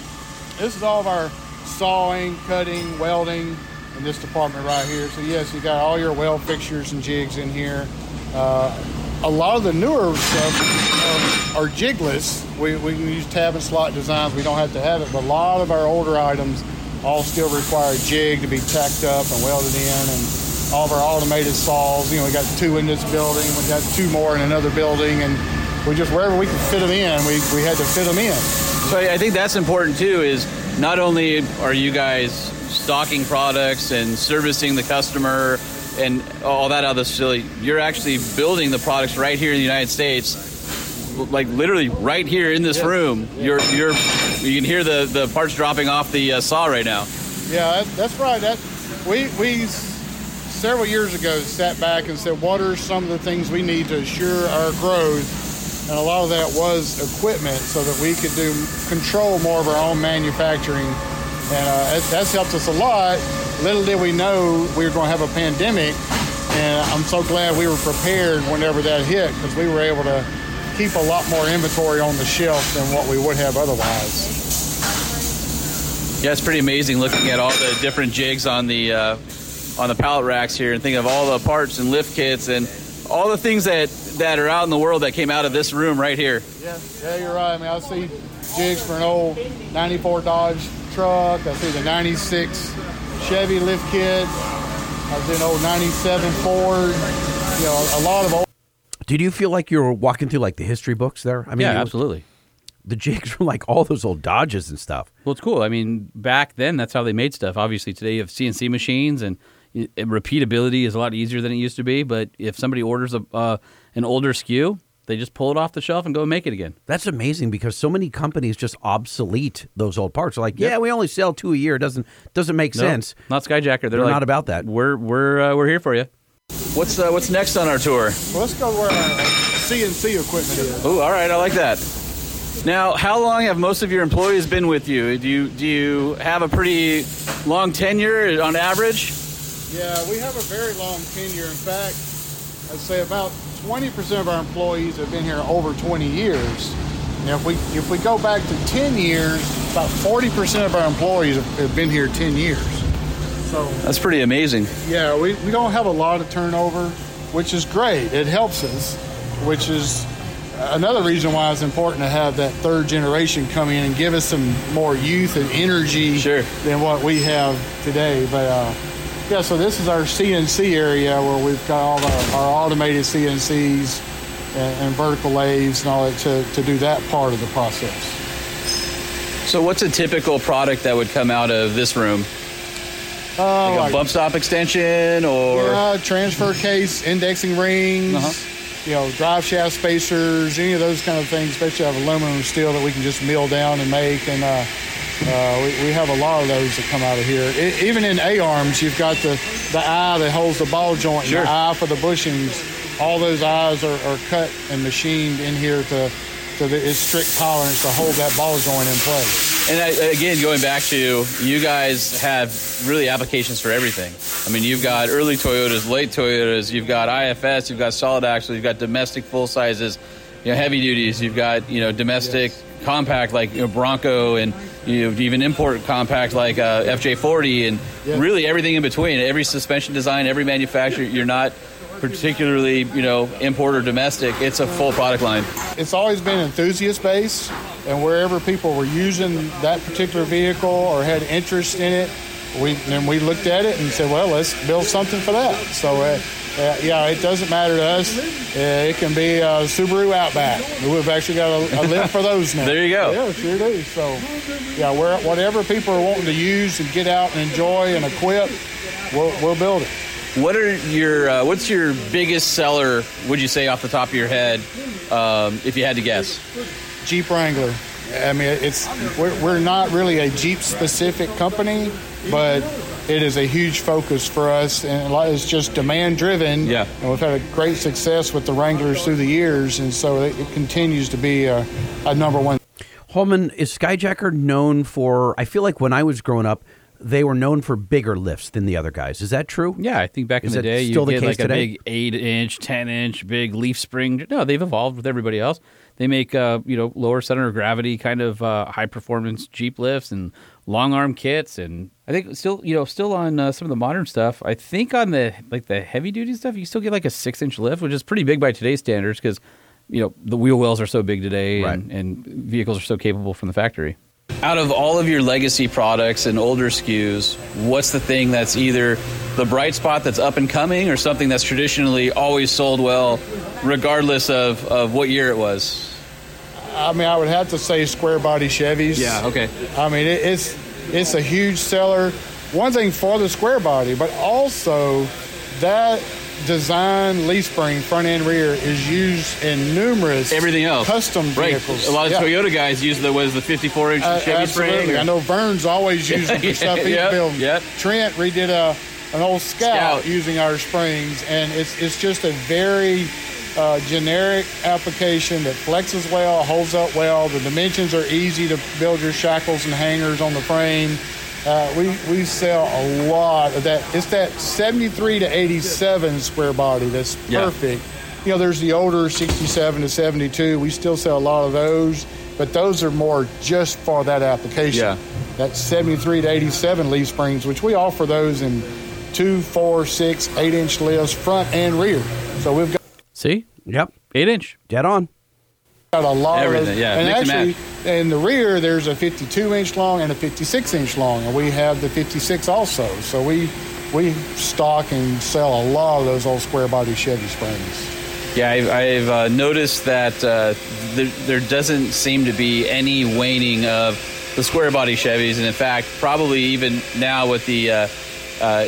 This is all of our sawing, cutting, welding in this department right here. So yes, you got all your weld fixtures and jigs in here. Uh, a lot of the newer stuff um, are jigless. We, we can use tab and slot designs. We don't have to have it, but a lot of our older items all still require a jig to be tacked up and welded in, and all of our automated saws. You know, we got two in this building, we got two more in another building, and we just wherever we could fit them in, we, we had to fit them in.
So I I think that's important too. Is not only are you guys stocking products and servicing the customer and all that other facility, you're actually building the products right here in the United States, like literally right here in this room. You're you're you can hear the the parts dropping off the uh, saw right now.
Yeah, that, that's right. That we we s- several years ago sat back and said, what are some of the things we need to assure our growth? And a lot of that was equipment, so that we could do control more of our own manufacturing, and uh, that, that's helped us a lot. Little did we know we were going to have a pandemic, and I'm so glad we were prepared whenever that hit because we were able to keep a lot more inventory on the shelf than what we would have otherwise.
Yeah, it's pretty amazing looking at all the different jigs on the uh, on the pallet racks here, and thinking of all the parts and lift kits and all the things that that are out in the world that came out of this room right here.
Yeah, yeah, you're right. I mean, I see jigs for an old '94 Dodge truck. I see the '96 Chevy lift kit. I see an old '97 Ford. You know, a lot of old.
Did you feel like you were walking through like the history books there? I mean,
Yeah,
it was-
absolutely.
The (laughs) jigs from like all those old Dodges and stuff.
Well, it's cool. I mean, back then, that's how they made stuff. Obviously, today you have CNC machines, and, y- and repeatability is a lot easier than it used to be. But if somebody orders a uh, an older SKU, they just pull it off the shelf and go and make it again.
That's amazing because so many companies just obsolete those old parts. They're like, yeah, we only sell two a year. It Doesn't doesn't make
No,
sense.
not Skyjacker. They're,
They're
like,
not about that.
We're we're uh, we're here for you. What's uh, what's next on our tour?
Well, let's go where our CNC equipment is.
Oh, all right, I like that. Now, how long have most of your employees been with you? Do you do you have a pretty long tenure on average?
Yeah, we have a very long tenure. In fact, I'd say about 20% of our employees have been here over 20 years. And if we if we go back to 10 years, about 40% of our employees have, have been here 10 years. So
That's pretty amazing.
Yeah, we, we don't have a lot of turnover, which is great. It helps us, which is another reason why it's important to have that third generation come in and give us some more youth and energy
Sure.
than what we have today. But uh, yeah, so this is our CNC area where we've got all our, our automated CNCs and, and vertical lathes and all that to, to do that part of the process.
So, what's a typical product that would come out of this room?
Uh,
Like
like-
a bump stop extension or
Yeah, Uh, transfer case, indexing rings,
Uh-huh.
you know, drive shaft spacers, any of those kind of things, especially out of aluminum and steel that we can just mill down and make. And uh, uh, we, we have a lot of those that come out of here. E- even in A arms, you've got the, the eye that holds the ball joint, and
Sure.
the eye for the bushings. All those eyes are, are cut and machined in here to, to the, its strict tolerance to hold that ball joint in place.
and I, again going back to you guys have really applications for everything i mean you've got early toyotas late toyotas you've got ifs you've got solid axle you've got domestic full sizes you know heavy duties you've got you know domestic compact like you know, bronco and you know, even import compact like uh, fj40 and really everything in between every suspension design every manufacturer you're not particularly you know import or domestic it's a full product line
it's always been enthusiast based and wherever people were using that particular vehicle or had interest in it we then we looked at it and said well let's build something for that so uh, uh, yeah it doesn't matter to us uh, it can be a subaru outback we've actually got a, a lift for those now
There you go.
yeah sure do so yeah where, whatever people are wanting to use and get out and enjoy and equip we'll, we'll build it
What are your uh, what's your biggest seller? Would you say off the top of your head, um, if you had to guess?
Jeep Wrangler. I mean, it's we're, we're not really a Jeep specific company, but it is a huge focus for us, and a lot it's just demand driven.
Yeah.
and we've had a great success with the Wranglers through the years, and so it, it continues to be a, a number one.
Holman, is Skyjacker known for? I feel like when I was growing up, they were known for bigger lifts than the other guys. Is that true?
Yeah, I think back in
Is
the
that
day you
still the
get
case
like
today?
a big eight inch, ten inch, big leaf spring. No, they've evolved with everybody else. They make uh, you know lower center of gravity kind of uh, high performance Jeep lifts and long arm kits, and I think still you know still on uh, some of the modern stuff. I think on the like the heavy duty stuff, you still get like a six inch lift, which is pretty big by today's standards because you know the wheel wells are so big today, and, and vehicles are so capable from the factory. Out of all of your legacy products and older SKUs, what's the thing that's either the bright spot that's up and coming or something that's traditionally always sold well, regardless of, of what year it was?
I mean, I would have to say square body Chevys.
Okay.
I mean, it, it's it's a huge seller. One thing for the square body, but also that design leaf spring front and rear is used in numerous
Everything else.
custom
Right.
vehicles.
A lot of
Yeah.
Toyota guys use the was the 54 inch
Uh,
Chevy Spring.
absolutely.
or-
I know
(laughs)
Vern's always used it for stuff he's
Yep,
building.
yep.
Trent redid a an old scout,
Scout.
using our springs, and it's it's just a very uh, generic application that flexes well, holds up well. The dimensions are easy to build your shackles and hangers on the frame. Uh, we we sell a lot of that. It's that 73 to 87 square body that's
Yeah.
perfect. You know, there's the older 67 to 72. We still sell a lot of those, but those are more just for that application.
Yeah.
That's 73 to 87 leaf springs, which we offer those in two, four, six, eight inch lifts, front and rear. So we've got
See?
Yep.
Eight inch.
Dead on.
got a lot of
Everything,
those.
yeah,
and
mix and
actually, in the rear, there's a 52 inch long and a 56 inch long, and we have the 56 also. So we we stock and sell a lot of those old square body Chevy springs.
Yeah, I've, I've uh, noticed that uh, there, there doesn't seem to be any waning of the square body Chevys, and in fact, probably even now with the uh, uh,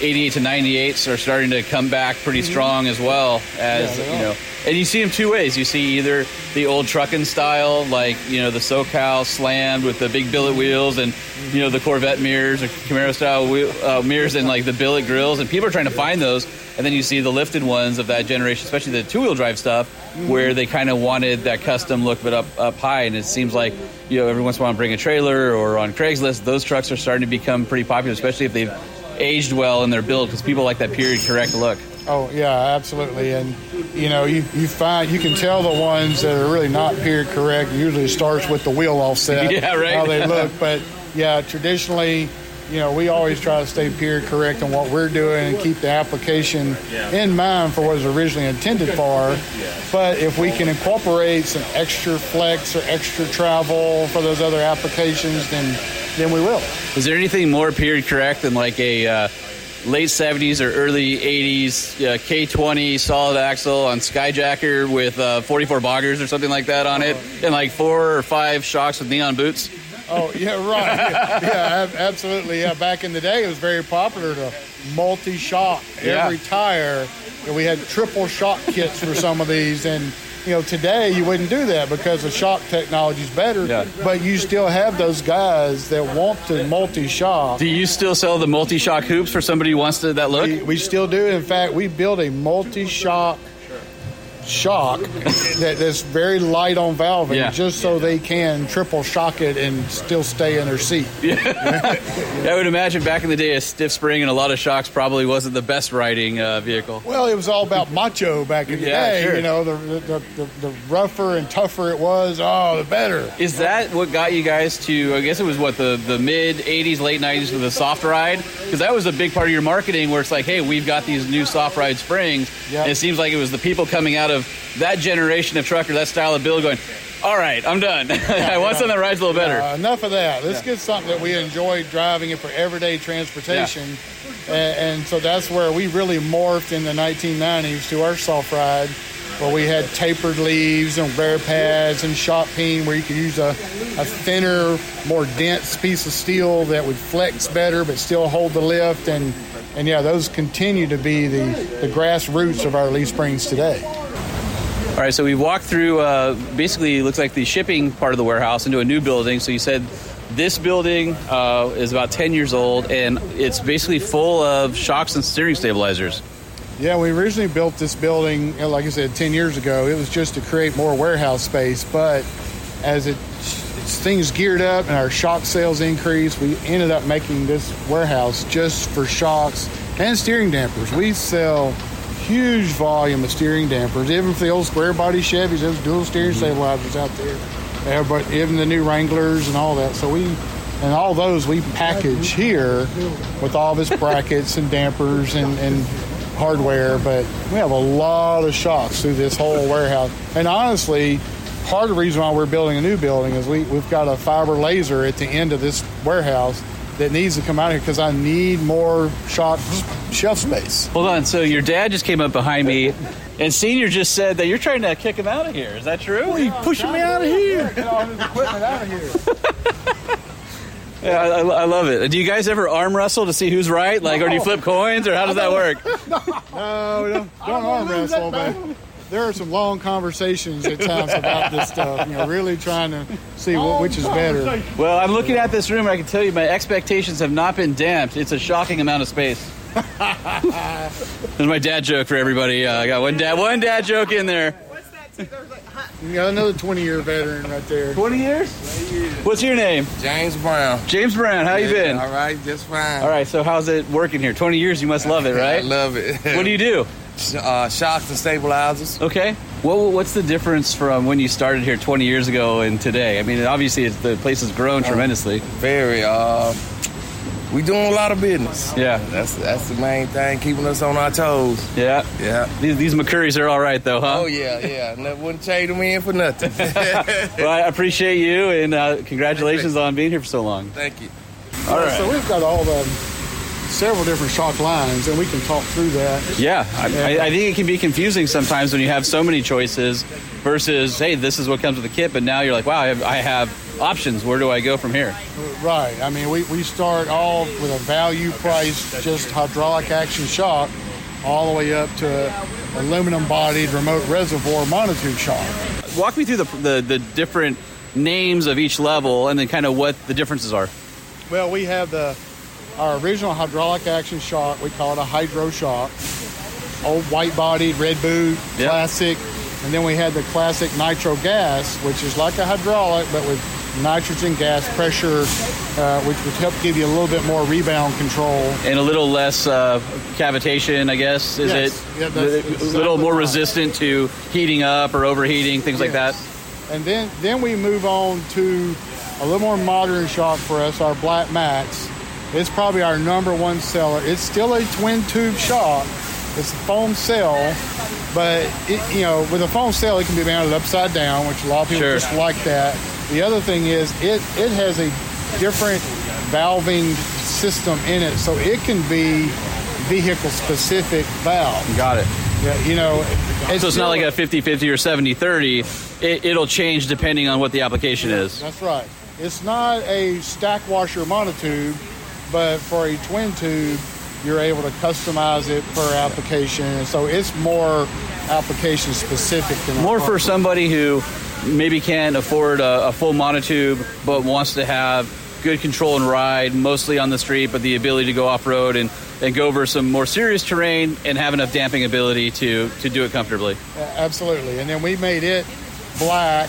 88 to 98s are starting to come back pretty strong as well as
Mm-hmm. they
you
are.
know. And you see them two ways. You see either the old trucking style, like you know the SoCal slammed with the big billet wheels and you know the Corvette mirrors or Camaro style wheel, uh, mirrors and like the billet grills, and people are trying to find those. And then you see the lifted ones of that generation, especially the two wheel drive stuff,
Mm-hmm.
where they kind of wanted that custom look, but up up high. And it seems like you know every once in a while, bring a trailer or on Craigslist, those trucks are starting to become pretty popular, especially if they've aged well in their build, because people like that period correct look.
Oh yeah, absolutely. And you know, you, you find you can tell the ones that are really not period correct. Usually starts with the wheel
(laughs)
offset.
Yeah, right.
How they look, but yeah, traditionally, you know, we always try to stay period correct on what we're doing and keep the application in mind for what it was originally intended for. But if we can incorporate some extra flex or extra travel for those other applications, then then we will.
Is there anything more period correct than like a uh, late seventies or early eighties uh, K twenty solid axle on Skyjacker with uh, forty four boggers or something like that on it, and like four or five shocks with neon boots?
Oh yeah, right. Yeah, yeah, ab- absolutely. Yeah, back in the day, it was very popular to multi-shock
Yeah.
every tire. And we had triple shock kits for some of these, and you know today you wouldn't do that because the shock technology is better.
Yeah.
But you still have those guys that want to multi-shock.
Do you still sell the multi shock hoops for somebody who wants to, that look?
We, we still do. In fact, we built a multi-shock shock that, that's very light on valving,
Yeah.
just so they can triple shock it and still stay in their seat.
I would imagine back in the day, a stiff spring and a lot of shocks probably wasn't the best riding uh, vehicle.
Well, it was all about macho back in the
Yeah,
day.
sure.
You know, the, the, the, the rougher and tougher it was, oh, the better.
Is that what got you guys to? I guess it was what the, the mid '80s, late '90s with the soft ride, because that was a big part of your marketing, where it's like, hey, we've got these new soft ride springs.
Yeah.
And it seems like it was the people coming out of that generation of trucker, that style of build, going, all right, I'm done. (laughs) I want something that rides a little better.
Uh, enough of that. Let's get something that we enjoy driving it for everyday transportation. A- And, so that's where we really morphed in the 1990s to our soft ride, where we had tapered leaves and wear pads and shot peen, where you could use a, a thinner, more dense piece of steel that would flex better but still hold the lift. And, and yeah, those continue to be the, the grassroots of our leaf springs today.
All right, so we walked through uh, basically it looks like the shipping part of the warehouse into a new building. So you said This building uh, is about 10 years old, and it's basically full of shocks and steering stabilizers.
Yeah, we originally built this building, you know, like I said, 10 years ago. It was just to create more warehouse space, but as it as things geared up and our shock sales increased, we ended up making this warehouse just for shocks and steering dampers. We sell huge volume of steering dampers, even for the old square body Chevys, those dual steering stabilizers out there. Yeah, but even the new Wranglers and all that. So we and all those we package here with all of its brackets and dampers and, and hardware, but we have a lot of shops through this whole warehouse. And honestly, part of the reason why we're building a new building is we, we've got a fiber laser at the end of this warehouse that needs to come out here because I need more shop shelf space.
Hold on, so your dad just came up behind me, and Senior just said that you're trying to kick him out of here. Is that true?
Well, you pushing me out of here. Get all this equipment out of here.
Yeah, I, I- I love it. Do you guys ever arm wrestle to see who's right? Like, or do you flip coins, or how does that work?
No, don't, don't arm wrestle, but there are some long conversations at times about this stuff. You know, really trying to see what, which is better.
Well, I'm looking at this room, and I can tell you my expectations have not been damped. It's a shocking amount of
(laughs)
space. There's my dad joke for everybody. Uh, I got one dad, one dad joke in there.
What's that? too? There's like, huh?
You got another 20 year veteran right there.
20 years? What's your name?
James Brown.
James Brown. How you been?
All right, just fine.
All right. So how's it working here? 20 years. You must love it,
(laughs) I
right?
love it.
(laughs) What do you do?
Uh, shocks and stabilizers.
Okay. Well, what's the difference from when you started here 20 years ago and today? I mean, obviously, it's, the place has grown
Oh.
tremendously.
Very. Uh, we doing a lot of business.
Yeah.
That's that's the main thing, keeping us on our toes.
Yeah.
Yeah.
These, these McCurries are all right, though, huh?
Oh yeah, yeah. And that wouldn't trade them in for nothing. (laughs)
Well, I appreciate you and uh, congratulations on being here for so long.
Thank you.
All right.
So we've got all the several different shock lines, and we can talk through that.
Yeah, I, I, I think it can be confusing sometimes when you have so many choices versus, hey, this is what comes with the kit, but now you're like, wow, I have, I have options. Where do I go from here?
Right. I mean, we, we start all with a value price, just hydraulic action shock, all the way up to a aluminum bodied remote reservoir monitored shock.
Walk me through the, the, the different names of each level and then kind of what the differences are.
Well, we have the our original hydraulic action shock. We call it a hydro shock. Old white bodied red boot
Yep.
classic, and then we had the classic nitro gas, which is like a hydraulic but with nitrogen gas pressure, uh, which would help give you a little bit more rebound control.
And a little less uh, cavitation, I guess. Is
Yes.
it
Yeah, that's
a
exactly
little more
right.
resistant to heating up or overheating, things like that?
And then then we move on to a little more modern shop for us, our Black Max. It's probably our number one seller. It's still a twin tube shop. It's a foam cell, but it, you know, with a foam cell, it can be mounted upside down, which a lot of people
Sure.
just like that. The other thing is it it has a different valving system in it, so it can be vehicle specific valve.
Got it.
Yeah, You know,
So it's not
still-
like a 50 50 or 70 30. It, it'll change depending on what the application is.
That's right. It's not a stack washer monotube, but for a twin tube, you're able to customize it per application. So it's more application specific than
More for somebody who maybe can't afford a, a full monotube but wants to have good control and ride, mostly on the street, but the ability to go off road and, and go over some more serious terrain and have enough damping ability to, to do it comfortably.
absolutely. And then we made it black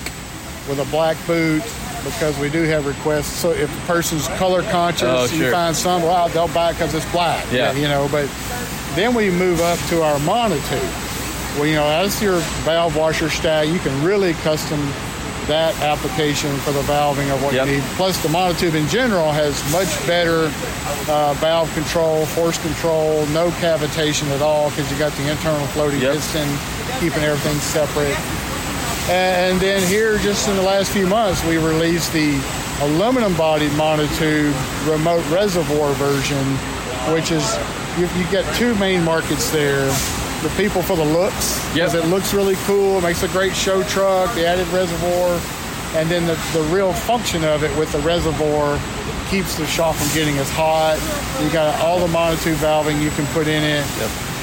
with a black boot because we do have requests. So if a person's color conscious,
Oh,
you
sure.
find some, well, they'll buy it because it's black.
Yeah.
You know, but then we move up to our monotube. Well, you know, that's your valve washer style. You can really custom that application for the valving of what
Yep.
you need. Plus, the monotube in general has much better uh, valve control, force control, no cavitation at all because you got the internal floating
Yep.
piston keeping everything separate. And then here, just in the last few months, we released the aluminum bodied monotube remote reservoir version, which is you, you get two main markets there. The people for the looks,
Yep.
because it looks really cool, it makes a great show truck, the added reservoir, and then the, the real function of it with the reservoir keeps the shop from getting as hot. You got all the monotube valving you can put in it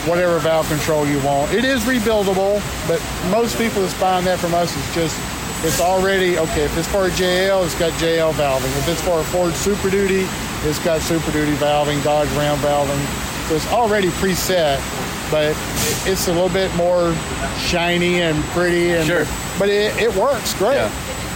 whatever valve control you want. It is rebuildable, but most people that's buying that from us is just it's already okay. If it's for a JL, it's got JL valving. If it's for a Ford Super Duty, it's got Super Duty valving, Dodge Ram valving. So it's already preset, but it's a little bit more shiny and pretty. And,
Sure.
But it, it works great.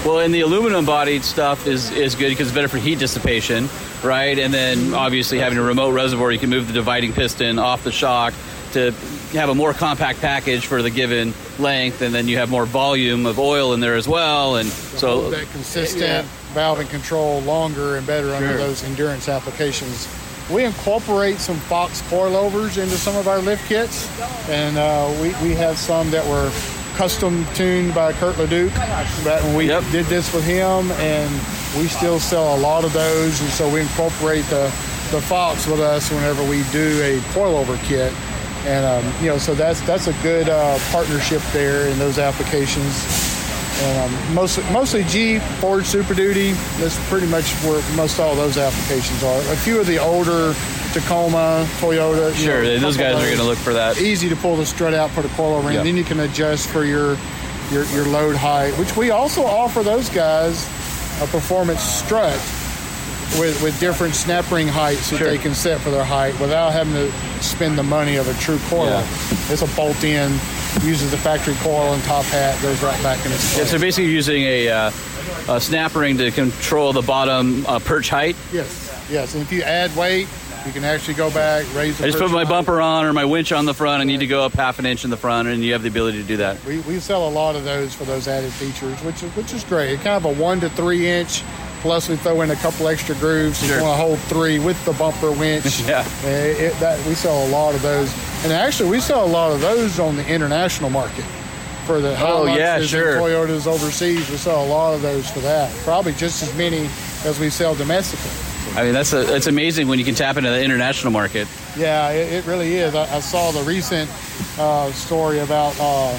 Well, and the aluminum bodied stuff is, is good because it's better for heat dissipation, right? And then obviously having a remote reservoir, you can move the dividing piston off the shock to have a more compact package for the given length, and then you have more volume of oil in there as well. And so,
that consistent
Yeah.
valving control longer and better under
Sure.
those endurance applications. We incorporate some Fox coilovers into some of our lift kits, and uh, we, we have some that were custom tuned by Kurt LeDuc. But we did this with him, and we still sell a lot of those, and so we incorporate the, the Fox with us whenever we do a coilover kit. And um, you know, so that's that's a good uh, partnership there in those applications. And, um, mostly, mostly Jeep, Ford Super Duty. That's pretty much where most all those applications are. A few of the older Tacoma, Toyota. you
Sure,
know,
and those
couple
guys
of
are
those.
gonna look for that.
Easy to pull the strut out, put a coil over,
Yeah.
and then you can adjust for your, your your load height, which we also offer those guys a performance strut with, with different snap ring heights that they can set for their height without having to spend the money of a true coil. It's a bolt in, uses the factory coil and top hat, goes right back in its
yeah,
place.
so basically using a, uh, a snap ring to control the bottom uh, perch height.
Yes, yes. And if you add weight, you can actually go back, raise the
I just put
perch
my
height.
bumper on or my winch on the front. I need to go up half an inch in the front, and you have the ability to do that.
We, we sell a lot of those for those added features, which is which is great. It's kind of a one to three inch. Plus, we throw in a couple extra grooves. If
Sure.
you want to hold three with the bumper winch.
(laughs) Yeah.
Uh, it, that we sell a lot of those, and actually we sell a lot of those on the international market for the
Oh,
Hiluxes
yeah,
and
sure.
Toyotas overseas. We sell a lot of those for that. Probably just as many as we sell domestically.
I mean, that's a, that's amazing when you can tap into the international market.
Yeah, it, it really is. I, I saw the recent uh, story about uh,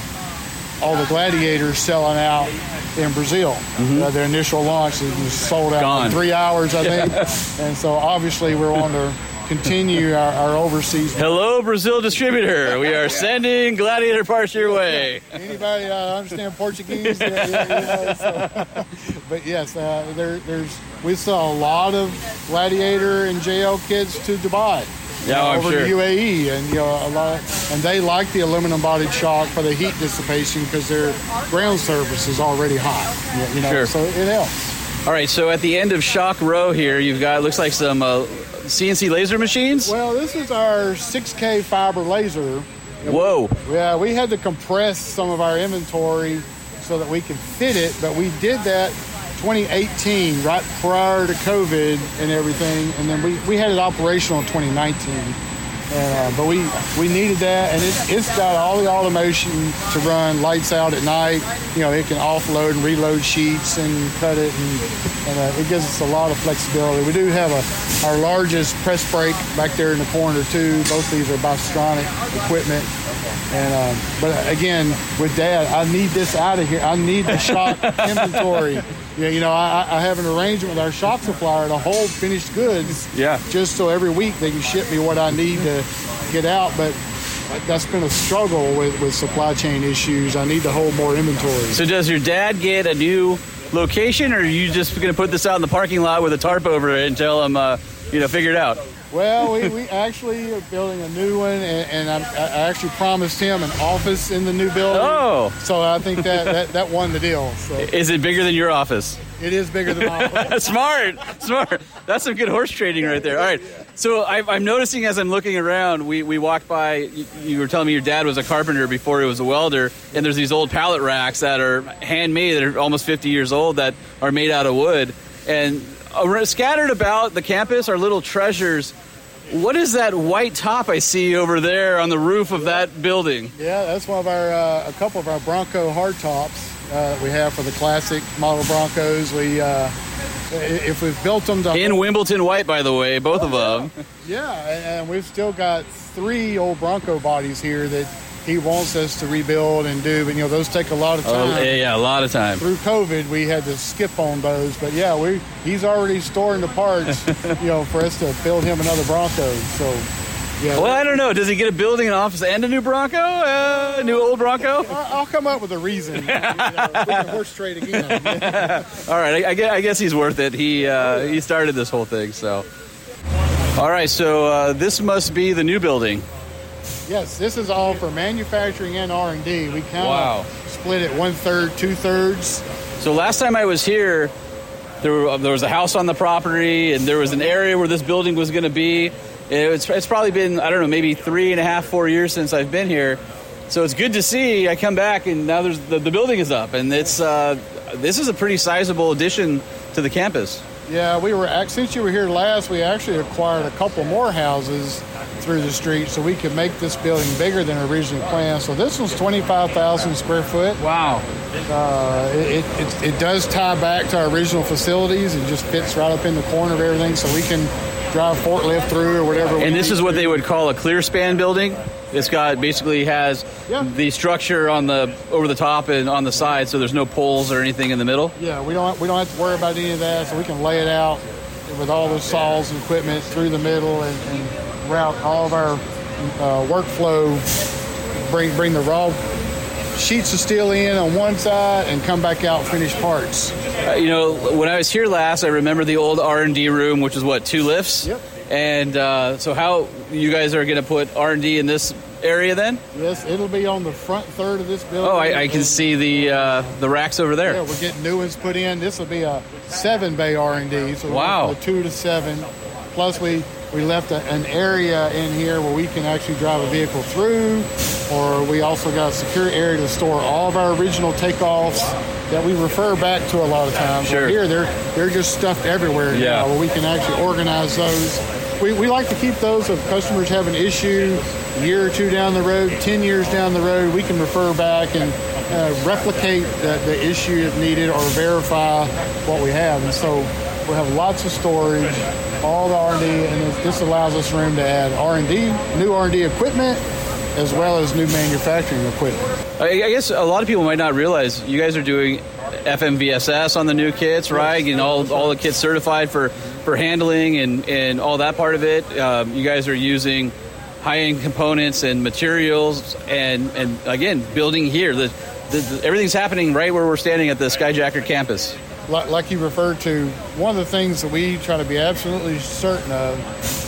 all the gladiators selling out in Brazil. Uh, their initial launch it was sold out
Mm-hmm. Gone.
in three hours, I think.
Yeah. (laughs)
And so obviously we're on to continue our, our overseas.
Hello, Brazil distributor. We are sending gladiator parts your way.
Anybody uh, understand Portuguese? Yeah, yeah, yeah, so- (laughs) but yes, uh, there, there's we sell a lot of gladiator and JL kids to Dubai.
Yeah, oh, I'm
over
sure.
to UAE, and you know, a lot, and they like the aluminum bodied shock for the heat dissipation because their ground surface is already hot. You know,
Sure.
so it helps.
All right, so at the end of Shock Row here, you've got looks like some uh, CNC laser machines.
Well, this is our 6K fiber laser.
Whoa!
Yeah, we had to compress some of our inventory so that we could fit it, but we did that 2018, right prior to COVID and everything, and then we, we had it operational in 2019. And, uh, but we we needed that, and it, it's got all the automation to run lights out at night. You know, it can offload and reload sheets and cut it, and, and uh, it gives us a lot of flexibility. We do have a our largest press brake back there in the corner too. Both these are Bystronic equipment. And um, but again, with Dad, I need this out of here. I need the shop inventory. Yeah, you know, I, I have an arrangement with our shop supplier to hold finished goods.
Yeah.
Just so every week they can ship me what I need to get out, but. That's been a struggle with, with supply chain issues. I need to hold more inventory.
So does your dad get a new location, or are you just going to put this out in the parking lot with a tarp over it and tell him, uh, you know, figure it out?
Well, we, we actually are building a new one, and, and I, I actually promised him an office in the new building.
Oh.
So I think that, that, that won the deal. So
Is it bigger than your office?
it is bigger than
(laughs)
mine.
smart, smart. That's some good horse trading right there. All right. So I, I'm noticing as I'm looking around, we, we walked by. You, you were telling me your dad was a carpenter before he was a welder, and there's these old pallet racks that are handmade that are almost 50 years old that are made out of wood, and ar- scattered about the campus are little treasures. What is that white top I see over there on the roof of that building?
Yeah, that's one of our uh, a couple of our Bronco hardtops uh, that we have for the classic model Broncos. We uh, i- if we've built them to
In Wimbledon white, by the way, both of them.
yeah, and- and we've still got three old Bronco bodies here that he wants us to rebuild and do. But you know, those take a lot of time.
Oh, yeah, yeah, a lot of time.
Through COVID, we had to skip on those, but yeah, we
(laughs)
he's already storing the parts, you know, for us to build him another Bronco. So Yeah.
Well, I don't know. Does he get a building, an office, and a new Bronco? Uh, a new old Bronco?
I- I'll come up with
(laughs)
a reason. You know, we can horse trade again.
All right, I, I guess, I guess he's worth it. He uh, he started this whole thing, so. All right, so uh, this must be the new building.
Yes, this is all for manufacturing and R and D. We kind of
Wow.
split it one third, two thirds.
So last time I was here, there, were, there was a house on the property, and there was an area where this building was going to be. And it's, it's probably been I don't know maybe three and a half, four years since I've been here. So it's good to see. I come back, and now there's the, the building is up, and it's uh, this is a pretty sizable addition to the campus.
Yeah, we were ac- since you were here last, we actually acquired a couple more houses through the street, so we could make this building bigger than originally planned. So this one's twenty five thousand square foot.
Wow.
Uh, it, it, it it does tie back to our original facilities. It just fits right up in the corner of everything, so we can drive forklift through or whatever. we
And this
need
is what
to.
they would call a clear span building. It's got basically has the structure on the over the top and on the side, so there's no poles or anything in the middle.
Yeah, we don't we don't have to worry about any of that, so we can lay it out with all the saws and equipment through the middle and, and route all of our uh, workflow. Bring bring the raw sheets of steel in on one side and come back out finished parts.
Uh, you know, when I was here last, I remember the old R and D room, which is what two lifts. Yep. And uh, so, how you guys are going to put R and D in this area then?
Yes, it'll be on the front third of this building.
Oh, I, I can see the uh, the racks over there.
Yeah, we're getting new ones put in. This will be a seven bay R and D. So we're
Wow.
going from two to seven. Plus we we left a, an area in here where we can actually drive a vehicle through, or we also got a secure area to store all of our original takeoffs that we refer back to a lot of times.
Sure.
But Here they're they're just stuffed everywhere
Yeah.
now where we can actually organize those. We, we like to keep those if customers have an issue a year or two down the road, 10 years down the road, we can refer back and uh, replicate the, the issue if needed or verify what we have. And so we have lots of storage, all the R&D, and this- this allows us room to add R&D, new R&D equipment, as well as new manufacturing equipment.
I, I guess a lot of people might not realize you guys are doing FMVSS on the new kits, right? Getting all, all the kits certified for, for handling and, and all that part of it. Um, you guys are using high end components and materials, and, and again, building here. The, the, the- everything's happening right where we're standing at the Skyjacker campus.
like, like you referred to, one of the things that we try to be absolutely certain of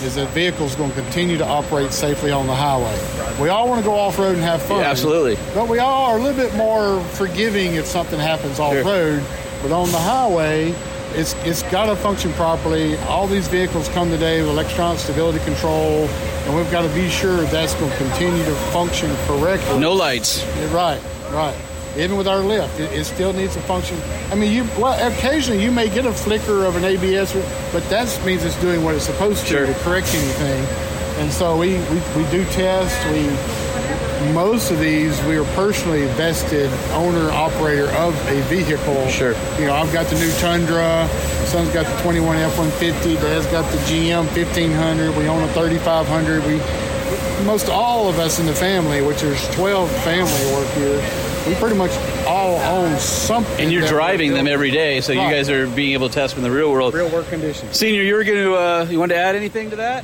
is that vehicles going to continue to operate safely on the highway. We all want to go off road and have fun.
Yeah, absolutely.
But we all are a little bit more forgiving if something happens off road. But on the highway, it's it's got to function properly. All these vehicles come today with electronic stability control, and we've got to be sure that's going to continue to function correctly.
No lights.
Yeah, Right, right. Even with our lift, it, it still needs to function. I mean, you well, occasionally you may get a flicker of an ABS, but that means it's doing what it's supposed to to correct anything. And so we, we, we do test. We most of these we are personally vested owner operator of a vehicle. Sure. You know, I've got the new Tundra. My son's got the 21 F-150. Dad's got the GM 1500. We own a 3500. We most all of us in the family, which there's 12 family work here, we pretty much all own something.
And you're
that
driving
we're
them
doing.
every day, so you
Right.
guys are being able to test them in the real world.
Real work conditions.
Senior, you were going to, uh, you wanted to add anything to that?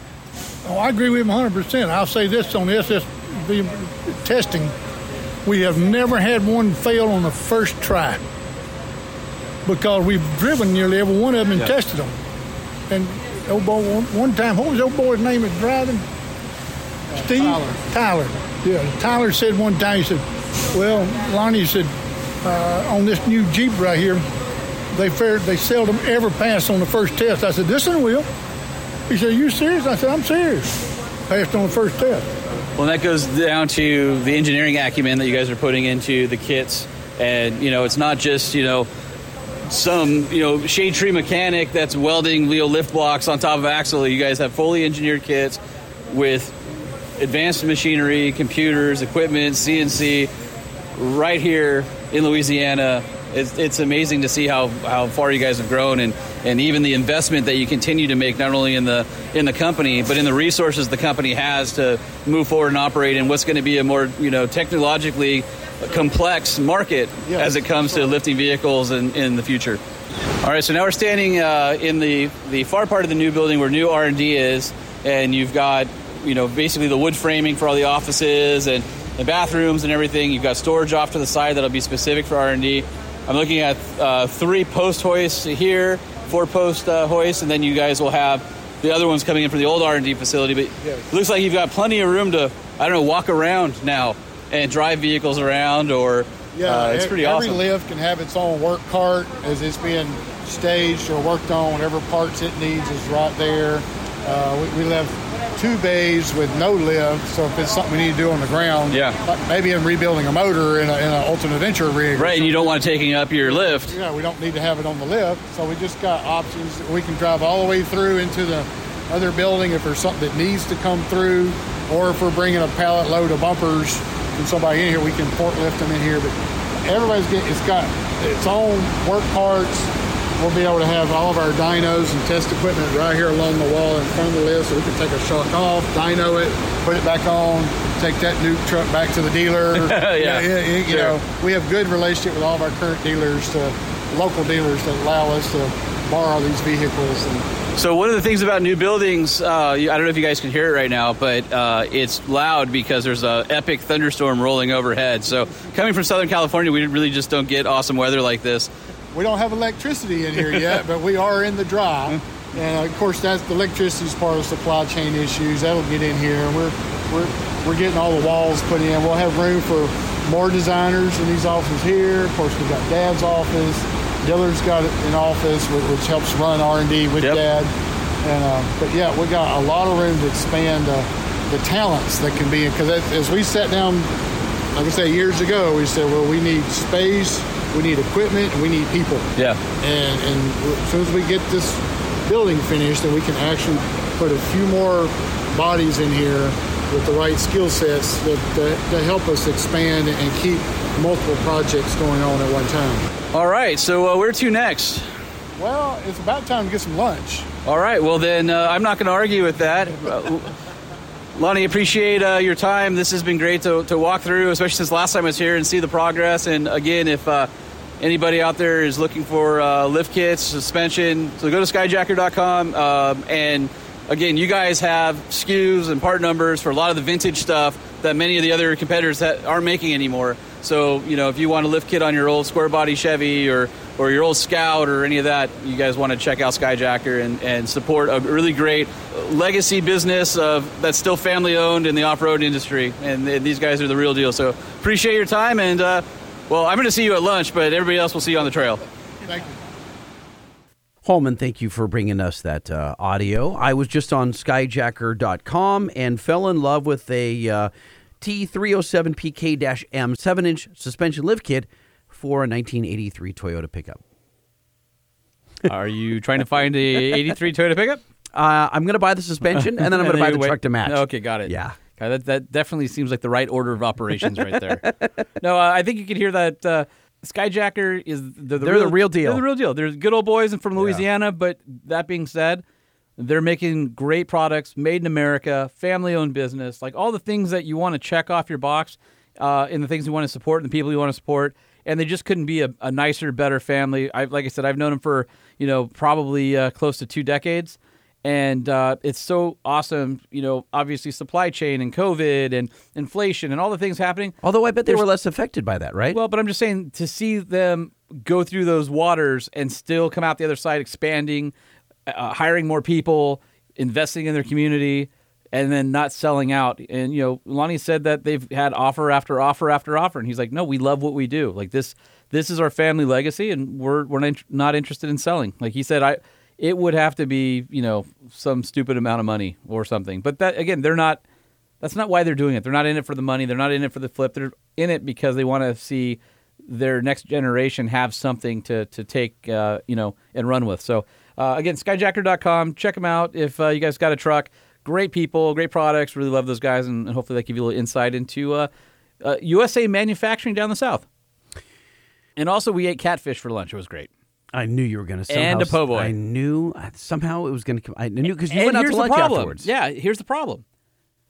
Oh, I agree with him 100%. I'll say this on this, this the testing. We have never had one fail on the first try because we've driven nearly every one of them and
Yeah.
tested them. And old boy, one, one time, what was old boy's name at driving? Steve? Tyler. Yeah, Tyler said one time, he said, well, Lonnie said, uh, on this new Jeep right here, they fared, they seldom ever pass on the first test. I said, this one will. He said, you serious? I said, I'm serious. Passed on the first test.
Well, that goes down to the engineering acumen that you guys are putting into the kits, and you know, it's not just you know some you know shade tree mechanic that's welding you know, lift blocks on top of axle. You guys have fully engineered kits with advanced machinery, computers, equipment, CNC, right here in Louisiana. It's, it's amazing to see how, how far you guys have grown and, and even the investment that you continue to make not only in the in the company but in the resources the company has to move forward and operate in what's going to be a more you know technologically complex market as it comes to lifting vehicles in, in the future. All right, so now we're standing uh, in the, the far part of the new building where new R and D is, and you've got you know, basically the wood framing for all the offices and the bathrooms and everything. You've got storage off to the side that'll be specific for R&D. I'm looking at uh, three post hoists here, four post uh, hoists, and then you guys will have the other ones coming in for the old R&D facility. But
Yes.
it looks like you've got plenty of room to, I don't know, walk around now and drive vehicles around or...
Yeah,
uh, it's
ev-
pretty
every
awesome.
lift can have its own work cart as it's being staged or worked on. Whatever parts it needs is right there. Uh, we, we left two bays with no lift, so if it's something we need to do on the ground,
Yeah.
like maybe in rebuilding a motor in an alternate venture rig,
Right, and you don't want to taking up your lift.
Yeah, we don't need to have it on the lift, so we just got options. that We can drive all the way through into the other building if there's something that needs to come through, or if we're bringing a pallet load of bumpers from somebody in here, we can port lift them in here. But everybody's getting, it's got its own work parts. We'll be able to have all of our dynos and test equipment right here along the wall in front of the lift, so we can take a shock off, dyno it, put it back on, take that new truck back to the dealer.
Yeah,
you
sure.
know, we have good relationship with all of our current dealers, to, local dealers that allow us to borrow these vehicles. And
So one of the things about new buildings, uh, you- I don't know if you guys can hear it right now, but uh, it's loud because there's a epic thunderstorm rolling overhead. So coming from Southern California, we really just don't get awesome weather like this.
we don't have electricity in here yet, but we are in the dry. And of course, that's the electricity is part of supply chain issues. That'll get in here, and we're we're we're getting all the walls put in. We'll have room for more designers in these offices here. Of course, we've got Dad's office. Dillard's got an office whi- which helps run R and D with Dad. And uh, but yeah, we got a lot of room to expand uh, the talents that can be in. Because as we sat down, like I said years ago, we said, well, we need space, we need equipment, and we need people.
Yeah.
And, and as soon as we get this building finished, then we can actually put a few more bodies in here with the right skill sets that, that, that help us expand and keep multiple projects going on at one time.
All right, so uh, where to next?
Well, it's about time to get some lunch.
All right, well then uh, I'm not going to argue with that. Uh, Lonnie, appreciate uh, your time. This has been great to, to walk through, especially since last time I was here and see the progress. And again, if uh, anybody out there is looking for uh, lift kits, suspension, so go to skyjacker.com. Um, and again, you guys have SKUs and part numbers for a lot of the vintage stuff that many of the other competitors that aren't making anymore. So, you know, if you want a lift kit on your old square body Chevy or, or your old Scout or any of that, you guys want to check out Skyjacker and, and support a really great legacy business of, that's still family owned in the off road industry. And, th- these guys are the real deal. So appreciate your time. And, uh, well, I'm going to see you at lunch, but everybody else will see you on the trail.
Holman, thank you for bringing us that uh, audio. I was just on skyjacker.com and fell in love with a uh, T307PK-M 7-inch suspension lift kit for a 1983 Toyota pickup.
Are you trying to find a 83 Toyota pickup?
Uh, I'm going to buy the suspension and then (laughs) I'm going to buy
you
the
wait-
truck to match.
Okay, got it.
Yeah.
God, that, that definitely seems like the right order of operations right there. (laughs) no, uh, I think you can hear that uh, Skyjacker is the,
They're the real deal.
They're the real deal. They're good old boys and from Louisiana. But that being said, they're making great products, made in America, family-owned business, like all the things that you want to check off your box, uh, and the things you want to support and the people you want to support. And they just couldn't be a, a nicer, better family. I, like I said, I've known them for you know probably uh, close to two decades and uh, it's so awesome. You know, obviously supply chain and COVID and inflation and all the things happening.
Although I bet they
There's-
were less affected by that, right?
Well, but I'm just saying to see them go through those waters and still come out the other side expanding, uh, hiring more people, investing in their community. And then not selling out, and you know, Lonnie said that they've had offer after offer after offer, and he's like, "No, we love what we do. Like this, this is our family legacy, and we're we're not- not interested in selling." Like he said, "I it would have to be you know some stupid amount of money or something." But that again, they're not that's not why they're doing it. They're not in it for the money. They're not in it for the flip. They're in it because they want to see their next generation have something to to take, uh, you know, and run with. So uh, again, skyjacker.com. Check them out if uh, you guys got a truck. Great people, great products. Really love those guys, and, and hopefully they give you a little insight into uh, uh, USA manufacturing down the south. And also, we ate catfish for lunch. It was great.
I knew you were going to somehow.
And a po' boy.
I knew uh, somehow it was going to come. I knew because you
And
went out
here's
to
the
lunch
problem.
afterwards.
Yeah, here's the problem.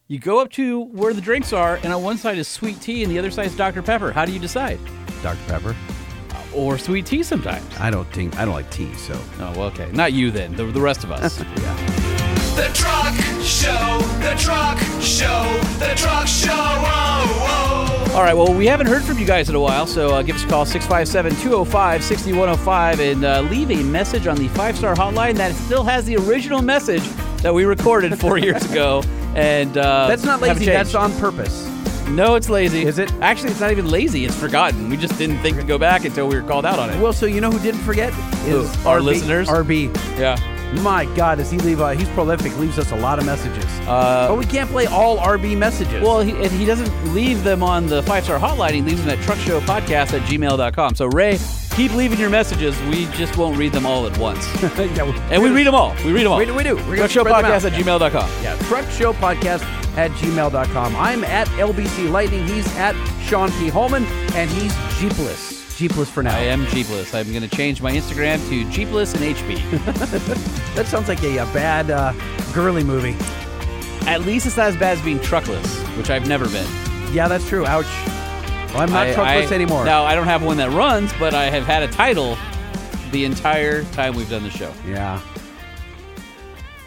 You go up to where the drinks are, and on one side is sweet tea, and the other side is Dr. Pepper. How do you decide?
Dr. Pepper.
Or sweet tea sometimes.
I don't think I don't like tea, so.
Oh,
(laughs)
well, okay. Not you then. The, the rest of us.
yeah.
The truck show, the truck
All right, well, we haven't heard from you guys in a while, so uh, give us a call 657 205 6105 and uh, leave a message on the five star hotline that still has the original message that we recorded
(laughs)
four years ago. And uh,
That's not
haven't
lazy,
changed.
that's on purpose.
No, it's lazy. Is it? Actually, it's not even lazy. It's forgotten. We just didn't think to go back until we were called out on it.
Well, so you know who didn't forget?
Who?
Is
Our
RB
listeners?
RB.
Yeah.
My God, does he leave? Uh, he's prolific. Leaves us a lot of messages.
Uh,
but we can't play all RB messages. (laughs)
Well, he, and he doesn't leave them on the five star hotline. He leaves them at truckshowpodcast at gmail.com. So, Ray, keep leaving your messages. We just won't read them all
(laughs)
at once. and we read them all. We read them all.
We, do- we do. We're gonna spread them out.
Truckshowpodcast at gmail.com.
Yeah, truckshowpodcast at gmail.com. I'm at LBC Lightning. He's at Sean P. Holman, and he's Jeepless. Jeepless for now.
I am Jeepless. I'm going to change my Instagram to Jeepless
(laughs)
and HB.
That sounds like a, a bad uh, girly movie.
At least it's not as bad as being truckless, which I've never been.
Yeah, that's true. Ouch. Well, I'm not
I-
truckless
I-
anymore.
No, I don't have one that runs, but I have had a title the entire time we've done the show.
Yeah.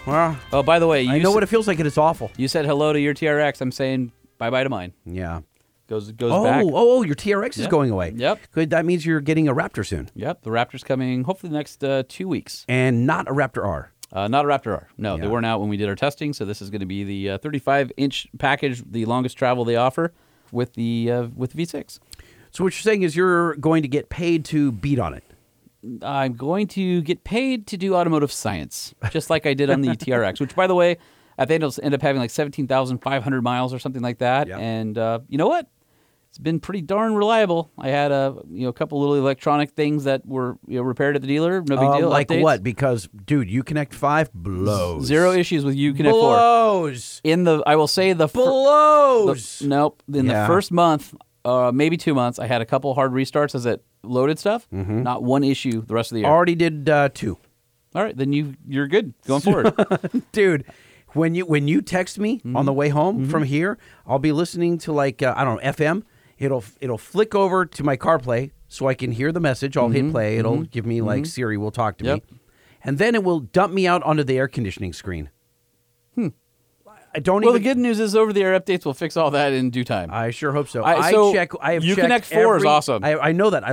Well,
Oh, by the way, you
I know
s-
what it feels like. It is awful.
you said hello to your TRX. I'm saying bye bye to mine.
Yeah.
Goes goes
Oh,
back.
oh, oh, your TRX is
Yep.
going away.
Yep.
Good. That means you're getting a Raptor soon,
Yep. The Raptor's coming hopefully the next uh, two weeks.
and not a Raptor R.
Uh, not a Raptor R. No, they weren't out when we did our testing, so this is going to be the uh, 35 inch package, the longest travel they offer with the uh, with V6.
So what you're saying is you're going to get paid to beat on it.
I'm going to get paid to do automotive science, just like I
(laughs)
did on the TRX, which, by the way, I think it'll end up having like 17,500 miles or something like that. And uh, you know what? It's been pretty darn reliable. I had a you know a couple little electronic things that were you know, repaired at the dealer. No big
Uh,
deal.
like
updates.
what? Because dude, you connect five blows.
Zero issues with you Connect 4.
blows.
In the I will say the fir-
Blows.
the- nope. In
Yeah.
the first month, uh, maybe two months, I had a couple hard restarts as it loaded stuff.
Mm-hmm.
Not one issue the rest of the year.
Already did uh, two.
All right, then you you're good going forward.
dude when you when you text me
Mm-hmm.
on the way home from here i'll be listening to like uh, i don't know fm it'll it'll flick over to my carplay so i can hear the message i'll hit play it'll give me like siri will talk to
Mm-hmm. Yep.
me and then it will dump me out onto the air conditioning screen hmm i don't
Well, the
even
good news is over the air updates will fix all that in due time.
i sure hope so
I-
i,
so
check i have checked
Uconnect 4 is
every-
awesome.
i, I know that i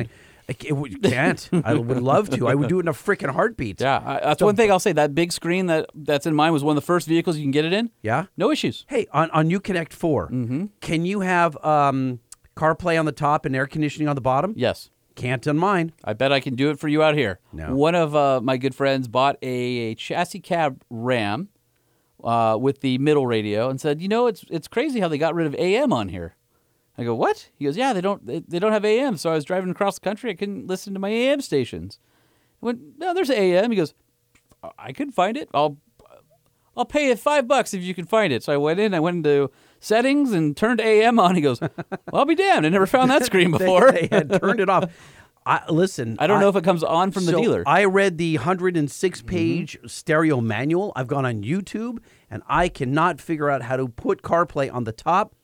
love your Uconnect. I can't. I would love to. I would do it in a freaking heartbeat.
yeah, I, that's one thing I'll say. That big screen that that's in mine was one of the first vehicles you can get it in.
Yeah.
No issues.
Hey, on, on Uconnect 4,
Mm-hmm.
can you have um, CarPlay on the top and air conditioning on the bottom?
Yes.
Can't on mine.
I bet I can do it for you out here.
No.
One of uh, my good friends bought a, a chassis cab Ram uh, with the middle radio and said, "You know, it's it's crazy how they got rid of AM on here." I go, "What?" He goes, "Yeah, they don't they, they don't have AM." So I was driving across the country, I couldn't listen to my AM stations. I went, "No, there's AM." He goes, "I could find it. I'll I'll pay you five bucks if you can find it." So I went in, I went into settings and turned AM on. He goes, well, "I'll be damned! I never found that
(laughs)
screen
They-
before."
They, had turned it off. I, listen,
(laughs) I don't know if it comes on from the
so
dealer. Mm-hmm.
I read the 106 page stereo manual. I've gone on YouTube and I cannot figure out how to put CarPlay on the top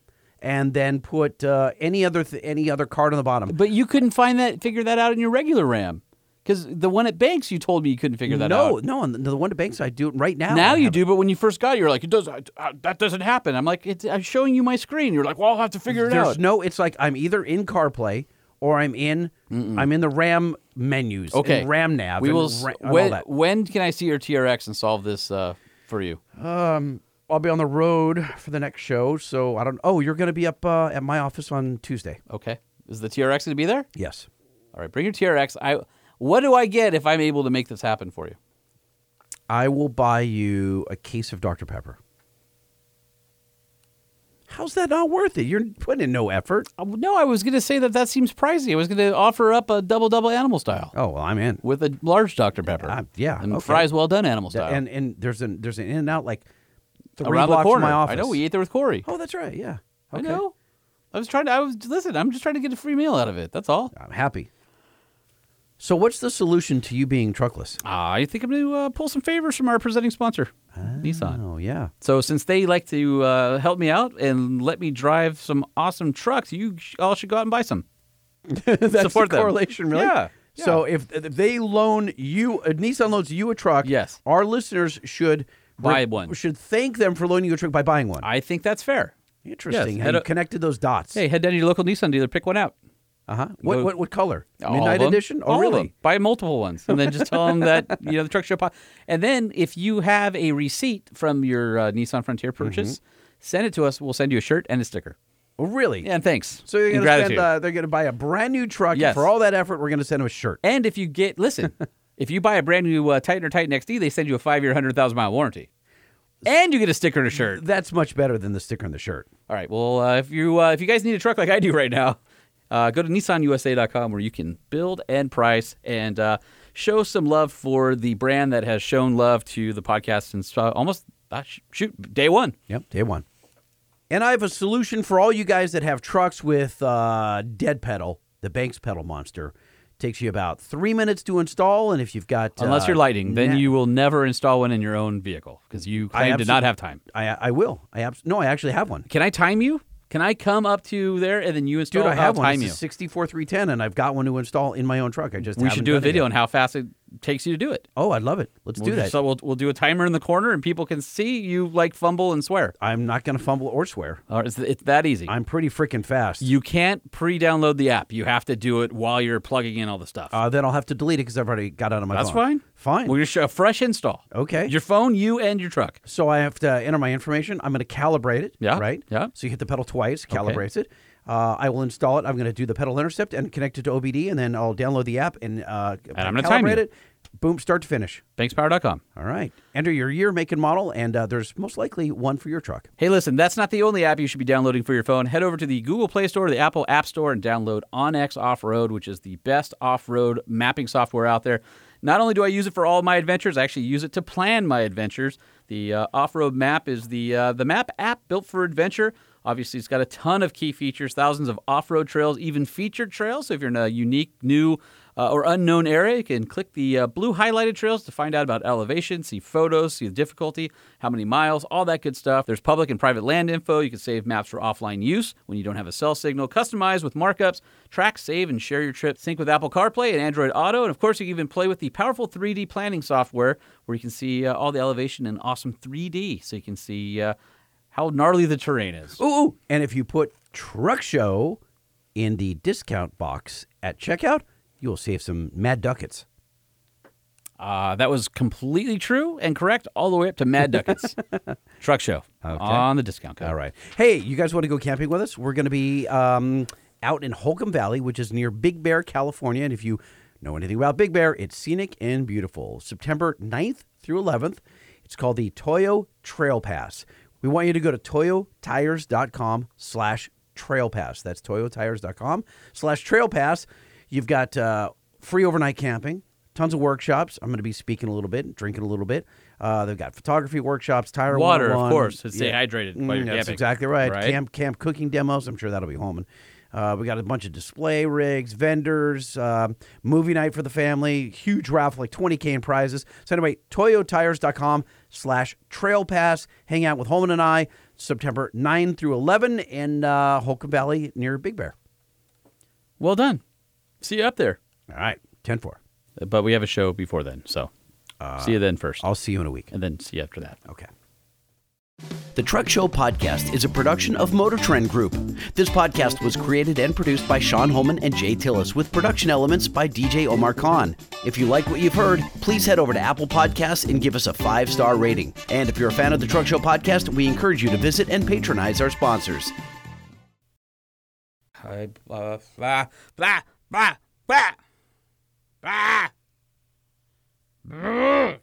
and then put uh, any other th- any other card on the bottom.
But you couldn't find that, figure that out in your regular RAM, because the one at Banks, you told me you couldn't figure that
no,
out.
no, and the, the one at Banks, I do it right now.
Now
I
you
have
do, but when you first got it, you're like, it does. I, I- that doesn't happen. I'm like, it's, I'm showing you my screen. You're like, well, I'll have to figure it
There's
out.
no. It's like I'm either in CarPlay or I'm in. I'm in the RAM menus. and
okay,
RAM nav.
We
and
will. s-
ra- and all
when,
that.
when can I see your TRX and solve this uh, for you?
I'll be on the road for the next show, so I don't. Oh, you're going to be up uh, at my office on Tuesday.
Okay, is the TRX going to be there?
Yes.
All right, bring your TRX. I. What do I get if I'm able to make this happen for you?
I will buy you a case of Dr Pepper. How's that not worth it? You're putting in no effort.
Uh, No, I was going to say that that seems pricey. I was going to offer up a double double animal style
Oh well, I'm in.
with a large Dr Pepper.
Uh, yeah,
and
okay.
fries well done animal style.
And and there's an there's an in and out like three
around
blocks
the corner.
from my office.
I know we ate there with Corey.
Oh, that's right. Yeah.
I know. I was trying to. I was listen. I'm just trying to get a free meal out of it. That's all.
I'm happy. So, what's the solution to you being truckless?
I think I'm going to uh, pull some favors from our presenting sponsor, Nissan.
Oh,
(laughs)
yeah.
So since they like to uh, help me out and let me drive some awesome trucks, you sh- all should go out and buy some.
That's
Support
the
them.
correlation, really?
Yeah, yeah.
So, if, if they loan you, uh, Nissan loans you a truck,
Yes.
our listeners should
Buy one.
Should thank them for loaning you a truck by buying one.
I think that's fair.
Interesting.
Yes, uh,
How
head
you
o-
connected those dots.
Hey, head down to your local Nissan dealer, pick one out.
Uh huh. What, what what color?
All of
Midnight
them.
edition? Oh,
All of
really?
them. Buy multiple ones, and then just tell them
(laughs)
that you know the truck show. Pod- and then if you have a receipt from your uh, Nissan Frontier purchase,
Mm-hmm.
send it to us. We'll send you a shirt and a sticker.
Oh, really?
And thanks.
So they're
And
going to spend,
gratitude.
uh, they're going to buy a brand new truck. and
Yes.
for all that effort, we're going to send them a shirt.
And if you get
(laughs)
listen, if you buy a brand new uh, Titan or Titan XD, they send you a five year, hundred thousand mile warranty, and you get a sticker and a shirt.
That's much better than the sticker and the shirt.
All right. Well, uh, if you uh, if you guys need a truck like I do right now, uh, go to nissanusa.com where you can build and price and uh, show some love for the brand that has shown love to the podcast since uh, almost uh, sh- shoot day one.
Yep, day one. And I have a solution for all you guys that have trucks with uh, Dead Pedal, the Banks Pedal Monster. Takes you about three minutes to install, and if you've got
Unless
uh,
you're lighting, then
na-
you will never install one in your own vehicle because you
I
claim to not
absolute-
have time.
I I will. I abs- no, I actually have one.
Can I time you? Can I come up to there and then you install?
Dude, I
Oh, I'll
have one.
time
It's a
you.
64310, and I've got one to install in my own truck. I just
We
haven't
should do a
done it
video
yet.
on how fast it takes you to do it.
Oh, I'd love it. Let's
We'll
do
just-
that.
So we'll, we'll do a timer in the corner, and people can see you like fumble and swear.
I'm not going to fumble or swear.
Or it's, it's that easy.
I'm pretty freaking fast.
You can't pre-download the app. You have to do it while you're plugging in all the stuff.
Uh, then I'll have to delete it because I've already got out of my
That's
phone.
fine.
Fine.
We're gonna show a fresh install.
Okay.
Your phone, you, and your truck.
So I have to enter my information. I'm going to calibrate it.
Yeah,
Right?
yeah.
So you hit the pedal twice, calibrates it. Uh, I will install it. I'm going to do the pedal intercept and connect it to OBD, and then I'll download the app and, uh,
I'm gonna
calibrate
time you.
it. Boom, start to finish.
Bankspower.com.
All right. Enter your year, make, and model, and uh, there's most likely one for your truck.
Hey, listen, that's not the only app you should be downloading for your phone. Head over to the Google Play Store, or the Apple App Store, and download OnX Off Road, which is the best off road mapping software out there. Not only do I use it for all my adventures, I actually use it to plan my adventures. The uh, off road map is the, uh, the map app built for adventure. Obviously, it's got a ton of key features, thousands of off road trails, even featured trails. So if you're in a unique, new, uh, or unknown area, you can click the uh, blue highlighted trails to find out about elevation, see photos, see the difficulty, how many miles, all that good stuff. There's public and private land info. You can save maps for offline use when you don't have a cell signal, customize with markups, track, save, and share your trip. Sync with Apple CarPlay and Android Auto. And of course, you can even play with the powerful 3D planning software where you can see uh, all the elevation in awesome 3D. So you can see uh, how gnarly the terrain is.
Ooh, ooh. And if you put Truck Show in the discount box at checkout, you'll save some mad ducats.
Uh, that was completely true and correct all the way up to Mad Duckets. Truck show on the discount code.
All right. Hey, you guys want to go camping with us? We're going to be um, out in Holcomb Valley, which is near Big Bear, California. And if you know anything about Big Bear, it's scenic and beautiful. September 9th through 11th, it's called the Toyo Trail Pass. We want you to go to toyotires.com slash trail pass. That's toyotires.com slash trail pass. You've got uh, free overnight camping, tons of workshops. I'm going to be speaking a little bit, drinking a little bit. Uh, they've got photography workshops, tire
Water, of
101.
course, to stay hydrated while you're
Mm, that's
camping,
exactly right.
right?
Camp camp cooking demos. I'm sure that'll be home. Uh, we got a bunch of display rigs, vendors, um, movie night for the family, huge raffle, like 20K in prizes. So anyway, toyotires.com slash trail pass. Hang out with Holman and I September 9 through 11 in uh, Holcomb Valley near Big Bear.
Well done. See you up there.
All right, 10-4.
But we have a show before then, so see you then first,
Uh, I'll see you in a week.
and then see you after that.
Okay. The Truck Show Podcast is a production of Motor Trend Group. This podcast was created and produced by Sean Holman and Jay Tillis, with production elements by DJ Omar Khan. If you like what you've heard, please head over to Apple Podcasts and give us a five star rating. And if you're a fan of the Truck Show Podcast, we encourage you to visit and patronize our sponsors.
I blah blah blah blah blah blah.